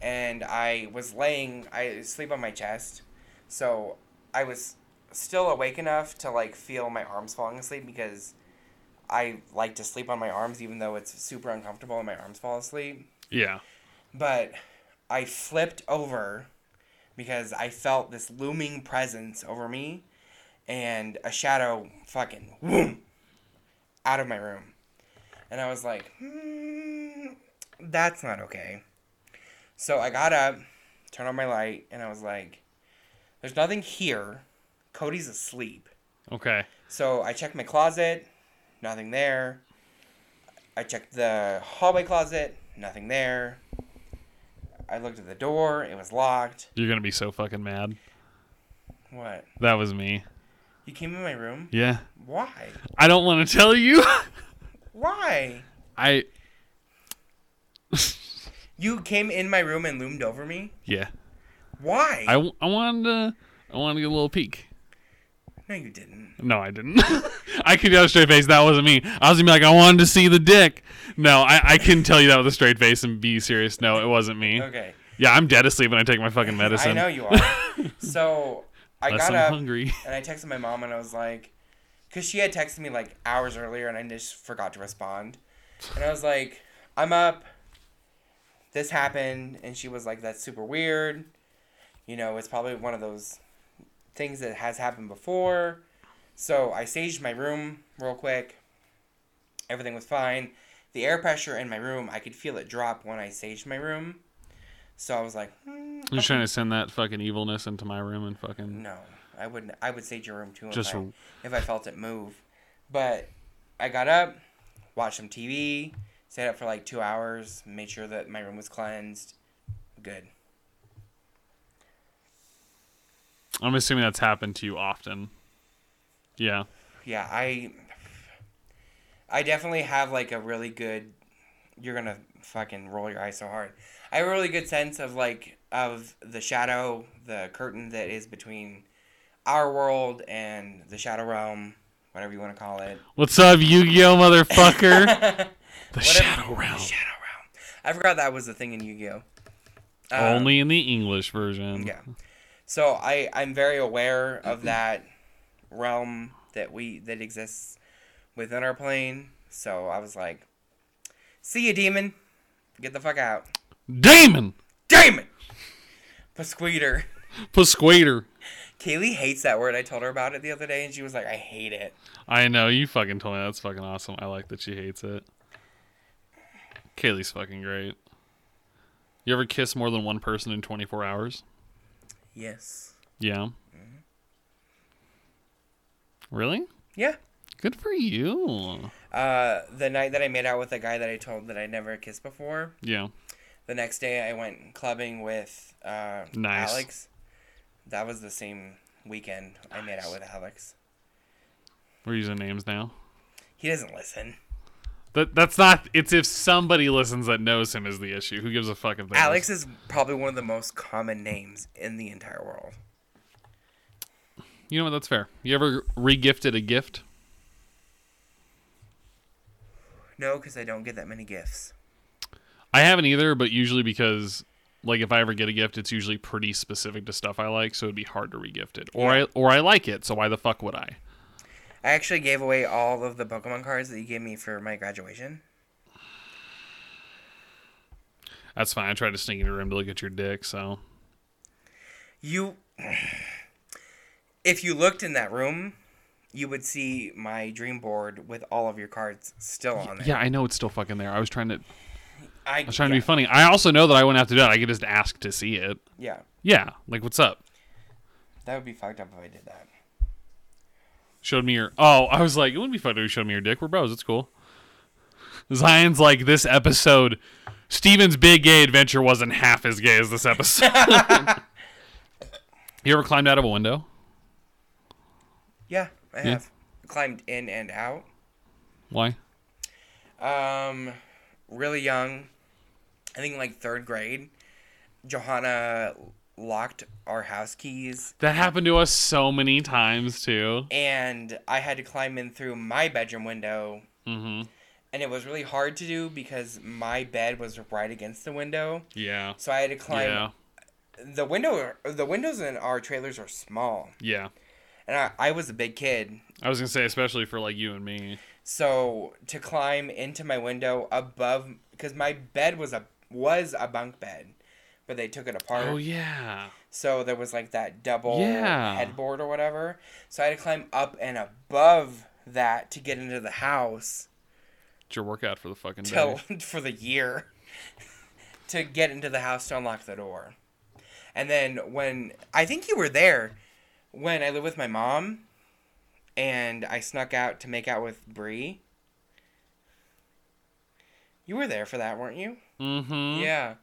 Speaker 1: And I was laying, I sleep on my chest. So I was still awake enough to like feel my arms falling asleep because I like to sleep on my arms even though it's super uncomfortable and my arms fall asleep
Speaker 2: Yeah,
Speaker 1: but I flipped over because I felt this looming presence over me and a shadow fucking whoom out of my room. And I was like, hmm, that's not okay. So I got up, turned on my light, and I was like, there's nothing here. Cody's asleep.
Speaker 2: okay.
Speaker 1: So I checked my closet, nothing there. I checked the hallway closet, nothing there. I looked at the door, it was locked.
Speaker 2: You're gonna be so fucking mad.
Speaker 1: What?
Speaker 2: That was me.
Speaker 1: You came in my room?
Speaker 2: Yeah,
Speaker 1: Why?
Speaker 2: I don't want to tell you. <laughs>
Speaker 1: Why?
Speaker 2: I
Speaker 1: You came in my room and loomed over me?
Speaker 2: yeah.
Speaker 1: Why?
Speaker 2: I, w- I wanted to I wanted to get a little peek.
Speaker 1: no, you didn't.
Speaker 2: No, I didn't. <laughs> I could have a straight face. That wasn't me. I was gonna be like, I wanted to see the dick. No, I, I couldn't tell you that with a straight face and be serious. No, it wasn't me.
Speaker 1: Okay.
Speaker 2: Yeah, I'm dead asleep when I take my fucking medicine.
Speaker 1: <laughs> I know you
Speaker 2: <laughs>
Speaker 1: are. so I
Speaker 2: Unless
Speaker 1: got
Speaker 2: I'm
Speaker 1: up
Speaker 2: hungry. <laughs>
Speaker 1: <laughs> and I texted my mom and I was like, because she had texted me like hours earlier and I just forgot to respond. And I was like, I'm up. This happened. And she was like, that's super weird. You know, it's probably one of those things that has happened before. So I staged my room real quick. Everything was fine. The air pressure in my room, I could feel it drop when I staged my room. So I was like, hmm,
Speaker 2: You're trying to send that fucking evilness into my room and fucking
Speaker 1: no, I wouldn't. I would sage your room too.
Speaker 2: Just
Speaker 1: if I, if I felt it move. But I got up, watched some TV, stayed up for like two hours, made sure that my room was cleansed. Good.
Speaker 2: I'm assuming that's happened to you often. Yeah.
Speaker 1: Yeah, I I definitely have like a really good you're gonna fucking roll your eyes so hard. I have a really good sense of like of the shadow, the curtain that is between our world and the shadow realm, whatever you want to call it.
Speaker 2: What's up, Yu-Gi-Oh,
Speaker 1: <laughs>
Speaker 2: motherfucker?
Speaker 1: the
Speaker 2: the Shadow Realm.
Speaker 1: shadow realm. I forgot that was a thing in Yu-Gi-Oh. Um,
Speaker 2: Only in the English version.
Speaker 1: Yeah. So I I'm very aware of that realm that we that exists within our plane. So I was like, "See you, demon. Get the fuck out,
Speaker 2: Damon
Speaker 1: demon." Pasqueeter.
Speaker 2: Pasquader.
Speaker 1: <laughs> Kaylee hates that word. I told her about it the other day, and she was like, "I hate it."
Speaker 2: I know you fucking told me that's fucking awesome. I like that she hates it. Kaylee's fucking great. You ever kiss more than one person in 24 hours?
Speaker 1: Yes.
Speaker 2: Yeah. Really?
Speaker 1: Yeah.
Speaker 2: Good for you.
Speaker 1: Uh, the night that I made out with a guy that I told that I never kissed before,
Speaker 2: Yeah.
Speaker 1: the next day I went clubbing with uh,
Speaker 2: Nice.
Speaker 1: Alex. That was the same weekend I made out with Alex.
Speaker 2: We're using names now.
Speaker 1: He doesn't listen.
Speaker 2: That that's not. It's if somebody listens that knows him is the issue. Who gives a fuck if they
Speaker 1: Alex is probably one of the most common names in the entire world.
Speaker 2: You know what? That's fair. You ever regifted a gift?
Speaker 1: No, because I don't get that many gifts.
Speaker 2: I haven't either, but usually because like if I ever get a gift, it's usually pretty specific to stuff I like, so it'd be hard to regift it. Or I or I like it, so why the fuck would I?
Speaker 1: I actually gave away all of the Pokemon cards that you gave me for my graduation.
Speaker 2: That's fine. I tried to sneak into your room to look at your dick, so
Speaker 1: You. <sighs> If you looked in that room, you would see my dream board with all of your cards still on there.
Speaker 2: yeah, I know it's still fucking there. I was trying to I
Speaker 1: I,
Speaker 2: was trying
Speaker 1: yeah,
Speaker 2: to be funny. I also know that I wouldn't have to do it. I could just ask to see it.
Speaker 1: Yeah,
Speaker 2: Yeah, like what's up?
Speaker 1: that would be fucked up if I did that.
Speaker 2: Showed me your. Oh, I was like, it wouldn't be funny if you showed me your dick. We're bros. It's cool. Zion's like this episode. Steven's big gay adventure wasn't half as gay as this episode. <laughs> you ever climbed out of a window?
Speaker 1: Yeah, I have climbed in and out.
Speaker 2: Why?
Speaker 1: Um, really young, I think like third grade. Johanna locked our house keys,
Speaker 2: That happened to us so many times too.
Speaker 1: and I had to climb in through my bedroom window.
Speaker 2: Mhm.
Speaker 1: And it was really hard to do because my bed was right against the window,
Speaker 2: Yeah.
Speaker 1: so I had to climb.
Speaker 2: Yeah.
Speaker 1: The window, the windows in our trailers are small,
Speaker 2: Yeah.
Speaker 1: and I, I was a big kid,
Speaker 2: I was gonna say, especially for like you and me.
Speaker 1: So to climb into my window above, because my bed was a was a bunk bed, but they took it apart.
Speaker 2: Oh yeah.
Speaker 1: So there was like that double
Speaker 2: Yeah.
Speaker 1: headboard or whatever. So I had to climb up and above that to get into the house
Speaker 2: It's your workout for the fucking day.
Speaker 1: till <laughs> for the year to get into the house to unlock the door. And then when I think you were there when I lived with my mom and I snuck out to make out with Bree. You were there for that, weren't you?
Speaker 2: Mm-hmm.
Speaker 1: Yeah.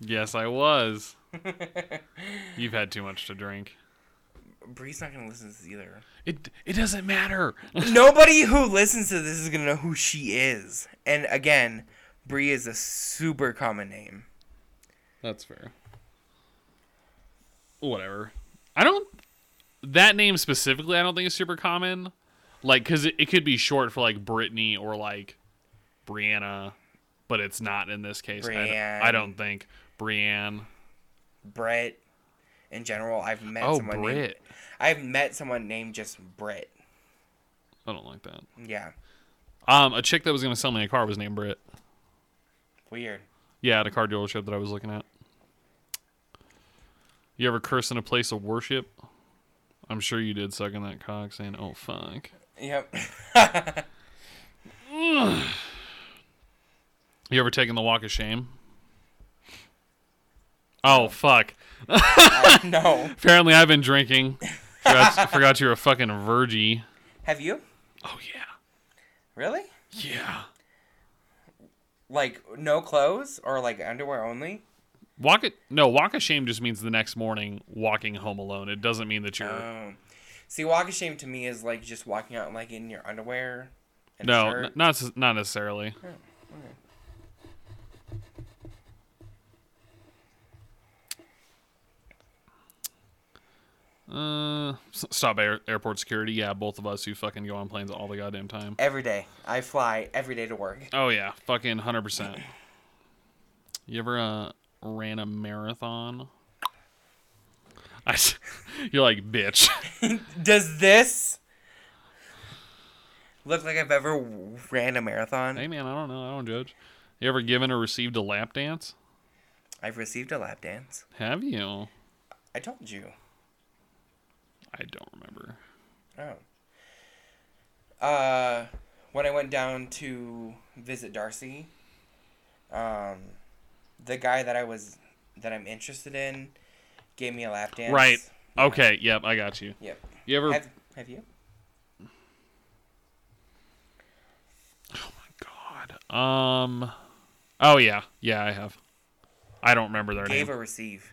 Speaker 2: Yes, I was. You've had too much to drink.
Speaker 1: Bree's not going to listen to this either. <laughs>
Speaker 2: It it doesn't matter.
Speaker 1: Nobody who listens to this is going to know who she is. And again, Bree is a super common name.
Speaker 2: That's fair. Whatever. I don't. That name specifically, I don't think is super common. Like, because it, it could be short for like Brittany or like Brianna, but it's not in this case. I, don't- I
Speaker 1: Brianne.
Speaker 2: don't think Brianne.
Speaker 1: Brett in general, I've met
Speaker 2: Oh,
Speaker 1: someone named
Speaker 2: Brit.
Speaker 1: I've met someone named just Britt.
Speaker 2: I don't like that.
Speaker 1: Yeah.
Speaker 2: Um, a chick that was gonna sell me a car was named Brit.
Speaker 1: Weird.
Speaker 2: Yeah, at a car dealership that I was looking at. You ever curse in a place of worship? I'm sure you did, sucking that cock, saying "Oh fuck." <laughs>
Speaker 1: Yep. <laughs>
Speaker 2: You ever taken the walk of shame? Oh fuck!
Speaker 1: no.
Speaker 2: <laughs> Apparently, I've been drinking. Forgot, forgot you're a fucking virgie.
Speaker 1: Have you?
Speaker 2: Oh yeah.
Speaker 1: Really?
Speaker 2: Yeah.
Speaker 1: Like no clothes or like underwear only?
Speaker 2: Walk it. No, walk of shame just means the next morning walking home alone. It doesn't mean that you're.
Speaker 1: Oh. See, walk of shame to me is like just walking out like in your underwear. And a
Speaker 2: no,
Speaker 1: shirt.
Speaker 2: n- not s- not necessarily. Uh, s- stop air, airport security. Yeah, both of us who fucking go on planes all the goddamn time.
Speaker 1: Every day. I fly every day to work.
Speaker 2: Oh yeah, fucking hundred percent. You ever uh, ran a marathon? I, s- <laughs> you're like bitch. <laughs>
Speaker 1: Does this look like I've ever w- ran a marathon?
Speaker 2: hey man, I don't know. I don't judge. You ever given or received a lap dance?
Speaker 1: I've received a lap dance.
Speaker 2: Have you?
Speaker 1: I told you.
Speaker 2: I don't remember.
Speaker 1: Oh. Uh, when I went down to visit Darcy, um, the guy that I was that I'm interested in gave me a lap dance.
Speaker 2: Right. Okay. Yep. I got you.
Speaker 1: Yep.
Speaker 2: You ever?
Speaker 1: Have, have you?
Speaker 2: God. Um. Oh yeah. Yeah, I have. I don't remember their
Speaker 1: Gave
Speaker 2: name.
Speaker 1: or
Speaker 2: <laughs>
Speaker 1: receive?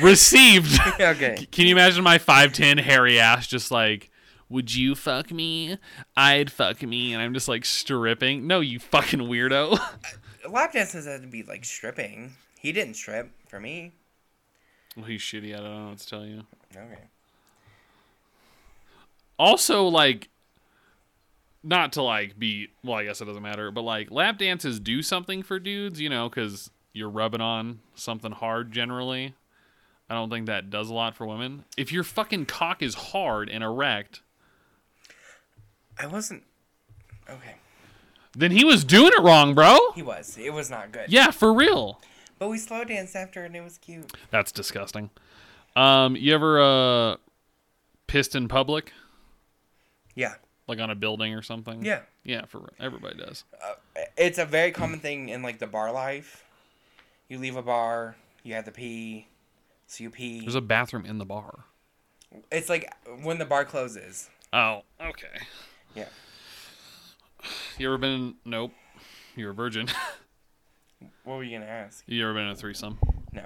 Speaker 2: Received. <laughs>
Speaker 1: okay.
Speaker 2: Can you imagine my five ten hairy ass just like? Would you fuck me? I'd fuck me, and I'm just like stripping. No, you fucking weirdo. <laughs>
Speaker 1: Lap dances had to be like stripping. He didn't strip for me.
Speaker 2: well, he's shitty. I don't know what to tell you.
Speaker 1: Okay.
Speaker 2: also like not to like be well i guess it doesn't matter but like lap dances do something for dudes you know because you're rubbing on something hard generally i don't think that does a lot for women if your fucking cock is hard and erect
Speaker 1: I wasn't. Okay.
Speaker 2: then he was doing it wrong bro
Speaker 1: He was. It was not good.
Speaker 2: yeah for real
Speaker 1: But we slow danced after and it was cute.
Speaker 2: that's disgusting um you ever uh pissed in public
Speaker 1: Yeah.
Speaker 2: like on a building or something
Speaker 1: Yeah.
Speaker 2: yeah for everybody does
Speaker 1: It's a very common thing in like the bar life. You leave a bar, you have to pee, so you pee.
Speaker 2: there's a bathroom in the bar
Speaker 1: It's like when the bar closes.
Speaker 2: oh okay
Speaker 1: Yeah.
Speaker 2: You ever been? Nope. You're a virgin. <laughs>
Speaker 1: What were you gonna ask?
Speaker 2: you ever been in a threesome?
Speaker 1: No.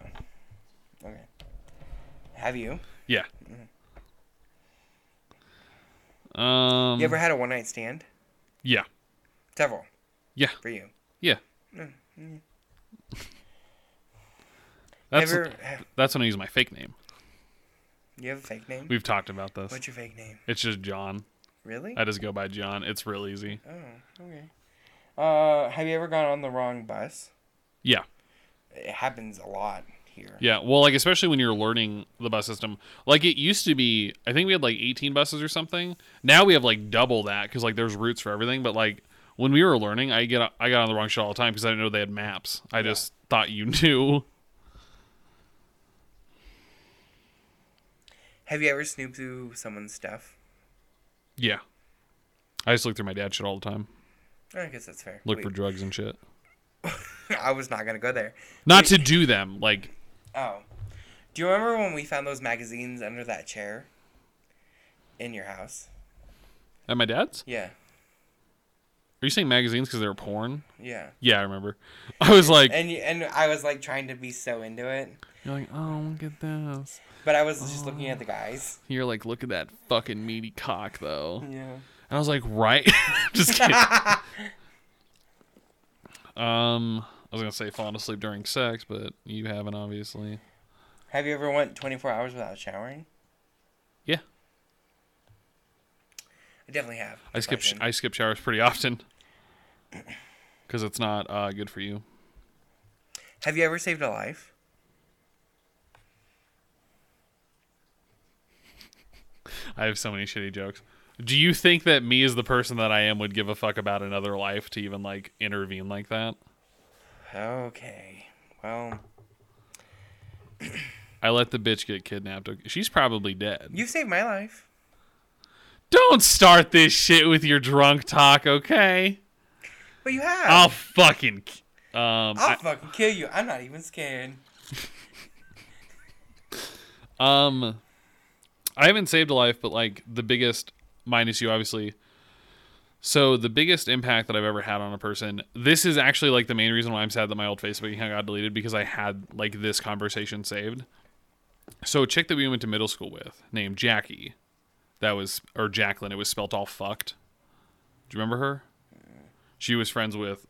Speaker 1: Okay. Have you?
Speaker 2: Yeah. Um.
Speaker 1: Mm-hmm. You
Speaker 2: Mm.
Speaker 1: ever had a one night stand?
Speaker 2: yeah.
Speaker 1: Several.
Speaker 2: Yeah.
Speaker 1: For you.
Speaker 2: Yeah.
Speaker 1: Mm-hmm.
Speaker 2: That's
Speaker 1: Ever have,
Speaker 2: that's when I use my fake name.
Speaker 1: you have a fake name?
Speaker 2: We've talked about this.
Speaker 1: What's your fake name?
Speaker 2: It's just John.
Speaker 1: Really?
Speaker 2: I just go by John. It's real easy.
Speaker 1: oh, okay. Uh, have you ever gone on the wrong bus?
Speaker 2: Yeah.
Speaker 1: It happens a lot here.
Speaker 2: Yeah. Well, like especially when you're learning the bus system, like it used to be. I think we had like 18 buses or something. Now we have like double that because like there's routes for everything. But like when we were learning, I get I got on the wrong shit all the time because I didn't know they had maps. I just thought you <laughs> knew.
Speaker 1: Have you ever snooped through someone's stuff?
Speaker 2: Yeah. I just look through my dad shit all the time.
Speaker 1: I guess that's fair.
Speaker 2: Look
Speaker 1: Wait, <laughs>
Speaker 2: for drugs and shit.
Speaker 1: I was not gonna go there.
Speaker 2: Not to do them. Like
Speaker 1: Oh, do you remember when we found those magazines under that chair in your house?
Speaker 2: at my dad's.
Speaker 1: Yeah,
Speaker 2: Are you saying magazines because they were porn?
Speaker 1: yeah.
Speaker 2: Yeah, I remember. <laughs> I was like,
Speaker 1: And you, and I was like trying to be so into it,
Speaker 2: you're like, oh, look at this.
Speaker 1: but I was just looking at the guys.
Speaker 2: You're like, look at that fucking meaty cock though.
Speaker 1: Yeah.
Speaker 2: And I was like, right? <laughs> Just kidding. um, I was gonna say falling asleep during sex, but you haven't obviously.
Speaker 1: Have you ever went 24 hours without showering?
Speaker 2: Yeah,
Speaker 1: I definitely have.
Speaker 2: I skip sh-
Speaker 1: Question.
Speaker 2: I skip showers pretty often <clears throat> because it's not uh, good for you.
Speaker 1: Have you ever saved a life?
Speaker 2: I have so many shitty jokes. Do you think that me as the person that I am would give a fuck about another life to even like intervene like that?
Speaker 1: Okay. Well,
Speaker 2: I let the bitch get kidnapped. Okay, She's probably dead.
Speaker 1: you saved my life.
Speaker 2: Don't start this shit with your drunk talk, okay?
Speaker 1: But you have.
Speaker 2: I'll fucking k- um
Speaker 1: I'll fucking kill you. I'm not even scared.
Speaker 2: Um, I haven't saved a life, but like the biggest minus you obviously. So the biggest impact that I've ever had on a person. This is actually like the main reason why I'm sad that my old Facebook account got deleted because I had like this conversation saved. So a chick that we went to middle school with named Jackie, that was or Jacqueline. It was spelt all fucked. Do you remember her? She was friends with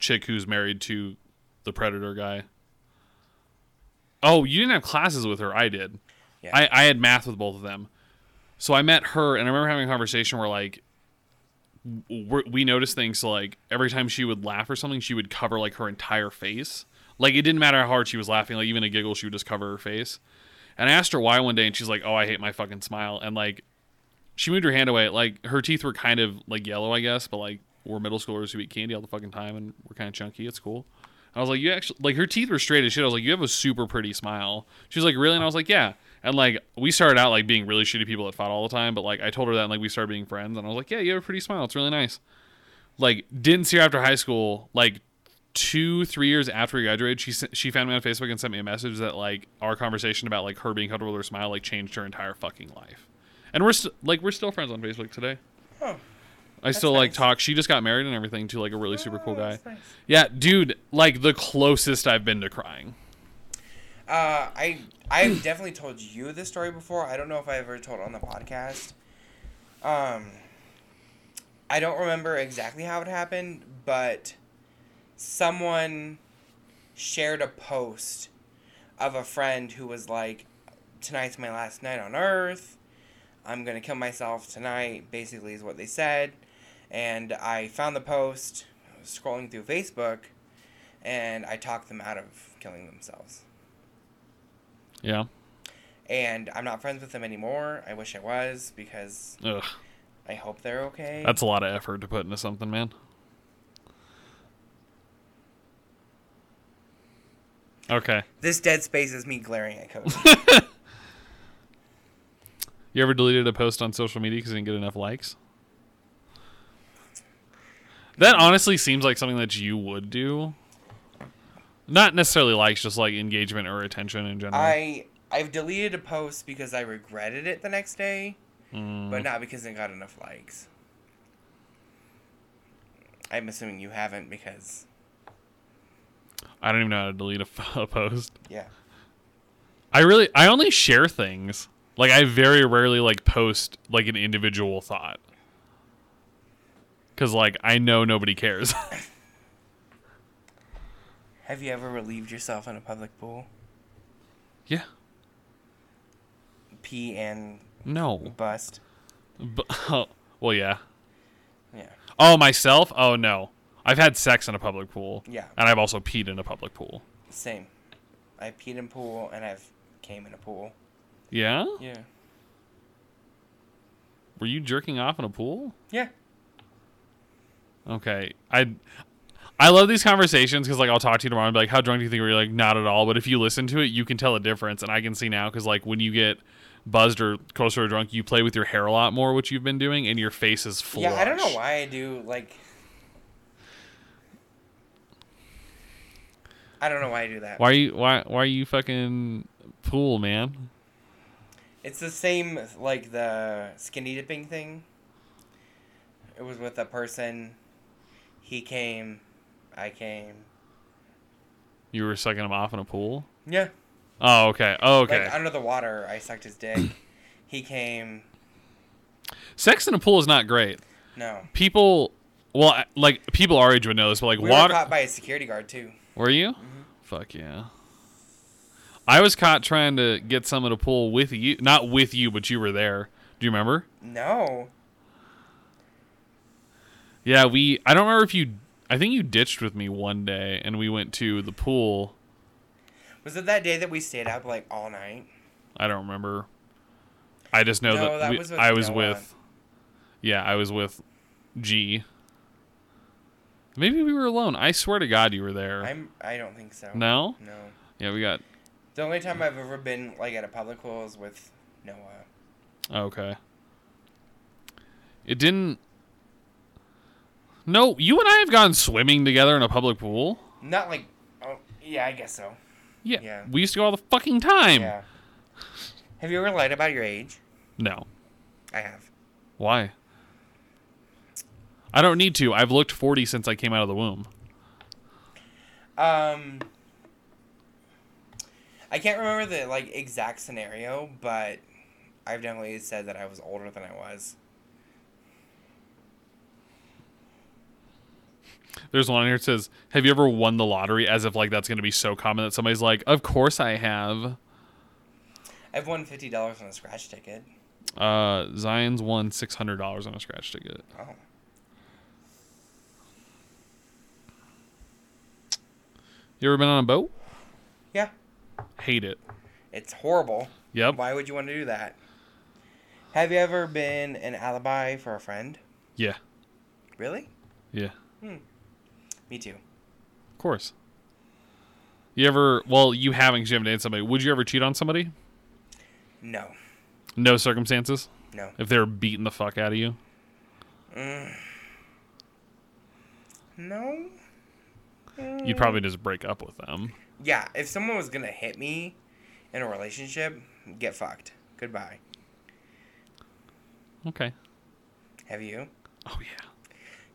Speaker 2: chick who's married to the predator guy. Oh, you didn't have classes with her. I did.
Speaker 1: Yeah.
Speaker 2: I, I had math with both of them. So I met her, and I remember having a conversation where, like, we we noticed things. So, like, every time she would laugh or something, she would cover, like, her entire face. Like, it didn't matter how hard she was laughing. Like, even a giggle, she would just cover her face. And I asked her why one day, and she's like, oh, I hate my fucking smile. And, like, she moved her hand away. Like, her teeth were kind of, like, yellow, I guess, but, like, we're middle schoolers who eat candy all the fucking time and we're kind of chunky. It's cool. I was like, you actually like her teeth were straight as shit. I was like, you have a super pretty smile. She was like, really? And I was like, yeah. And like we started out like being really shitty people that fought all the time, but like I told her that and like we started being friends, and I was like, yeah, you have a pretty smile. It's really nice. Like didn't see her after high school. Like two three years after we graduated, she sent, she found me on Facebook and sent me a message that like our conversation about like her being comfortable with her smile like changed her entire fucking life. And we're st- like we're still friends on Facebook today.
Speaker 1: Oh,
Speaker 2: I still like
Speaker 1: nice.
Speaker 2: talk. She just got married and everything to like a really super cool
Speaker 1: Oh,
Speaker 2: guy.
Speaker 1: that's nice.
Speaker 2: Yeah, dude, like the closest I've been to crying.
Speaker 1: Uh, I I've definitely told you this story before. I don't know if I ever told it on the podcast. Um, I don't remember exactly how it happened, but someone shared a post of a friend who was like, "Tonight's my last night on Earth. I'm gonna kill myself tonight." Basically, is what they said. And I found the post, I was scrolling through Facebook, and I talked them out of killing themselves
Speaker 2: Yeah.
Speaker 1: and I'm not friends with them anymore. I wish I was because
Speaker 2: Ugh.
Speaker 1: I hope they're okay.
Speaker 2: That's a lot of effort to put into something, man. Okay.
Speaker 1: this dead space is me glaring at Cody.
Speaker 2: You ever deleted a post on social media because you didn't get enough likes? That honestly seems like something that you would do. Not necessarily likes, just like engagement or attention in general.
Speaker 1: I I've deleted a post because I regretted it the next day, but not because it got enough likes. I'm assuming you haven't because
Speaker 2: I don't even know how to delete a, f- a <laughs> post.
Speaker 1: yeah.
Speaker 2: I really, I only share things. Like I very rarely like post like an individual thought, because like I know nobody cares. <laughs>
Speaker 1: Have you ever relieved yourself in a public pool?
Speaker 2: yeah.
Speaker 1: Pee and
Speaker 2: No.
Speaker 1: bust.
Speaker 2: But, <laughs> well, yeah.
Speaker 1: Yeah.
Speaker 2: Oh, myself? Oh no. I've had sex in a public pool.
Speaker 1: Yeah.
Speaker 2: And I've also peed in a public pool.
Speaker 1: Same. I peed in pool and I've came in a pool.
Speaker 2: Yeah.
Speaker 1: Yeah.
Speaker 2: Were you jerking off in a pool?
Speaker 1: Yeah.
Speaker 2: Okay. I I love these conversations because like I'll talk to you tomorrow and be like, how drunk do you think we were? You're like, not at all. But if you listen to it, you can tell a difference, and I can see now because like when you get buzzed or closer to drunk, you play with your hair a lot more, which you've been doing, and your face is full.
Speaker 1: Yeah, I don't know why I do like. I don't know why I do that.
Speaker 2: Why are you why why are you fucking pool man?
Speaker 1: It's the same like the skinny dipping thing. It was with a person. He came, I came.
Speaker 2: You were sucking him off in a pool.
Speaker 1: Yeah,
Speaker 2: Oh okay. Oh okay.
Speaker 1: like under the water, I sucked his dick.
Speaker 2: <coughs>
Speaker 1: he came.
Speaker 2: Sex in a pool is not great.
Speaker 1: No,
Speaker 2: People, well, I- like people our age would know this, but like
Speaker 1: we
Speaker 2: water.
Speaker 1: were caught by a security guard too.
Speaker 2: Were you?
Speaker 1: Mm-hmm.
Speaker 2: Fuck yeah. I was caught trying to get some at a pool with you. Not with you, but you were there. Do you remember?
Speaker 1: No,
Speaker 2: Yeah, we. I don't remember if you. I think you ditched with me one day and we went to the pool.
Speaker 1: was it that day that we stayed up like all night?
Speaker 2: I don't remember. I just know
Speaker 1: No,
Speaker 2: that,
Speaker 1: that
Speaker 2: we-
Speaker 1: was with
Speaker 2: I was
Speaker 1: Noah.
Speaker 2: with. Yeah, I was with G. Maybe we were alone. I swear to God you were there.
Speaker 1: I'm. I don't think so.
Speaker 2: no?
Speaker 1: No.
Speaker 2: Yeah, we got.
Speaker 1: The only time I've ever been like at a public pool is with Noah.
Speaker 2: Okay. It didn't. No, you and I have gone swimming together in a public pool.
Speaker 1: Not like, oh yeah, I guess so.
Speaker 2: Yeah,
Speaker 1: Yeah.
Speaker 2: we used to go all the fucking time.
Speaker 1: Yeah. Have you ever lied about your age?
Speaker 2: No.
Speaker 1: I have.
Speaker 2: Why? I don't need to. I've looked 40 since I came out of the womb.
Speaker 1: Um, I can't remember the like exact scenario, but I've definitely said that I was older than I was.
Speaker 2: There's one here that says, "Have you ever won the lottery?" As if like that's going to be so common that somebody's like, "Of course I have."
Speaker 1: I've won fifty dollars on a scratch ticket.
Speaker 2: Uh, Zion's won six hundred dollars on a scratch ticket.
Speaker 1: Oh,
Speaker 2: You ever been on a boat?
Speaker 1: yeah,
Speaker 2: Hate it.
Speaker 1: it's horrible.
Speaker 2: Yep.
Speaker 1: Why would you want to do that? Have you ever been an alibi for a friend?
Speaker 2: Yeah.
Speaker 1: Really?
Speaker 2: Yeah.
Speaker 1: Me too.
Speaker 2: Of course. You ever? Well, you haven't. 'cause You haven't dated somebody. Would you ever cheat on somebody?
Speaker 1: No,
Speaker 2: No circumstances.
Speaker 1: no.
Speaker 2: If they're beating the fuck out of you.
Speaker 1: No?
Speaker 2: You'd probably just break up with them.
Speaker 1: Yeah, if someone was gonna hit me in a relationship, get fucked. Goodbye.
Speaker 2: Okay.
Speaker 1: Have you?
Speaker 2: Oh yeah.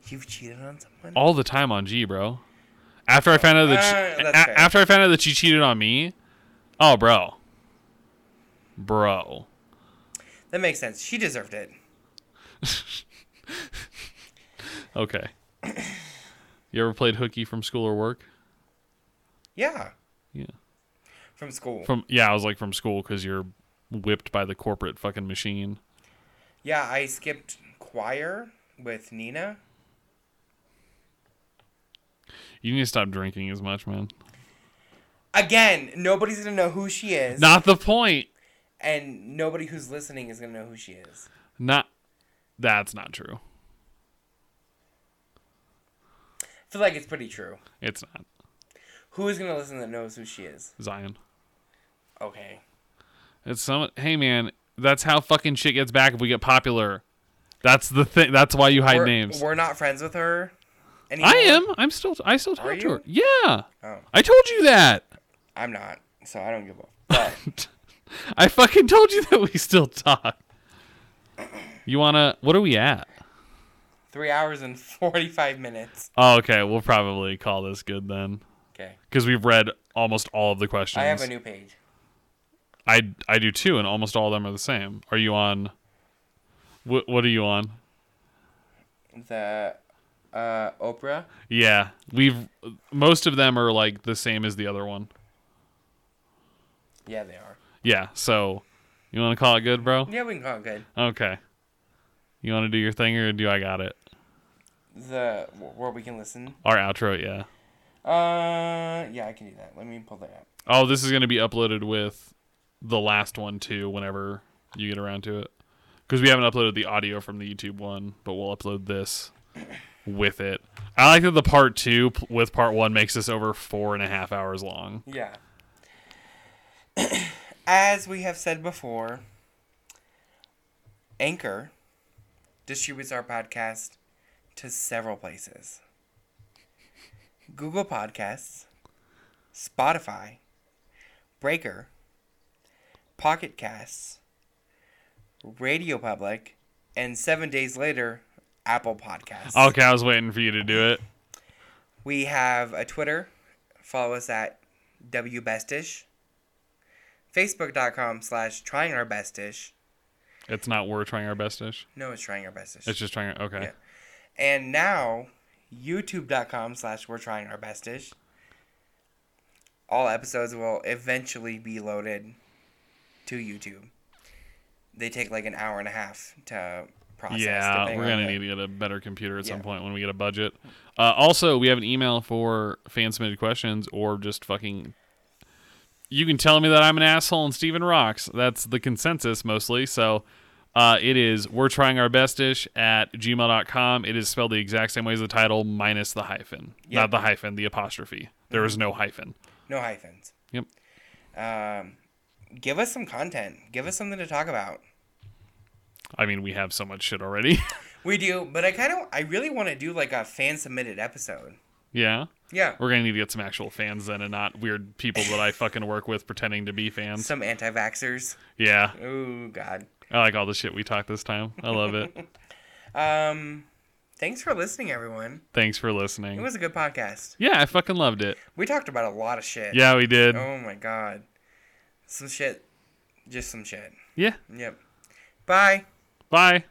Speaker 1: You've cheated on someone?
Speaker 2: All the time on G, bro. After I found out that
Speaker 1: Uh,
Speaker 2: she,
Speaker 1: that's
Speaker 2: a-
Speaker 1: fair.
Speaker 2: after I found out that she cheated on me, oh bro, bro,
Speaker 1: That makes sense. She deserved it.
Speaker 2: okay. <coughs> You ever played hooky from school or work?
Speaker 1: Yeah.
Speaker 2: Yeah.
Speaker 1: From school.
Speaker 2: From yeah, I was like from school because you're whipped by the corporate fucking machine.
Speaker 1: yeah, I skipped choir with Nina.
Speaker 2: You need to stop drinking as much, man.
Speaker 1: Again, nobody's gonna know who she is.
Speaker 2: Not the point.
Speaker 1: And nobody who's listening is gonna know who she is.
Speaker 2: Not. That's not true.
Speaker 1: I feel like it's pretty true.
Speaker 2: It's not
Speaker 1: Who is gonna listen that knows who she is?
Speaker 2: Zion.
Speaker 1: Okay.
Speaker 2: It's some. Hey man, that's how fucking shit gets back if we get popular. That's the thing. That's why you hide
Speaker 1: we're,
Speaker 2: names.
Speaker 1: We're not friends with her. Anymore.
Speaker 2: I am. I'm still. I still talk
Speaker 1: Are
Speaker 2: to
Speaker 1: you?
Speaker 2: her. Yeah.
Speaker 1: Oh.
Speaker 2: I told you that. <laughs>
Speaker 1: I'm not, so I don't give a fuck.
Speaker 2: I fucking told you that we still talk. You wanna? What are we at?
Speaker 1: Three hours and <laughs> 45 minutes.
Speaker 2: Oh, okay. We'll probably call this good then,
Speaker 1: Okay.
Speaker 2: because we've read almost all of the questions.
Speaker 1: I have a new page.
Speaker 2: I I do too, and almost all of them are the same. Are you on? What What are you on?
Speaker 1: The uh, Oprah.
Speaker 2: Yeah, we've most of them are like the same as the other one.
Speaker 1: Yeah, they are.
Speaker 2: Yeah. So, you want to call it good, bro?
Speaker 1: Yeah, we can call it good.
Speaker 2: Okay. You want to do your thing, or do I got it?
Speaker 1: The wh- where we can listen.
Speaker 2: Our outro, yeah.
Speaker 1: Uh, yeah, I can do that. Let me pull that up.
Speaker 2: Oh, this is going to be uploaded with the last one too, whenever you get around to it. Because we haven't uploaded the audio from the YouTube one, but we'll upload this with it. I like that the part two p- with part one makes this over four and a half hours long.
Speaker 1: Yeah. <clears throat> As we have said before, Anchor distributes our podcast to several places Google Podcasts, Spotify, Breaker, Pocket Casts, Radio Public, and seven days later, Apple Podcasts.
Speaker 2: Okay, I was waiting for you to do it.
Speaker 1: We have a Twitter. Follow us at WBestish. Facebook.com slash trying our bestish.
Speaker 2: It's not we're trying our bestish.
Speaker 1: No, it's trying our bestish.
Speaker 2: It's just trying. Okay.
Speaker 1: Yeah. and now, YouTube.com slash we're trying our bestish. All episodes will eventually be loaded to YouTube. They take like an hour and a half to process.
Speaker 2: Yeah,
Speaker 1: depending
Speaker 2: we're
Speaker 1: on
Speaker 2: gonna
Speaker 1: the-
Speaker 2: need to get a better computer at some
Speaker 1: Yeah.
Speaker 2: point when we get a budget. Uh, also, we have an email for fan submitted questions or just fucking. You can tell me that I'm an asshole and Steven rocks. That's the consensus mostly. So uh, it is we're trying our bestish at gmail.com. It is spelled the exact same way as the title minus the hyphen.
Speaker 1: Yeah.
Speaker 2: Not the hyphen, the apostrophe. There is no hyphen.
Speaker 1: No hyphens.
Speaker 2: Yep.
Speaker 1: Um, give us some content. Give us something to talk about.
Speaker 2: I mean, we have so much shit already. <laughs>
Speaker 1: We do, but I kind of, I really want to do like a fan submitted episode.
Speaker 2: Yeah.
Speaker 1: Yeah.
Speaker 2: We're gonna need to get some actual fans then, and not weird people that I fucking work with pretending to be fans.
Speaker 1: Some anti vaxxers.
Speaker 2: Yeah,
Speaker 1: Oh, God.
Speaker 2: I like all the shit we talked this time. I
Speaker 1: <laughs>
Speaker 2: love it.
Speaker 1: Um, thanks for listening, everyone.
Speaker 2: Thanks for
Speaker 1: It
Speaker 2: listening.
Speaker 1: was a good podcast.
Speaker 2: Yeah, I fucking loved it.
Speaker 1: We talked about a lot of shit.
Speaker 2: Yeah, we did.
Speaker 1: Oh, my God. Some shit. Just some shit.
Speaker 2: Yeah.
Speaker 1: Yep. Bye.
Speaker 2: Bye.